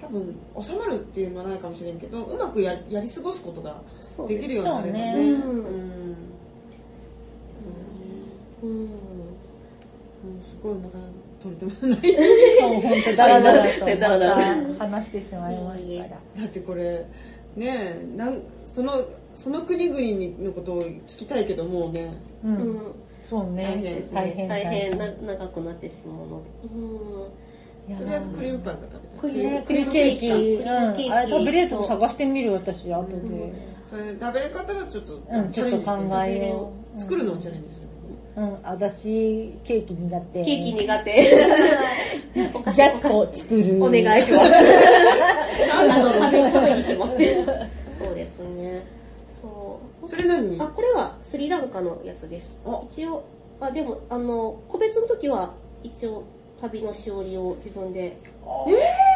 B: あの、多分収まるっていうのはないかもしれんけど、うまくややり過ごすことが
C: そう
B: で
C: です
B: きるようになればね。
A: そうね
B: うん
C: うん。
B: うんすごいまた取り留めない。
A: そう、本当だらだらと
C: だらだら
A: また話してしまいましたから。
B: だってこれねえなんそのその国々のことを聞きたいけどもうね
A: う、
C: うんん
A: そう
B: 大
A: ね
B: 変、
A: 大変。
C: 大変な長くなってしまうので。うん
A: いや
B: とりあえずクリームパンが食べたい
C: クリ
A: ね
C: ー
A: クリームケーキ、
C: ク
A: う
C: リームケーキ
A: ん、あれ食べれるとこ探してみる私、後で。
B: それ食べれ方はちょっと
A: うん、ちょっと考えよう。
B: 作るのをチャレンジする
A: うん、あだし、ケーキ苦手。
C: ケーキ苦手。
A: ジャスコ作る。
C: お願いします。あの、食べ食べに行きますね。そうですね。そう。
B: それ何
C: あ、これはスリランカのやつです
B: あ。
C: 一応、あ、でも、あの、個別の時は、一応、旅のしおりを自分で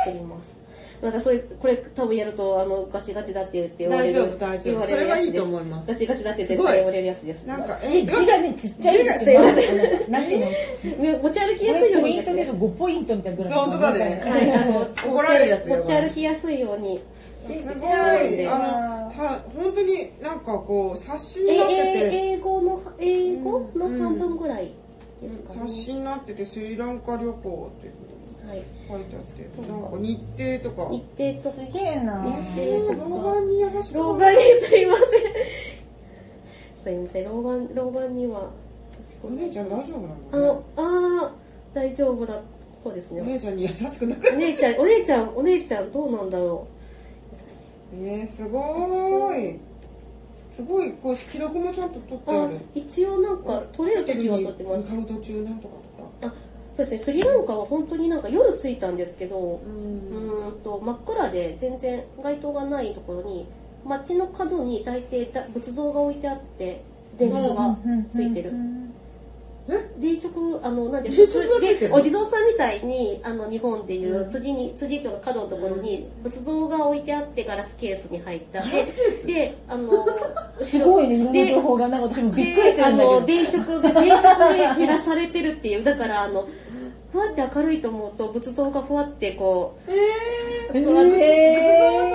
C: 作ります。またそういう、これ多分やると、あの、ガチガチだって言って言われ
B: 大
C: る。
B: 丈夫大丈
C: 言
B: 夫
C: わ
B: そ
C: る
B: れ
C: や
B: は
C: つ
B: いい
C: で
B: と
C: す
B: 思います
C: ガチガチだって
B: す
C: 絶
B: ごい
C: 対言われるやつです。
B: なんかえ
A: え、字がね、ちっちゃいんですよ。なんていうの
C: 持ち歩き
A: こ
C: やすい
A: れ
C: よう
A: ポ
C: に
A: イ
C: で
A: ン
C: す
A: ト
C: ね
A: で。5ポイントみたいなグラフ
B: 本当だね
C: はい、あの、
B: 怒られるやつだよ
C: 持ち歩きやすいように。
B: すご
C: ちゃいん
B: い
C: で
B: あのた本当になんかこう冊子
C: え
B: になってて
C: 英語の、英語の半分ぐらいですかね。
B: 冊子になっててスリランカ旅行って
C: はい。
B: 書いてあってなんか日程とか
C: 日程と、
A: すげえな
B: えー老眼に優しく
C: 老眼にすいません。すいません、老眼、老眼には、
B: お
C: 確か
B: 姉
C: に。
B: ちゃん大丈夫な
C: あ
B: の
C: の、あー、大丈夫だ。そうです
B: お
C: ね。
B: 姉ちゃんに優しくなく
C: お姉ちゃん、お姉ちゃん、お姉ちゃんどうなんだろう。優しい
B: えー、すごーいすごいこう記録もちゃんと取ってあ
C: あ
B: る、
C: 一応なんか、取れる時は取ってます
B: 向。かう途中なんとかとか
C: あ、そうですね、スリランカは本当になんか夜着いたんですけど、うーんと真っ暗で全然街灯がないところに街の角に大抵だ仏像が置いてあって電飾がついてる、冷食、あの、なんで、
B: 冷食がついてる
C: でお地蔵さんみたいに、あの、日本でいう、辻に、辻とか角のところに、仏像が置いてあってガラスケースに入った。で、であの、
A: すごいね、いろんな
C: で
A: 情報がなんか私もびっくりして
C: で、あ
A: るんだ
C: の、
A: けど。
C: 電飾が、電飾で照らされてるっていう、だから、あの、ふわって明るいと思うと、仏像がふわってこう、
B: え
C: そうあの
B: ー、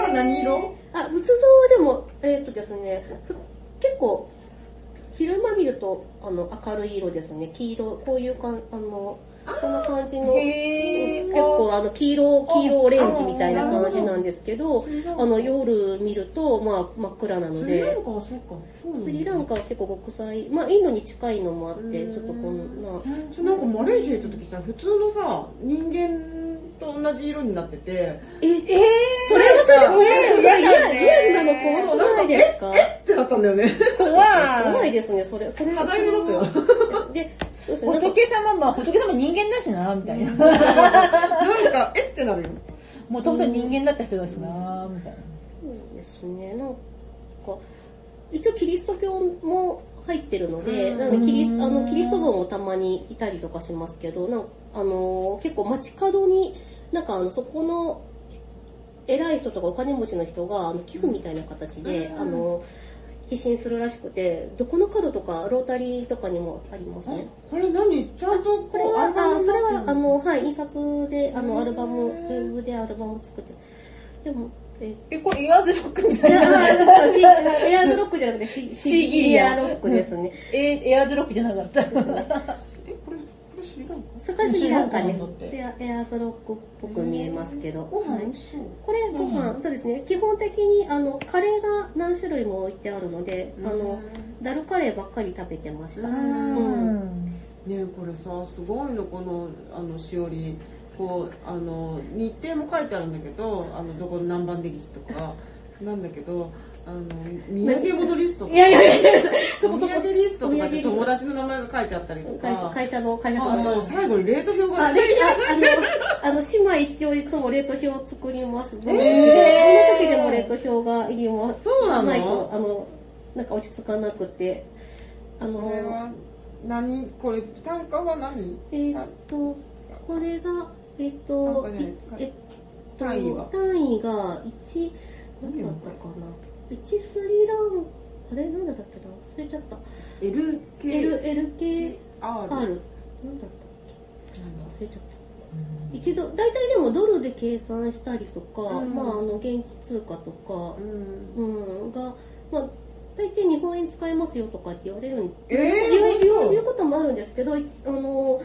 B: はさ、何色
C: あ、仏像はでも、えーっとですね、ふ結構、昼間見ると、あの、明るい色ですね。黄色、こういうかん、あの、こんな感じの、
B: へー
C: 結構あの、黄色、黄色オレンジみたいな感じなんですけど、あの、夜見ると、まあ、真っ暗なの
B: スリラ
C: で
B: ン、カはそうか。そうなんだ
C: スリランカは結構国際、まあ、インドに近いのもあって、
B: うん
C: ちょっとこんな、
B: それなんかマレーシア行った時さ、普通のさ、人間と同じ色になってて、
C: え、えそれはそれで怖い。
B: 嫌だね
C: 嫌なの怖くないですか
B: ってなったんだよ ね。
C: 怖いですね、それ。それは
B: 肌色だったよ。
C: で、そう ですね。なんか
A: 仏様、まあ仏様人間だしな、みたいな。
B: なんか、えってなるよ。
A: もともと人間だった人だしな、みたいな。
C: そうですね、なんか、一応キリスト教も入ってるので、なのでキリスあのキリスト像もたまにいたりとかしますけど、なんかあのー結構街角に、なんかあのそこの偉い人とかお金持ちの人があの寄付みたいな形で、あの寄進するらしくて、どこの角とかロータリーとかにもありますね。
B: これ何ちゃんと
C: これは、
B: バム
C: あ、
B: に
C: そ
B: なって
C: れ
B: んの
C: は、あの、はい、印刷で、あの、アルバム、ウェブでアルバム作って。でも、えっ
A: え、これ言わずロックみた
C: い
A: い
C: や
A: な。
C: あのシエアーズロックじゃなくてシ、シギリアロックですね。
A: え、エアーズロックじゃなかった。
B: え、これ、これスリランカ
C: それからスリランカです
A: スリランカなんだっ。て
C: エアエアーズロックっぽく見えますけど。
B: ご飯
C: はい
B: 美味しそう。
C: これご飯、そうですね。基本的に、あの、カレーが何種類も置いてあるので、あの、ダルカレーばっかり食べてました。うん
B: ねえこれさすごいのこのあのしおりこうあの日程も書いてあるんだけどあのどこの南蛮出来とかなんだけどあの土産物リストとか
C: いやいやいやいや、
B: お
C: そこ
B: 土
C: そこ。
B: 産リストとかで
C: お土産
B: 友
C: リ
B: 達の名前が書いてあったりと
C: スト会社
B: か
C: 会社の会社
B: あの
C: の。
B: 最後にレート表が
C: あ、
B: 出
C: で
B: てき
C: ああの、あの、姉妹一応いつもレート表を作ります。どの時でもレート表がいります。
B: そうなの
C: いと、あの、なんか落ち着かなくて。あ
B: これ
C: の、
B: は何これ単価は何
C: えーっと、これが、えーっと、
B: なんか
C: い
B: ね
C: えっと、
B: 単位は
C: 単位が1、何だったかな。1スリラン、あれなんだったっけな忘れちゃった。
B: LKR
C: L、LKR。なんだったっけ忘れちゃった。一度、大体でもドルで計算したりとか、
B: うん
C: まああの、現地通貨とか
B: う、ん
C: うん、が、まあ、大抵日本円使えますよとかって言われるん
B: えー
C: 言う言
B: 本当
C: う言うこともあるんですけど、一あの、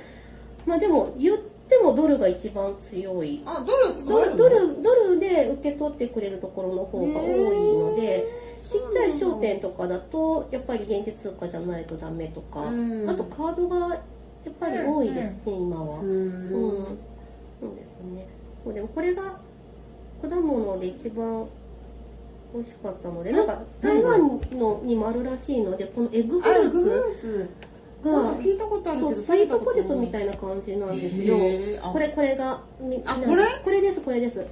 C: まあでも、言ってもドルが一番強い。
B: あドル使
C: ド
B: え
C: ル、
B: る
C: ド
B: の
C: ル、ドルで受け取ってくれるところの方が多いので、ちっちゃい商店とかだと、やっぱり現地通貨じゃないとダメとか、
B: うん
C: あとカードがやっぱり多いですね、今は。
B: うん
C: うん、そうですね。そう、でもこれが果物で一番美味しかったので、なんか台湾のにもあるらしいので、このエッグフ
B: あ
C: ル
B: エ
C: ー
B: グフ
C: ツ
B: ルーツ
C: が、
B: 聞いたことあるけ
C: そ
B: ど
C: う、スイートポテトみ
B: い
C: たいな感じなんですよ。
B: へーあ
C: これ、これが、み
B: あ
C: なん
B: これ
C: これです、これです。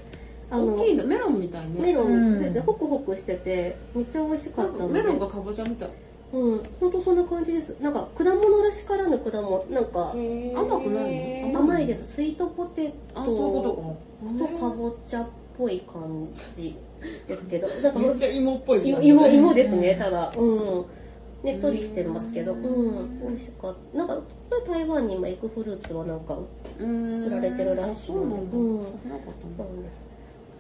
C: あ
B: 大
C: の、
B: きいのメロンみたいね
C: メロ
A: う
C: ン、
A: ん
C: そうですね、ホクホクしてて、めっちゃ美味しかったの
B: メ
C: で。
B: ロンがかぼちゃみたい
C: うん、ほんとそんな感じです。なんか、果物らしからぬ果物、なんか、
B: 甘くないの
C: 甘いです。スイートポテト。
B: あそういうこと
C: と
B: か
C: かぼちゃっぽい感じですけど、なんか
B: めっちゃ芋っぽいね
C: 芋、芋ですね、ただ、うん。ねっとりしてますけど、うん、美味しかった。なんか、これ台湾に今エッグフルーツはなんか
B: うん
C: 売られてるらしい
B: あそうな
C: の
B: ん
C: で、
B: だ
C: うん、
B: 知らなかった
C: な
B: なん
C: です。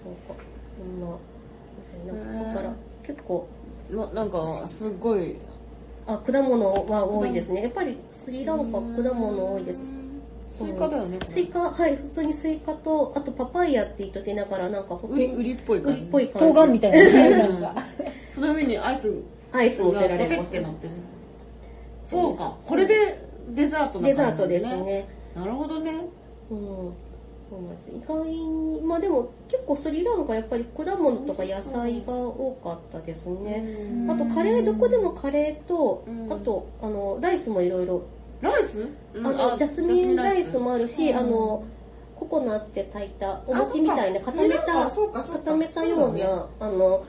C: なんか、こんな、ですよね。
B: へー
C: だから、結構、
B: ななんかすごい
C: あ、果物は多いですね。やっぱりスリランカ果物多いです。
B: スイカだよねこれ
C: スイカ、はい、普通にスイカと、あとパパイヤって言っときながら、なんかほんと
B: 売り売りっぽい
C: 売
B: 感
C: り
B: じ
C: っぽい感
A: 冬
C: じ。
A: 瓜みたいな。なんか。
B: その上にアイス
C: アイス乗
B: が
C: せられ
B: ポテ
C: ま
B: っ
C: す
B: てなってるそうかこれでデザートな
C: デ
B: 感じだ
C: ザートですね。
B: なるほどね
C: うん。そうなんです。意外に、まあでも結構スリランカやっぱり果物とか野菜が多かったですね。
B: うん
C: あとカレー、どこでもカレーと
B: うん、
C: あと、あの、ライスもいろいろ。
B: ライス
C: あ
B: うん
C: の、ジャスミンライスもあるし、
A: うん
C: あの、ココナッツで炊いたお
B: あそっか
C: 餅みたいな固めた、
B: そうかそうか
C: 固めたよう
B: そうだね
C: な、あの、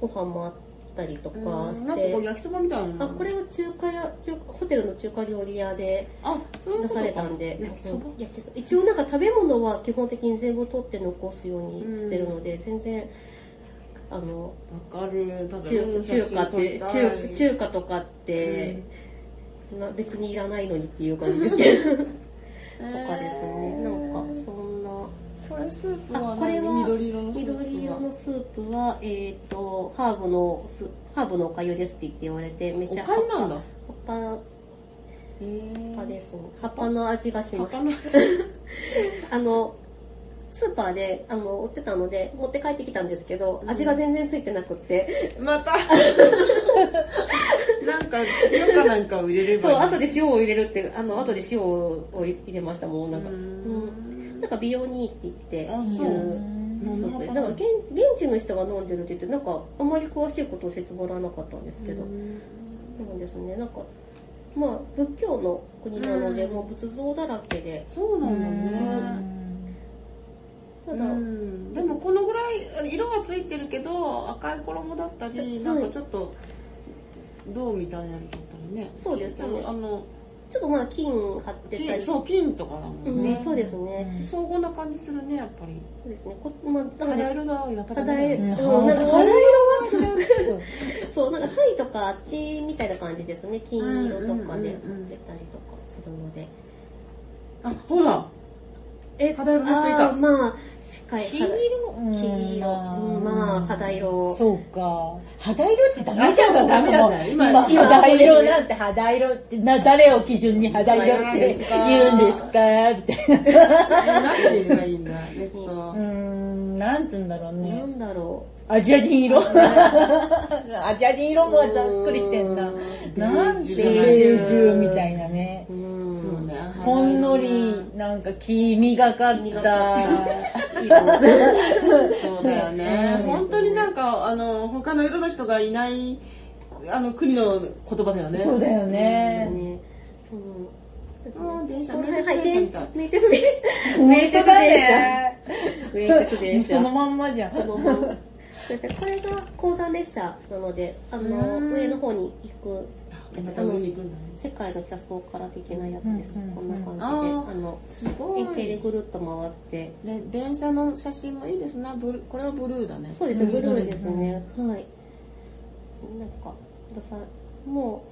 C: ご飯もあっったりとか
B: うんな
C: し
B: んかこ
C: て
B: う、焼きそばみたいな
C: あこれは中華屋中ホテルの中華料理屋で
B: あそういうこ
C: 出
B: とか
C: されたんで
B: 焼きそば
C: うん焼きそば一応なんか食べ物は基本的に全部取って残すようにしてるので、全然あの
B: わかるただ
C: 中中華って
B: 写真撮り
C: 中
B: たい
C: 中華とかって、な別にいらないのにっていう感じですけどとかですねなんかそんな。
B: これスープ
C: あ
B: は
C: これは
B: 何緑色のスープは
C: 緑色のスープは、えっ、と、ハーブのス、ハーブのおかゆですって言って言われて、め
B: お
C: ちゃ
B: かゆなんだ
C: 葉っぱ葉っ
B: へー
C: ぱですね。葉っぱの味がし
B: 葉
C: ま
B: っ
C: す
B: ぱ。の
C: あの、スーパーで、あの、売ってたので、持って帰ってきたんですけど、味が全然ついてなくって、
B: ま たなんか塩かなんかを入れれば
C: そう、
B: いい
C: 後で塩を入れるって、あの、後で塩を入れましたもん、なんか。うんなんか美容にいいって言って、
B: あ
C: い
B: そう
C: う。
B: な
C: そ
B: んか
C: うでなんか現現地の人が飲んでるって言ってなんかあんまり詳しいこと教えてもらわなかったんですけど、そうですねなんかまあ仏教の国なので、
B: うん
C: もう仏像だらけで
B: そうなんだね
C: ただ、
B: うんでもこのぐらい色はついてるけど赤い衣だったり
C: はい
B: なんかちょっと銅みたいなのだったりね
C: そうですね
B: あの
C: ちょっとまあ金張ってた
B: 金
C: り
B: そう金とかだも
C: うんん
B: ね、
C: そうですね、
B: 荘厳な感じするねやっぱり
C: そうですねこまあなの
B: 肌
C: で
B: 色がやっぱ
C: 肌色、
B: ね
C: うん、なんか
A: 肌
C: 肌色
A: がする。
C: そうなんかタイとかあっちみたいな感じですね金色とかで
B: うんうんうんうん
C: 出たりとかするので、
B: あほら
C: え
B: 肌色の人いた
C: あーまあ近い
A: 金色
C: 肌
A: うん
C: 金色、うんまあ肌色
A: そうか。肌色ってダメじゃん、そ
B: あそうだ
A: もそも
B: ダメだ
A: 今、
B: 今
A: 今肌色なんて肌色って、な、誰を基準に肌色って言うんですかみたいな。
B: 何て言えばいいんだえっ
A: う
B: と
A: ーん、なんつうんだろう
C: な
A: ね。
C: んだろ
A: アジア人色アジア人色もざっくりしてんな。なんて、
B: ベ
A: ベ
B: ー
A: ー
B: ジ
A: ジュ
B: ュ
A: みたいなね
C: う。うん
B: そうね肌色
A: ほんのり、なんか黄みがかっ
C: 黄みがか
A: た。
B: そうだよね本当になんかあの他の色の人がいないあの国の言葉だよね
A: そうだよね。
C: ねうん
B: あ電車
C: は
B: 名
C: い、
B: 鉄
C: はい、
B: 電
C: 電
B: 車
C: 車
B: みたい。
C: 名鉄です。名鉄
A: だ
C: 電
A: ね。
C: 車。名鉄電車。
A: そのまんまじゃん。
C: そのままだってこれが鉱山列車なので、あの、
B: うん
C: 上の方に行く、
B: あまた上に行くんだね
C: 世界の車窓から的なやつです。
A: うんうん
C: こんな感じで、あ
B: あー
C: の、
B: すごい
C: 円形でぐるっと回って、
B: ね電車の写真もいいですなブルこれはブルーだね
C: そうですね、ブルーですね。はい。なんか、ださ、も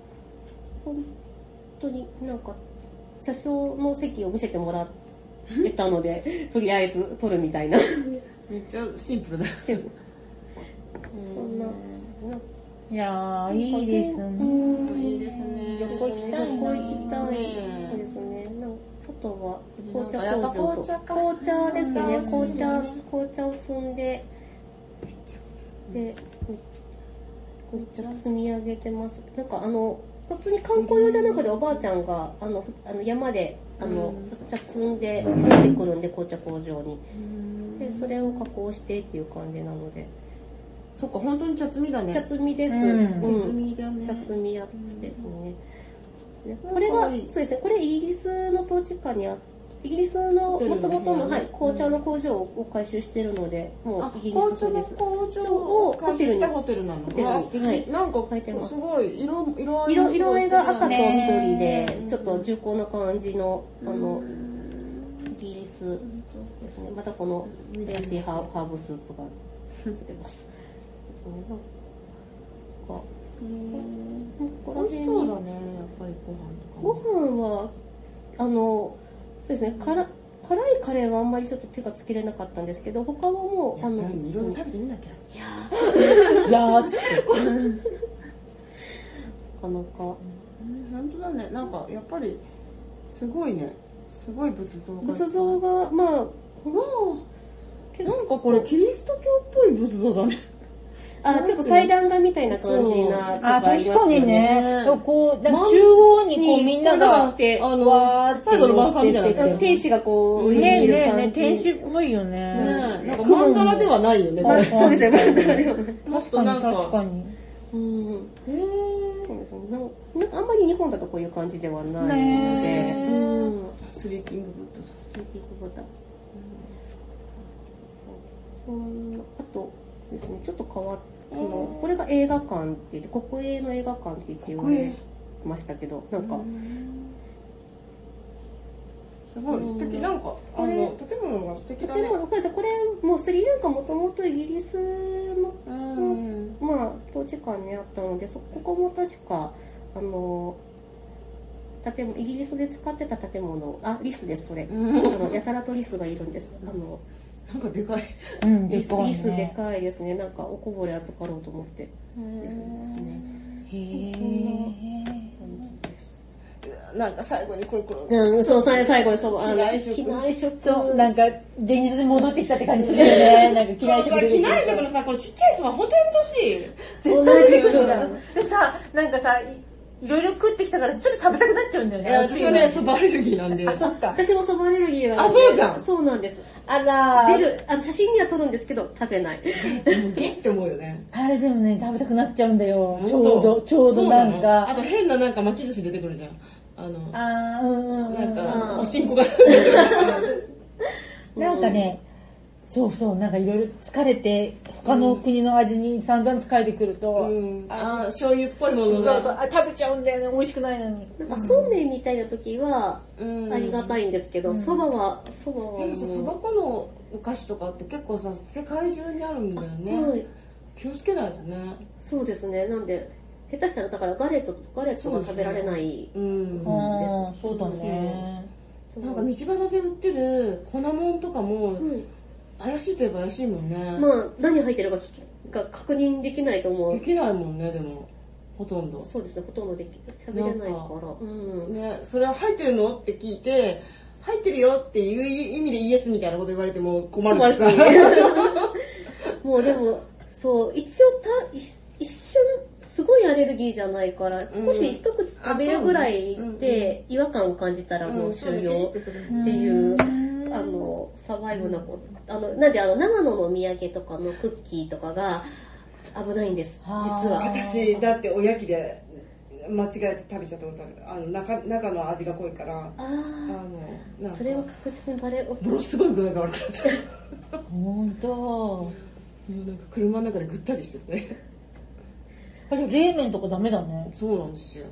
C: う、本当になんか、車掌の席を見せてもらってたので、とりあえず撮るみたいな。
B: めっちゃシンプルだ
C: そんな、なんか
A: いやー、いいですね。
C: うん
B: いいですね
C: 旅行行きたい。
A: 旅行行き
B: たい
C: そうですね。なんかあとは紅茶
B: やっぱ
C: 工場
B: 紅茶
C: と
B: か
C: 紅茶ですね。
B: 紅
C: 紅
B: 茶
C: 茶
B: ですね、
C: 紅茶を積んで、で、紅茶積み上げてます。なんかあの、普通に観光用じゃなくておばあちゃんが、あの、ふあの山で、あの、紅茶積んで持ってくるんで、紅茶工場に。で、それを加工してっていう感じなので。
B: そっか本当に茶摘みだね
C: 茶摘みです。
A: うん
B: 茶摘みだね
C: 茶摘み屋ですね。これが、
B: かわ
C: そう
B: いい
C: ですね、これイギリスの統治下にあイギリス
B: ホ
C: の
B: テル
C: も
B: の
C: ともとの、
B: 部屋ね
C: はい、紅茶の工場を回収してるので、も
B: あ
C: うイギリ
B: 紅
C: ス
B: 茶
C: そう
B: の
C: です。
B: 工場を開発したホ
C: ホ
B: テルなの
C: テルに
B: わあ素敵
C: はい
B: なんか
C: 書いてま
B: す
C: す
B: ごい色色合いも
C: 色
B: すご
C: 色
B: い
C: 合いが赤
B: 素
C: と
B: 敵だね
C: 緑で
B: ね、
C: ちょっと重厚な感じの、あの、イギリスですね。またこの怪しいハーハーブスープが出てます。なんかここら
B: 美味し
C: 辺
B: そうだねやっぱりご飯とか
C: ご
B: も
C: 飯は、あの、そうですね、辛辛いカレーはあんまりちょっと手がつけれなかったんですけど、他はも、
B: いう
C: あ
B: や
C: の、
B: 何いろいろ食べてみなきゃ
A: いやー、ちょっ
C: な
B: う
C: かなか、
B: ん本当だねなんかやっぱりすごいねすごい仏像が
C: 仏像が、まあ、
B: うわあなんかこれキリスト教っぽい仏像だね
C: あ、ちょっと祭壇画みたいな感じな
A: と、あ、
C: とこあり
A: 確
C: ます
A: か
C: よ
A: にね。こう、なんか中央にこうみんな
B: な
A: が
B: ん
A: っ
B: か
A: て、
B: あの最後の晩餐みたいになってる
C: 天使がこう、上
A: ね
C: に
A: え
C: いる
A: ねえねえ、
C: 感じ。
A: 天使っぽいよね。
B: ねなんかマンダラではないよね
C: あそうですよ、
B: もっ
A: 確
B: と
A: か
B: なん
A: に、
B: か
A: 確かに。
C: うん。
B: へえ
C: そうですねなんかなんかあんまり日本だとこういう感じではないので、
A: ねえ
C: うん。
B: スリーキングブッダさ
C: ミリボタン。うんあとですね、ちょっと変わっそのこれが映画館って言って国営の映画館って言って言わ
B: 国
C: れ
B: 営
C: ましたけどなんか、
B: すごい素敵なんかあ
C: これ
B: の建物が素敵だね
C: でもこれさこれもうスリランカもともとイギリスの、
B: うん
C: まあ統治下にあったのでそここも確かあの建物イギリスで使ってた建物あリスですそれ、あのやたらとリスがいるんですあの
B: なんかでかい
A: うん、
C: リ
A: で
C: ス
A: かい、ね。
C: リスでかいですねなんかおこぼれ扱ろうと思ってですね
A: へえ。
C: 感じです
B: なんか最後にコロコロ
C: うん、そう、さ最後にそう、
B: 機内食
C: 機内食。
A: そう、なんか、現実に戻ってきたって感じするよね。なんか、嫌い食出て
B: 機
A: きた
B: 内食のさこれちっちゃい人は本当やめてほしい
A: 絶対出てくるんだ
C: 同
A: よ。でさ、なんかさ、いいろいろ食ってきたからちょっと食べたくなっちゃうんだよ
B: い
A: ね。
B: や
A: 暑
B: 私
A: い
B: は
A: のに
B: ねそばアレルギーなんで
A: あ、そっか。
C: 私もそばアレルギーがあるで
B: あそうじゃん
C: そうなんです。
B: あら
C: 出る、あの写真には撮るんですけど、食べ ない。
B: えって思うよね
A: あれでもね、食べたくなっちゃうんだよ。ちょうど、ちょうどなん
B: そうなのあ
A: か。
B: と変ななんか巻き寿司出てくるじゃんあの
A: あー、うんうんうん。
B: なん
C: う
B: か
C: ん
B: おしんこが
A: なんかね、そうそう、なんかいろいろ疲れて、他の国の味に散々疲れてくると、
B: うんあ醤油っぽいも
A: そ
B: の
A: うそう
B: が
A: あ食べちゃうんだよね、美味しくないのに。
C: なんかそうめんみたいな時は
B: うん
C: ありがたいんですけど、そばは、そばは。
B: でもさ、そば粉のお菓子とかって結構さ、世界中にあるんだよ
C: は
B: ね。
C: い。
B: 気をつけないとね。
C: そうですね。なんで、下手したらだからガレット、ガレットが食べられない。
B: うん。な
A: あーそうだね。
B: んか道端で売ってる粉もんとかも
C: う、ん
B: 怪しいといえば怪しいもんね。
C: まあ、何入ってるか聞きが確認できないと思う
B: で。きないもんね、でも。ほとんど。
C: そうですね、ほとんどでき喋れないか
B: なん
C: ら。うん。
B: ね、それは入ってるのって聞いて、入ってるよっていう意味でイエスみたいなこと言われても困るしさ。
C: もうでも、そう、一応た一一瞬、すごいアレルギーじゃないから、少し一口食べるぐらいで違和感を感じたらもう終了っていう、あの、サバイブなこと。あの、なんであの、長野のお土産とかのクッキーとかが危ないんです、実は。
B: 私、だっておやきで間違えて食べちゃったことある。あの、中中の味が濃いから。
C: あ
B: あ
C: ー
B: の、なんか
C: それは確実にバレ、
B: ものすごい具合が悪くなって
A: ほんと。
B: もうなんか車の中でぐったりしててね
A: あれ、冷麺とかダメだね。
B: そうなんですよ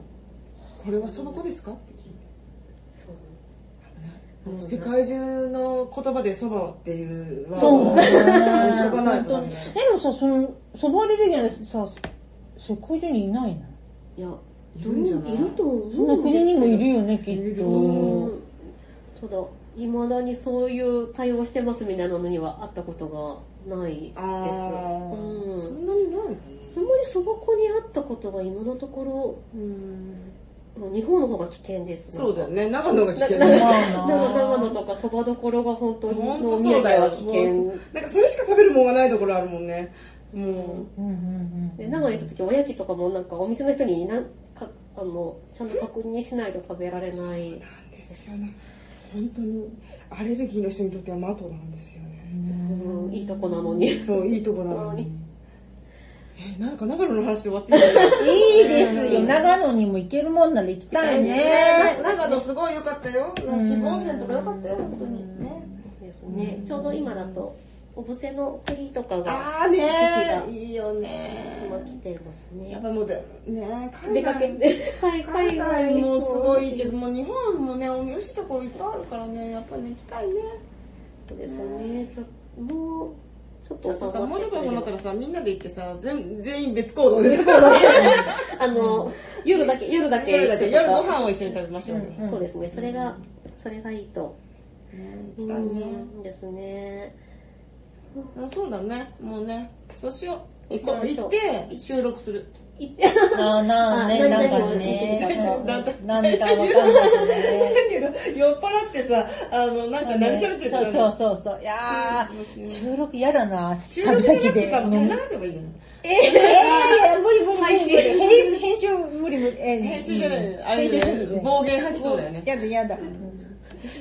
B: これはその子ですかって聞いてもう世界中の言葉でそばっていうワード
A: そう
B: を
A: だ
B: し
A: ね。
B: ょうがないと
A: 本当に
B: ダ
A: で
B: メ
A: もさ、その、そばアレルギーの人さ、世界中にいないの
C: いや、
B: いるんじゃない
C: いると思うんです
A: そんな国にもいるよね、き
B: いる
A: っ
B: と
A: と
B: 思。
C: うんただ、いまだにそういう対応してますみたいなのにはあったことがないです。
B: あー
C: うん
B: そんなにないのかな
C: そんなに素朴にあったことが今のとこ
B: うん
C: ろ、日本の方が危険です。
B: そうだよね長野が危険
C: な
B: だよ
C: 長野長野とかそばどころが本当に、
B: ほん
C: の
B: と
C: お土
B: そう
C: 産
B: だよ
C: は危険
B: も。うなんかそれしか食べるもんがないところあるもんねも
A: うんうん
C: で長野行った時、おやきとかもなんかお店の人になんか、あの、ちゃんと確認しないと食べられない。
B: うなんですよね本当にアレルギーの人にとってはマトなんですよね
C: うん、いいとこなのに。
B: そう、いいとこなの
C: う
B: に。え、なんか長野の話で終わってる。
A: うん。いいですよ。長野にも行けるもんなら行きたいね。
B: 長野すごい良かったよ。脂肪温泉とか良かったよ、本当に。ね。
C: ですね。ちょうど今だと、お布施の送りとかが、
B: あーね
C: 時
B: ー、
C: 期
B: いいよ
C: 今
B: ね
C: 来てます
B: ー。やっ
C: ね。
B: ぱもうだ、ねー
C: 出かけて、海
B: 海
C: 海
B: 外
C: 外
B: もすごいけど、
C: ど。
B: もう日本もね、おいしいとこいっぱいあるからね、やっぱね、行きたいね。
C: そうですね。ちょっと、もう、ちょっ
B: ち
C: と
B: ょっとさ、もうちょっと収まった
C: ら。
B: らさ、みんなで行ってさ、全全員別行動で。
C: あの、夜だけ、夜だけ
B: 夜だけ
C: 一緒と
B: 夜
C: か
B: ご飯を一緒に食べましょうよ。ね
C: そうですね。それが、それがいいと。
B: 行きたいね。
C: うんですね。
B: あそうだね、もうね、そうしよう。行こ
C: そう
B: う
C: しよ
B: 行
C: う
B: って、収録する。
C: 行って、
A: ああ、なあね、
C: あ
A: なん
C: 何
A: か
C: 何を言
A: ね。なんでかわかんないけどね。
B: だけど、酔っ払ってさ、あの、なんか何喋ってるか
A: そう
B: 分かん
A: そ
B: な
A: う
B: い
A: そうそう。いやー、収録嫌だな、
B: 収録
A: 旅
B: じゃな
A: 先
B: くて
A: で。
B: さ、
A: うん
B: 垂れ流せばいいじゃない。
A: えー、無理無理無理無理。編集、編集無理無理。えー
B: 編集じゃな
A: う
B: い、
A: ん
B: あれ
A: 編集無
B: ね
A: 理、
B: 暴言吐きそうだよね。
A: やだやだ。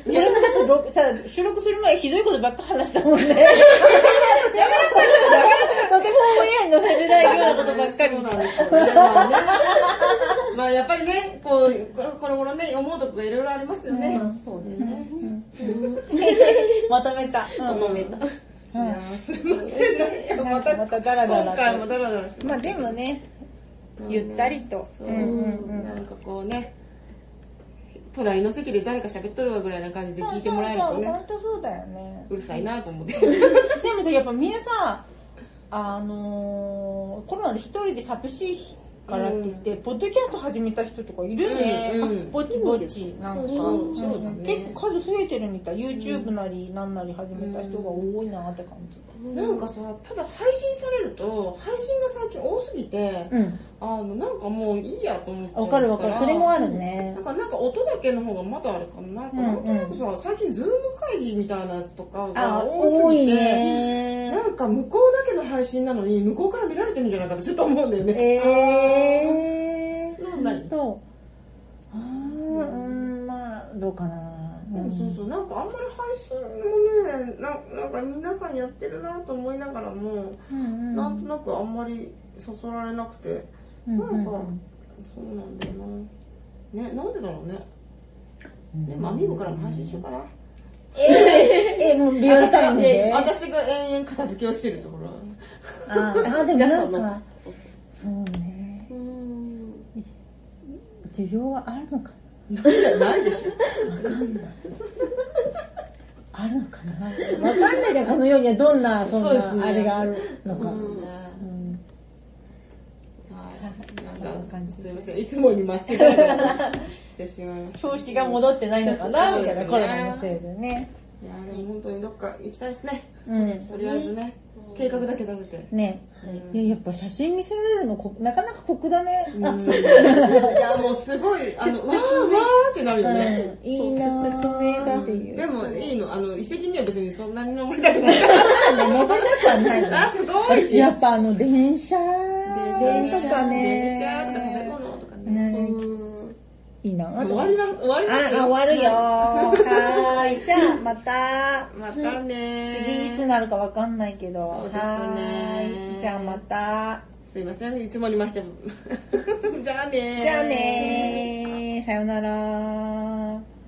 A: それもだって録さ、収録する前ひどいことばっか話した もんね。やめなさい、とてもオンエアに載せてないようなことばっかり。
B: そうなんですよね。まあねまあやっぱりね、こう、この頃ね、思うとこがいろいろありますよね。
C: そうですね。
A: まとめた。
C: まとめた。
B: いやーすいません、なんかまた、
A: またダラダラと
B: 今回もダラダラして
A: まあでもね、ゆったりと。
B: そうう、
A: んうんうん
B: なんかこうね、隣の席で誰か喋っとるわぐらいな感じで聞いてもらえると
A: そうそうそう
B: ね、
A: 本当そうだよね。
B: うるさいなと思って。
A: でもさ、やっぱみんなさ、あのー、コロナで一人で寂しいからって言って、ポッドキャスト始めた人とかいるね。
B: うんうん
A: あぼちぼち、なんか。
C: そう
A: うん
B: そうだね
A: 結構数増えてるみたい。YouTube なりなんなり始めた人が多いなって感じ。
B: なんかさ、ただ配信されると、配信が最近多すぎて、
A: うん。
B: あの、なんかもういいやと思っちゃう
A: わかるわかる。それもあるね
B: なん。か、なんか音だけの方がまだあれかな。なんか、なんとなくさ、最近ズーム会議みたいなやつとかが多
A: 多
B: すぎ
A: い
B: て、
A: ね。
B: なんか向こうだけの配信なのに、向こうから見られてるんじゃないかってちょっと思うんだよね。
A: え
B: そんなに
A: ー。と、あー、うん、まあ、どうかな。
B: でもそうそう、なんかあんまり配信もね、ななんか皆さんやってるなと思いながらも、
A: うんうん
B: なんとなくあんまり誘られなくて、
A: うん
B: なん
A: う
B: か、
A: んうん
B: そうなんだよな。ね、なんでだろうね。でもアミーゴからも配信しようかな。
A: え、もうリアルタイムで。あ
B: 私が延々片付けをしてるところ。
A: あー、でもなん
C: 皆さん
A: か
C: の、
A: そうね。
C: うん
A: 需要はあるのかな
B: ないでしょ。
A: あるのかなわかんないじゃん、この世にはどんな、そん
B: そうです
A: な、
B: ね
A: あれがあるのか。
B: うん
A: うん
B: はい。な
A: そ
B: ん
A: んな
B: か
A: 感、じ
B: すいません。いつもに増してたらしてしまいました。
A: 調子が戻ってないのかな
B: そう
A: み
B: で
A: た
B: す
A: い
B: ね
A: な、コロナのせいでね。
B: いやーでも本当にどっか行きたいですね。
A: うん。
B: とりあえずね、計画だけ立てて。
A: ねえ、いややっぱ写真見せられるのこなかなか酷だね。
B: いや、もうすごい、あの、わーわーってなるよね。
A: いいなぁ。説明がっていう。
B: でもいいの、あの、遺跡には別にそんなに登りたくない。
A: 戻りたくはないの
B: あ、すごい
A: 私やっぱあの、電車、電車とか
B: 電車とか食べ
A: ね。
B: 物とかね。
A: ね
C: うん
A: いいなぁ。
B: 終わります、終わります
A: あ、あ
B: よ。
A: 終わるよ。はーい。じゃあ、また。
B: またね
A: 次いつなるかわかんないけど。
B: そうですね
A: はーい。じゃあまた。
B: すいません、いつもにまして。 じゃあねー
A: じゃあねー。さよなら。